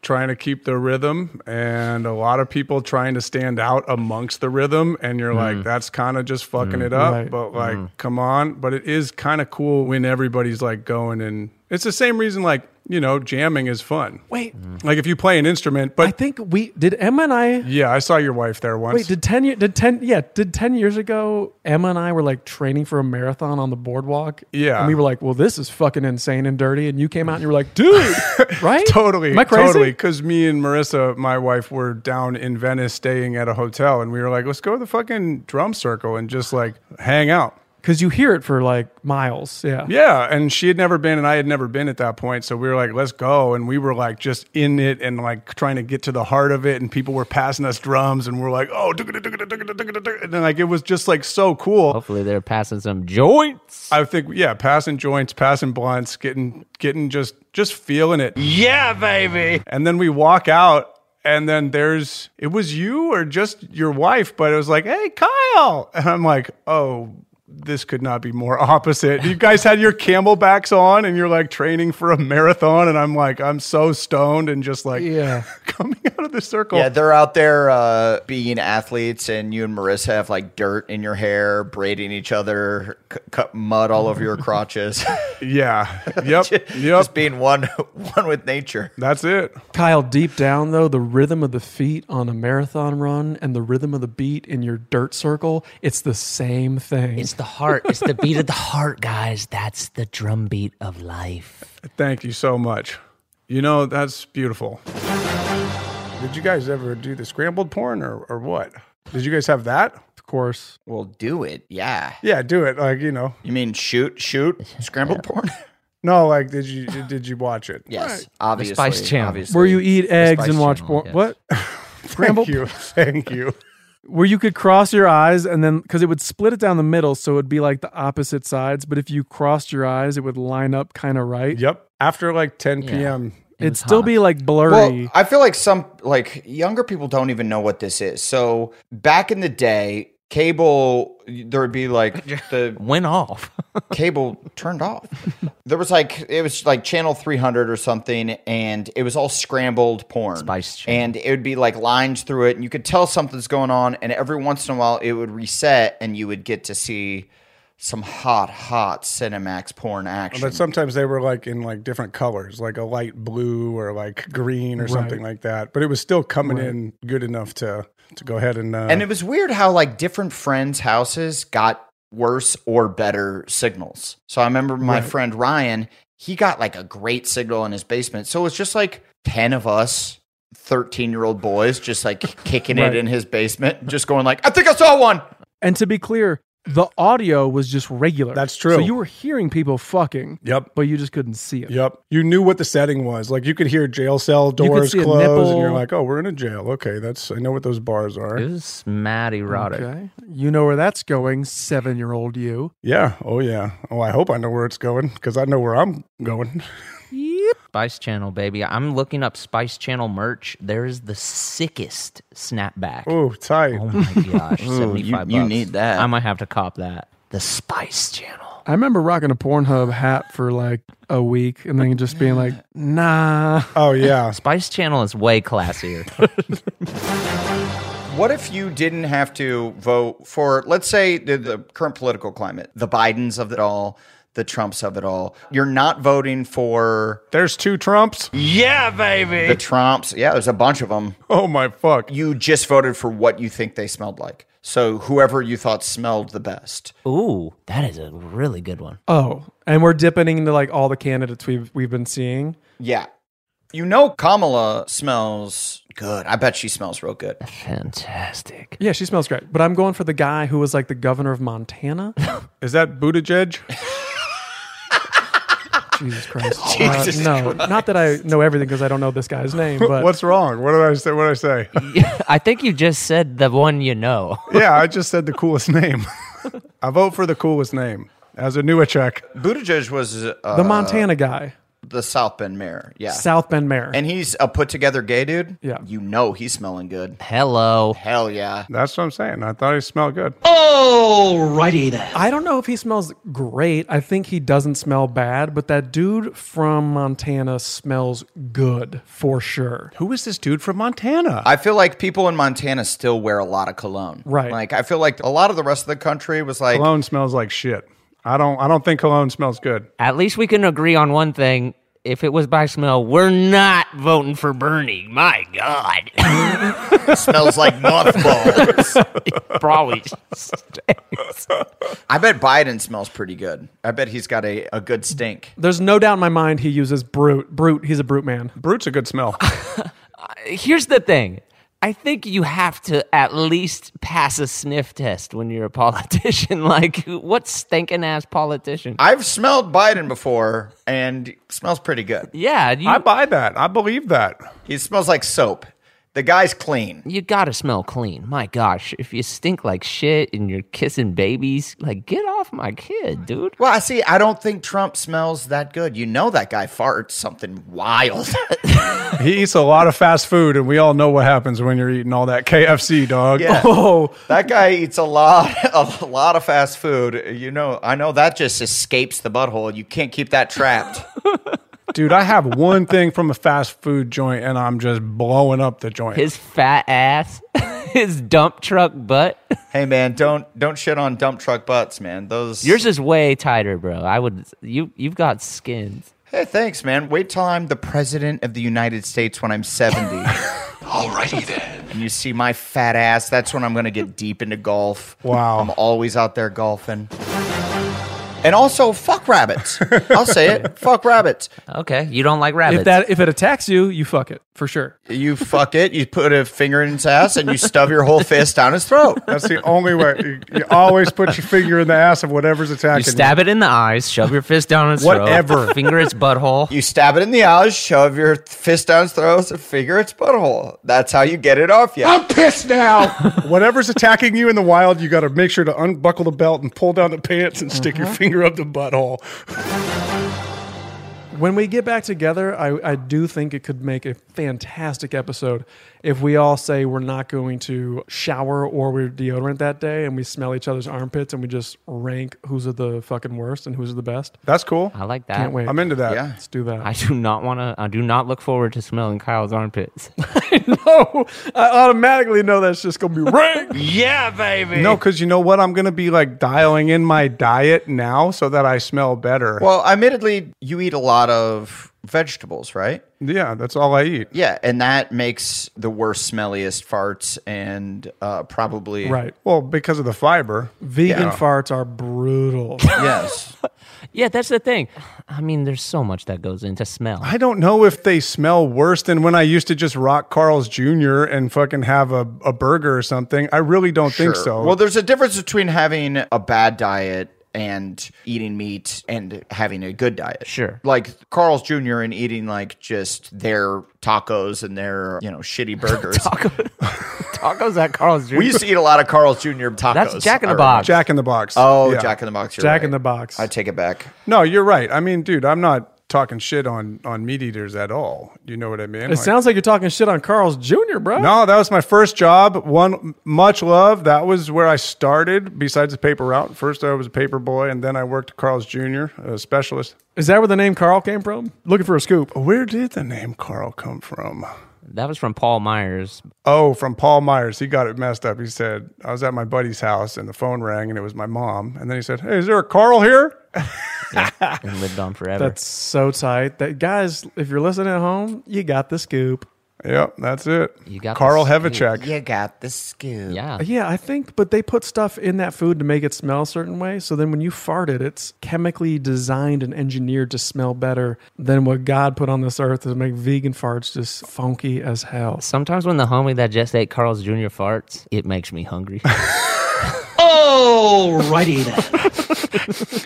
[SPEAKER 5] trying to keep the rhythm and a lot of people trying to stand out amongst the rhythm and you're
[SPEAKER 1] Mm.
[SPEAKER 5] like that's kind of just fucking
[SPEAKER 1] Mm.
[SPEAKER 5] it up
[SPEAKER 1] Right.
[SPEAKER 5] but like
[SPEAKER 1] Mm.
[SPEAKER 5] come on but it is kind of cool when everybody's like going and it's the same reason like you know jamming is fun
[SPEAKER 1] Wait.
[SPEAKER 5] like if you play an instrument but I
[SPEAKER 1] think we did Emma and I
[SPEAKER 5] yeah I saw your wife there once
[SPEAKER 1] Wait, did ten year, did ten yeah did ten years ago Emma and I were like training for a marathon on the boardwalk.
[SPEAKER 5] Yeah.
[SPEAKER 1] and we were like, well, this is fucking insane and dirty. And you came out and you were like, dude, right?
[SPEAKER 5] totally.
[SPEAKER 1] Am I crazy?
[SPEAKER 5] Totally. Because me and Marissa, my wife, were down in Venice staying at a hotel, and we were like, let's go to the fucking drum circle and just like hang out.
[SPEAKER 1] Because you hear it for like miles. Yeah.
[SPEAKER 5] Yeah. And she had never been, and I had never been at that point. So we were like, let's go. And we were like just in it and like trying to get to the heart of it. And people were passing us drums, and we're like, oh, tugga, tugga, tugga, tugga, tugga, tugga. and then like it was just like so cool.
[SPEAKER 3] Hopefully, they're passing some joints.
[SPEAKER 5] I think, yeah, passing joints, passing blunts, getting, getting just, just feeling it.
[SPEAKER 20] Yeah, baby.
[SPEAKER 5] And then we walk out, and then there's it was you or just your wife, but it was like, hey, Kyle, and I'm like, oh. This could not be more opposite. You guys had your camelbacks on and you're like training for a marathon. And I'm like, I'm so stoned and just like,
[SPEAKER 1] yeah,
[SPEAKER 5] coming out of the circle.
[SPEAKER 4] Yeah, they're out there uh, being athletes, and you and Marissa have like dirt in your hair, braiding each other, c- cut mud all over your crotches.
[SPEAKER 5] yeah, yep, yep.
[SPEAKER 4] Just being one, one with nature.
[SPEAKER 5] That's it.
[SPEAKER 1] Kyle, deep down though, the rhythm of the feet on a marathon run and the rhythm of the beat in your dirt circle, it's the same thing. It's
[SPEAKER 3] the heart. It's the beat of the heart, guys. That's the drum beat of life.
[SPEAKER 5] Thank you so much. You know, that's beautiful. Did you guys ever do the scrambled porn or, or what? Did you guys have that? Of
[SPEAKER 1] course.
[SPEAKER 4] Well, do it. Yeah.
[SPEAKER 5] Yeah, do it. Like, you know.
[SPEAKER 4] You mean shoot, shoot, scrambled porn?
[SPEAKER 5] No, like, did you did you watch it?
[SPEAKER 4] Yes,
[SPEAKER 5] obviously.
[SPEAKER 4] Spice Channel. obviously.
[SPEAKER 1] Where you eat
[SPEAKER 4] The
[SPEAKER 1] eggs
[SPEAKER 4] Spice
[SPEAKER 1] and watch
[SPEAKER 4] Channel,
[SPEAKER 1] porn.
[SPEAKER 4] yes.
[SPEAKER 1] What?
[SPEAKER 5] Thank you. Thank you.
[SPEAKER 1] where you could cross your eyes and then because it would split it down the middle, so it would be like the opposite sides. But if you crossed your eyes, it would line up kind of right.
[SPEAKER 5] Yep. after like 10 p.m.
[SPEAKER 1] It'd still be like blurry.
[SPEAKER 4] Well, I feel like some like younger people don't even know what this is. So back in the day, cable there would be like the
[SPEAKER 3] went off.
[SPEAKER 4] cable turned off. There was like it was like channel 300 or something and it was all scrambled porn. Spice and it would be like lines through it and you could tell something's going on and every once in a while it would reset and you would get to see some hot hot Cinemax porn action.
[SPEAKER 5] But sometimes they were like in like different colors, like a light blue or like green or
[SPEAKER 4] Right.
[SPEAKER 5] something like that. But it was still coming
[SPEAKER 4] Right.
[SPEAKER 5] in good enough to to go ahead and uh,
[SPEAKER 4] and it was weird how like different friends' houses got worse or better signals. So I remember my
[SPEAKER 5] Right.
[SPEAKER 4] friend Ryan, he got like a great signal in his basement. So it's just like 10 of us 13 year old boys just like kicking
[SPEAKER 1] Right.
[SPEAKER 4] it in his basement, just going like, I think I saw one.
[SPEAKER 1] And to be clear, the audio was just regular. That's
[SPEAKER 5] true.
[SPEAKER 1] So you were hearing people fucking.
[SPEAKER 5] Yep.
[SPEAKER 1] But you just couldn't see it.
[SPEAKER 5] Yep. You knew what the setting was. Like you could hear jail cell
[SPEAKER 1] could
[SPEAKER 5] doors
[SPEAKER 1] see a
[SPEAKER 5] close and you're
[SPEAKER 1] nipple.
[SPEAKER 5] like, "Oh, we're in a jail." Okay, that's I know what those bars are.
[SPEAKER 3] It was mad erotic.
[SPEAKER 1] Okay. You know where that's going, seven year old you.
[SPEAKER 5] Yeah. Oh yeah. Oh, I hope I know where it's going cuz I know where I'm going.
[SPEAKER 3] Spice Channel, baby. I'm looking up Spice Channel merch. There is the sickest snapback.
[SPEAKER 5] Oh, tight.
[SPEAKER 3] Oh my gosh,
[SPEAKER 4] Ooh, you-
[SPEAKER 3] seventy-five.
[SPEAKER 4] you
[SPEAKER 3] bucks.
[SPEAKER 4] need that.
[SPEAKER 3] I might have to cop that. The Spice Channel.
[SPEAKER 1] I remember rocking a Pornhub hat for like a week and then just being like, nah.
[SPEAKER 5] Oh, yeah.
[SPEAKER 3] Spice Channel is way classier.
[SPEAKER 4] What if you didn't have to vote for, let's say, the, the current political climate, the Bidens of it all, the Trumps of it all? You're not voting for.
[SPEAKER 5] There's two Trumps.
[SPEAKER 4] Yeah, baby. The Trumps. Yeah, there's a bunch of them.
[SPEAKER 5] Oh, my fuck.
[SPEAKER 4] You just voted for what you think they smelled like. So whoever you thought smelled the best.
[SPEAKER 3] Ooh, that is a really good one.
[SPEAKER 1] Oh, and we're dipping into like all the candidates we've we've been seeing.
[SPEAKER 4] Yeah. You know, Kamala smells good. I bet she smells real good.
[SPEAKER 3] Fantastic.
[SPEAKER 1] Yeah, she smells great. But I'm going for the guy who was like the governor of Montana.
[SPEAKER 5] Is that Buttigieg?
[SPEAKER 1] Jesus Christ. Uh,
[SPEAKER 5] Jesus
[SPEAKER 1] no, not that I know everything because I don't know this guy's name, but
[SPEAKER 5] What's wrong? What did I say? What did I say?
[SPEAKER 3] I think you just said the one you know.
[SPEAKER 5] yeah, I just said the coolest name. I vote for the coolest name as a new check.
[SPEAKER 4] Buttigieg was uh,
[SPEAKER 1] the Montana guy,
[SPEAKER 4] the South Bend mayor. Yeah.
[SPEAKER 1] South Bend mayor.
[SPEAKER 4] And he's a put together gay dude.
[SPEAKER 1] Yeah.
[SPEAKER 4] You know he's smelling good.
[SPEAKER 3] Hello.
[SPEAKER 4] Hell yeah.
[SPEAKER 5] That's what I'm saying. I thought he smelled good.
[SPEAKER 1] Alrighty then. I don't know if he smells great. I think he doesn't smell bad, but that dude from Montana smells good for sure.
[SPEAKER 5] Who is this dude from Montana?
[SPEAKER 4] I feel like people in Montana still wear a lot of cologne.
[SPEAKER 5] Right.
[SPEAKER 4] Like I feel like a lot of the rest of the country was like
[SPEAKER 5] cologne smells like shit. I don't. I don't think cologne smells good.
[SPEAKER 3] At least we can agree on one thing. If it was by smell, we're not voting for Bernie. My God.
[SPEAKER 4] smells like mothballs.
[SPEAKER 3] Probably.
[SPEAKER 4] I bet Biden smells pretty good. I bet he's got a, a good stink.
[SPEAKER 1] There's no doubt in my mind he uses brute. Brute, he's a brute man.
[SPEAKER 5] Brute's a good smell.
[SPEAKER 3] Here's the thing. I think you have to at least pass a sniff test when you're a politician. like, what stinking ass politician?
[SPEAKER 4] I've smelled Biden before and smells pretty good.
[SPEAKER 3] Yeah, you,
[SPEAKER 5] I buy that. I believe that.
[SPEAKER 4] He smells like soap. The guy's clean.
[SPEAKER 3] you gotta smell clean. My gosh, if you stink like shit and you're kissing babies, like, get off my kid, dude.
[SPEAKER 4] Well, I see. I don't think Trump smells that good. You know that guy farts something wild.
[SPEAKER 5] he eats a lot of fast food, and we all know what happens when you're eating all that KFC, dog.
[SPEAKER 4] Yeah.
[SPEAKER 1] Oh,
[SPEAKER 4] that guy eats a lot, a lot of fast food. You know, I know that just escapes the butthole. You can't keep that trapped.
[SPEAKER 5] dude, I have one thing from a fast food joint, and I'm just blowing up the joint.
[SPEAKER 3] His fat ass, his dump truck butt.
[SPEAKER 4] hey man, don't don't shit on dump truck butts, man. Those
[SPEAKER 3] Yours is way tighter, bro. I would you you've got skins.
[SPEAKER 4] Hey, thanks, man. Wait till I'm the president of the United States when I'm 70. Alrighty then. And you see my fat ass, that's when I'm going to get deep into golf.
[SPEAKER 5] Wow.
[SPEAKER 4] I'm always out there golfing. And also, fuck rabbits. I'll say it. Fuck rabbits.
[SPEAKER 3] Okay, you don't like rabbits.
[SPEAKER 1] If that if it attacks you, you fuck it for sure.
[SPEAKER 4] You fuck it. You put a finger in his ass and you stub your whole fist down his throat.
[SPEAKER 5] That's the only way. You, you always put your finger in the ass of whatever's
[SPEAKER 3] you
[SPEAKER 5] attacking.
[SPEAKER 3] stab it in the eyes, shove your fist down its throat,
[SPEAKER 5] Whatever.
[SPEAKER 3] finger its butthole.
[SPEAKER 4] You stab it in the eyes, shove your fist down his throat, and figure its butthole. That's how you get it off you.
[SPEAKER 5] I'm pissed now. Whatever's attacking you in the wild, you got to make sure to unbuckle
[SPEAKER 3] Uh-huh.
[SPEAKER 5] the belt and pull down the pants and stick your finger up the butthole.
[SPEAKER 1] When we get back together, I, I do think it could make a fantastic episode if we all say we're not going to shower or wear deodorant that day and we smell each other's armpits and we just rank who's are the fucking worst and who's are the best.
[SPEAKER 5] That's cool.
[SPEAKER 3] I like that.
[SPEAKER 1] Can't wait.
[SPEAKER 5] I'm into that. Yeah.
[SPEAKER 1] Let's do that.
[SPEAKER 3] I do not want to. I do not look forward to smelling Kyle's armpits.
[SPEAKER 1] no, Oh, I automatically know that's just gonna be rank.
[SPEAKER 20] yeah, baby.
[SPEAKER 5] No, because you know what? I'm going to be like dialing in my diet now so that I smell better.
[SPEAKER 4] Well, admittedly, you eat a lot of vegetables, right?
[SPEAKER 5] Yeah, that's all I eat.
[SPEAKER 4] Yeah, and that makes the worst, smelliest farts, and uh, probably
[SPEAKER 1] Right.
[SPEAKER 5] Well, because of the fiber.
[SPEAKER 1] Vegan
[SPEAKER 5] Yeah.
[SPEAKER 1] farts are brutal.
[SPEAKER 4] yes.
[SPEAKER 3] yeah, that's the thing. I mean, there's so much that goes into smell.
[SPEAKER 5] I don't know if they smell worse than when I used to just rock Carl's Jr. and fucking have a, a burger or something. I really don't think
[SPEAKER 4] Sure.
[SPEAKER 5] so.
[SPEAKER 4] Well, there's a difference between having a bad diet and eating meat and having a good diet.
[SPEAKER 3] Sure.
[SPEAKER 4] Like Carl's Jr. and eating like just their tacos and their, you know, shitty burgers.
[SPEAKER 3] Tacos at Carl's Jr.
[SPEAKER 4] we used to eat a lot of Carl's Jr. tacos.
[SPEAKER 3] That's Jack in the
[SPEAKER 4] I
[SPEAKER 3] Box.
[SPEAKER 5] Jack in the Box.
[SPEAKER 4] Oh,
[SPEAKER 5] Yeah.
[SPEAKER 4] Jack in the Box. You're
[SPEAKER 1] Jack in
[SPEAKER 4] right.
[SPEAKER 1] the box.
[SPEAKER 4] I take it back.
[SPEAKER 5] No, you're right. I mean, dude, I'm not talking shit on on meat eaters at all. You know what I mean?
[SPEAKER 1] it sounds like you're talking shit on Carl's Jr.,
[SPEAKER 3] Oh.
[SPEAKER 1] bro.
[SPEAKER 5] No, that was my first job. One much love. That was where I started. Besides the paper route, first I was a paper boy, and then I worked at Carl's Jr. a specialist.
[SPEAKER 1] Is that where the name Carl came from? Looking for a scoop.
[SPEAKER 5] Where did the name Carl come from?
[SPEAKER 3] That was from Paul Myers.
[SPEAKER 5] Oh, from Paul Myers. He got it messed up. He said, I was at my buddy's house and the phone rang and it was my mom. And then he said, Hey, is there a Carl here?
[SPEAKER 3] and lived on forever.
[SPEAKER 1] That's so tight. That guys, if you're listening at home, you got the scoop.
[SPEAKER 5] Yep, that's it.
[SPEAKER 3] You got
[SPEAKER 5] Carl
[SPEAKER 3] the scoop.
[SPEAKER 5] Hevacek.
[SPEAKER 22] You got the scoop.
[SPEAKER 3] yeah.
[SPEAKER 1] Yeah, I think, but they put stuff in that food to make it smell a certain way. So then when you fart it, it's chemically designed and engineered to smell better than what God put on this earth to make vegan farts just funky as hell.
[SPEAKER 3] Sometimes when the homie that just ate Carl's Jr. farts, it makes me hungry.
[SPEAKER 19] Alrighty then.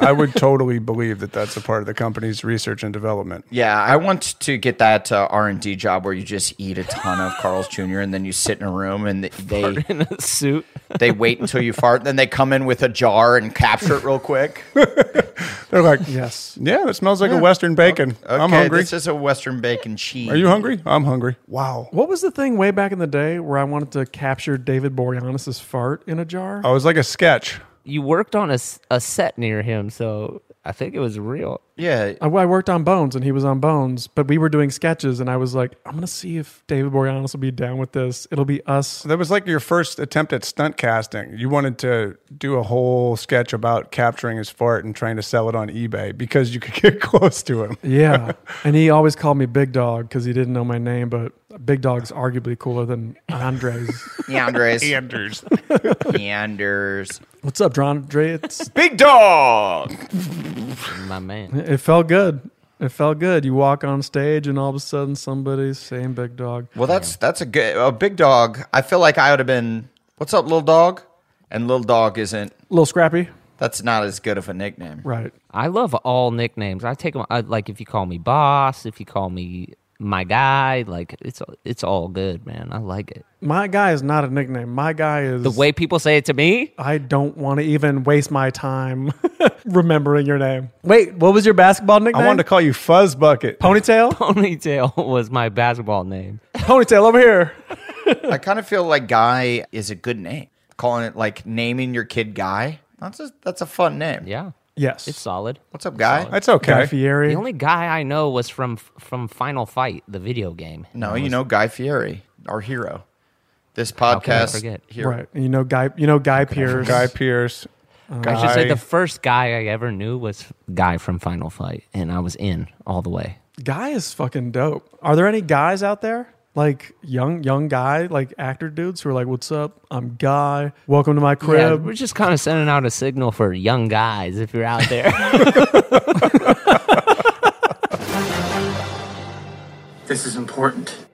[SPEAKER 5] I would totally believe that that's a part of the company's research and development.
[SPEAKER 4] Yeah, I want to get that uh, R and D job where you just eat a ton of Carl's Jr. and then you sit in a room and th- they
[SPEAKER 3] in a suit.
[SPEAKER 4] they wait until you fart, then they come in with a jar and capture it real quick.
[SPEAKER 5] They're like,
[SPEAKER 1] Yes.
[SPEAKER 5] Yeah, it smells like a Western bacon. I'm
[SPEAKER 4] Okay,
[SPEAKER 5] hungry.
[SPEAKER 4] This is a Western bacon cheese.
[SPEAKER 5] Are you hungry? I'm hungry. Wow.
[SPEAKER 1] What was the thing way back in the day where I wanted to capture David Boreanaz's fart in a jar?
[SPEAKER 5] I was like a sketch.
[SPEAKER 3] You worked on a, s- a set near him, so I think it was real.
[SPEAKER 4] Yeah.
[SPEAKER 5] Oh.
[SPEAKER 1] I, I worked on Bones and he was on Bones, but we were doing sketches, and I was like, I'm gonna see if David Boreanaz will be down with this. It'll be us.
[SPEAKER 5] That was like your first attempt at stunt casting. You wanted to do a whole sketch about capturing his fart and trying to sell it on eBay because you could get close to him.
[SPEAKER 1] Yeah, and he always called me Big Dog because he didn't know my name, but Big Dog's arguably cooler than Andres.
[SPEAKER 4] Neanders.
[SPEAKER 5] Anders.
[SPEAKER 4] Neanders.
[SPEAKER 1] What's up, Drandre? It's,
[SPEAKER 4] Big dog.
[SPEAKER 3] My man.
[SPEAKER 1] it felt good. It felt good. You walk on stage, and all of a sudden, somebody's saying Big Dog.
[SPEAKER 4] Well, that's that's a good a big dog. I feel like I would have been. What's up, little dog? And little dog isn't.
[SPEAKER 1] Little Scrappy,
[SPEAKER 4] That's not as good of a nickname.
[SPEAKER 1] right?
[SPEAKER 3] I love all nicknames. I take them I, like if you call me boss, if you call me my guy, like it's it's all good, man. I like it.
[SPEAKER 1] My guy is not a nickname. My guy is
[SPEAKER 3] The way people say it to me,
[SPEAKER 1] I don't want to even waste my time remembering your name.
[SPEAKER 19] Wait, what was your basketball nickname?
[SPEAKER 5] I wanted to call you Fuzz Bucket.
[SPEAKER 1] Ponytail,
[SPEAKER 3] ponytail was my basketball name.
[SPEAKER 1] ponytail over here.
[SPEAKER 4] I kind of feel like Guy is a good name. Calling it like naming your kid Guy. That's a, that's a fun name.
[SPEAKER 3] Yeah,
[SPEAKER 1] Yes,
[SPEAKER 3] it's solid.
[SPEAKER 4] What's up, Guy?
[SPEAKER 5] That's
[SPEAKER 1] Guy
[SPEAKER 5] okay.
[SPEAKER 1] Fieri.
[SPEAKER 3] The only guy I know was from from Final Fight, the video game.
[SPEAKER 4] no, you know Guy Fieri, our hero. This
[SPEAKER 3] can I
[SPEAKER 4] podcast
[SPEAKER 3] forget?
[SPEAKER 4] hero.
[SPEAKER 1] right? You know Guy. You know Guy Pierce.
[SPEAKER 5] Guy Pierce. Guy.
[SPEAKER 3] I should say the first guy I ever knew was guy from Final Fight, and I was in all the way.
[SPEAKER 1] Guy is fucking dope. Are there any guys out there? Like young young guy, like actor dudes who are like, What's up? I'm Guy. Welcome to my
[SPEAKER 3] Yeah,
[SPEAKER 1] crib.
[SPEAKER 3] we're just kind of sending out a signal for young guys if you're out there.
[SPEAKER 20] This is important.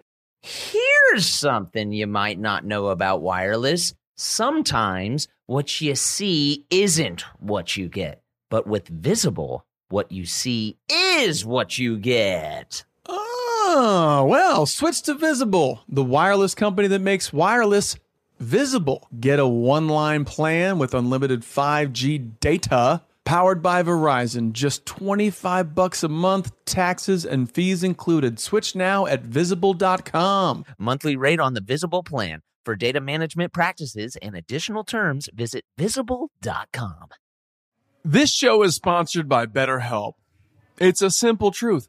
[SPEAKER 2] Here's something you might not know about wireless. Sometimes what you see isn't what you get, but with Visible, what you see is what you get.
[SPEAKER 1] Ah,
[SPEAKER 23] Oh, well, switch to Visible, the wireless company that makes wireless visible. Get a one line plan with unlimited
[SPEAKER 1] 5G data Powered by Verizon, just 25 bucks a month, taxes and fees included. Switch now at visible.com.
[SPEAKER 3] Monthly rate on the Visible plan. For data management practices and additional terms, visit visible.com.
[SPEAKER 1] This show is sponsored by BetterHelp. It's a simple truth.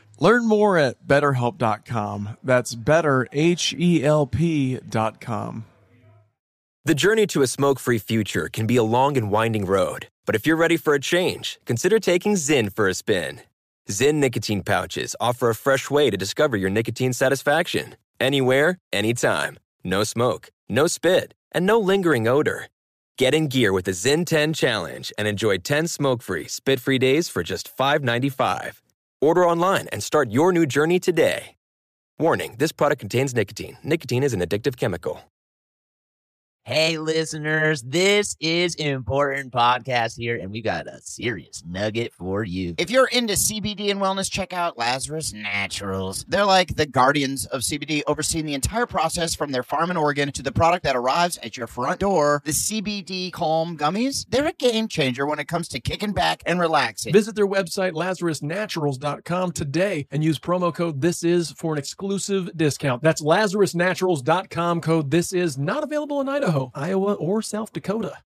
[SPEAKER 1] Learn more at betterhelp.com. That's better, H E L P.com.
[SPEAKER 7] The journey to a smoke free future can be a long and winding road, but if you're ready for a change, consider taking Zinn for a spin. Zinn nicotine pouches offer a fresh way to discover your nicotine satisfaction anywhere, anytime. No smoke, no spit, and no lingering odor. Get in gear with the Zinn 10 Challenge and enjoy 10 smoke free, spit free days for just $5.95. Order online and start your new journey today. Warning this product contains nicotine. Nicotine is an addictive chemical.
[SPEAKER 3] Hey, listeners, this is Important Podcast here, and we got a serious nugget for you.
[SPEAKER 2] If you're into CBD and wellness, check out Lazarus Naturals. They're like the guardians of CBD, overseeing the entire process from their farm in Oregon to the product that arrives at your front door. The CBD Calm Gummies, they're a game changer when it comes to kicking back and relaxing.
[SPEAKER 1] Visit their website, lazarusnaturals.com, today and use promo code This Is for an exclusive discount. That's lazarusnaturals.com code This Is, not available in Idaho, Iowa, or South Dakota.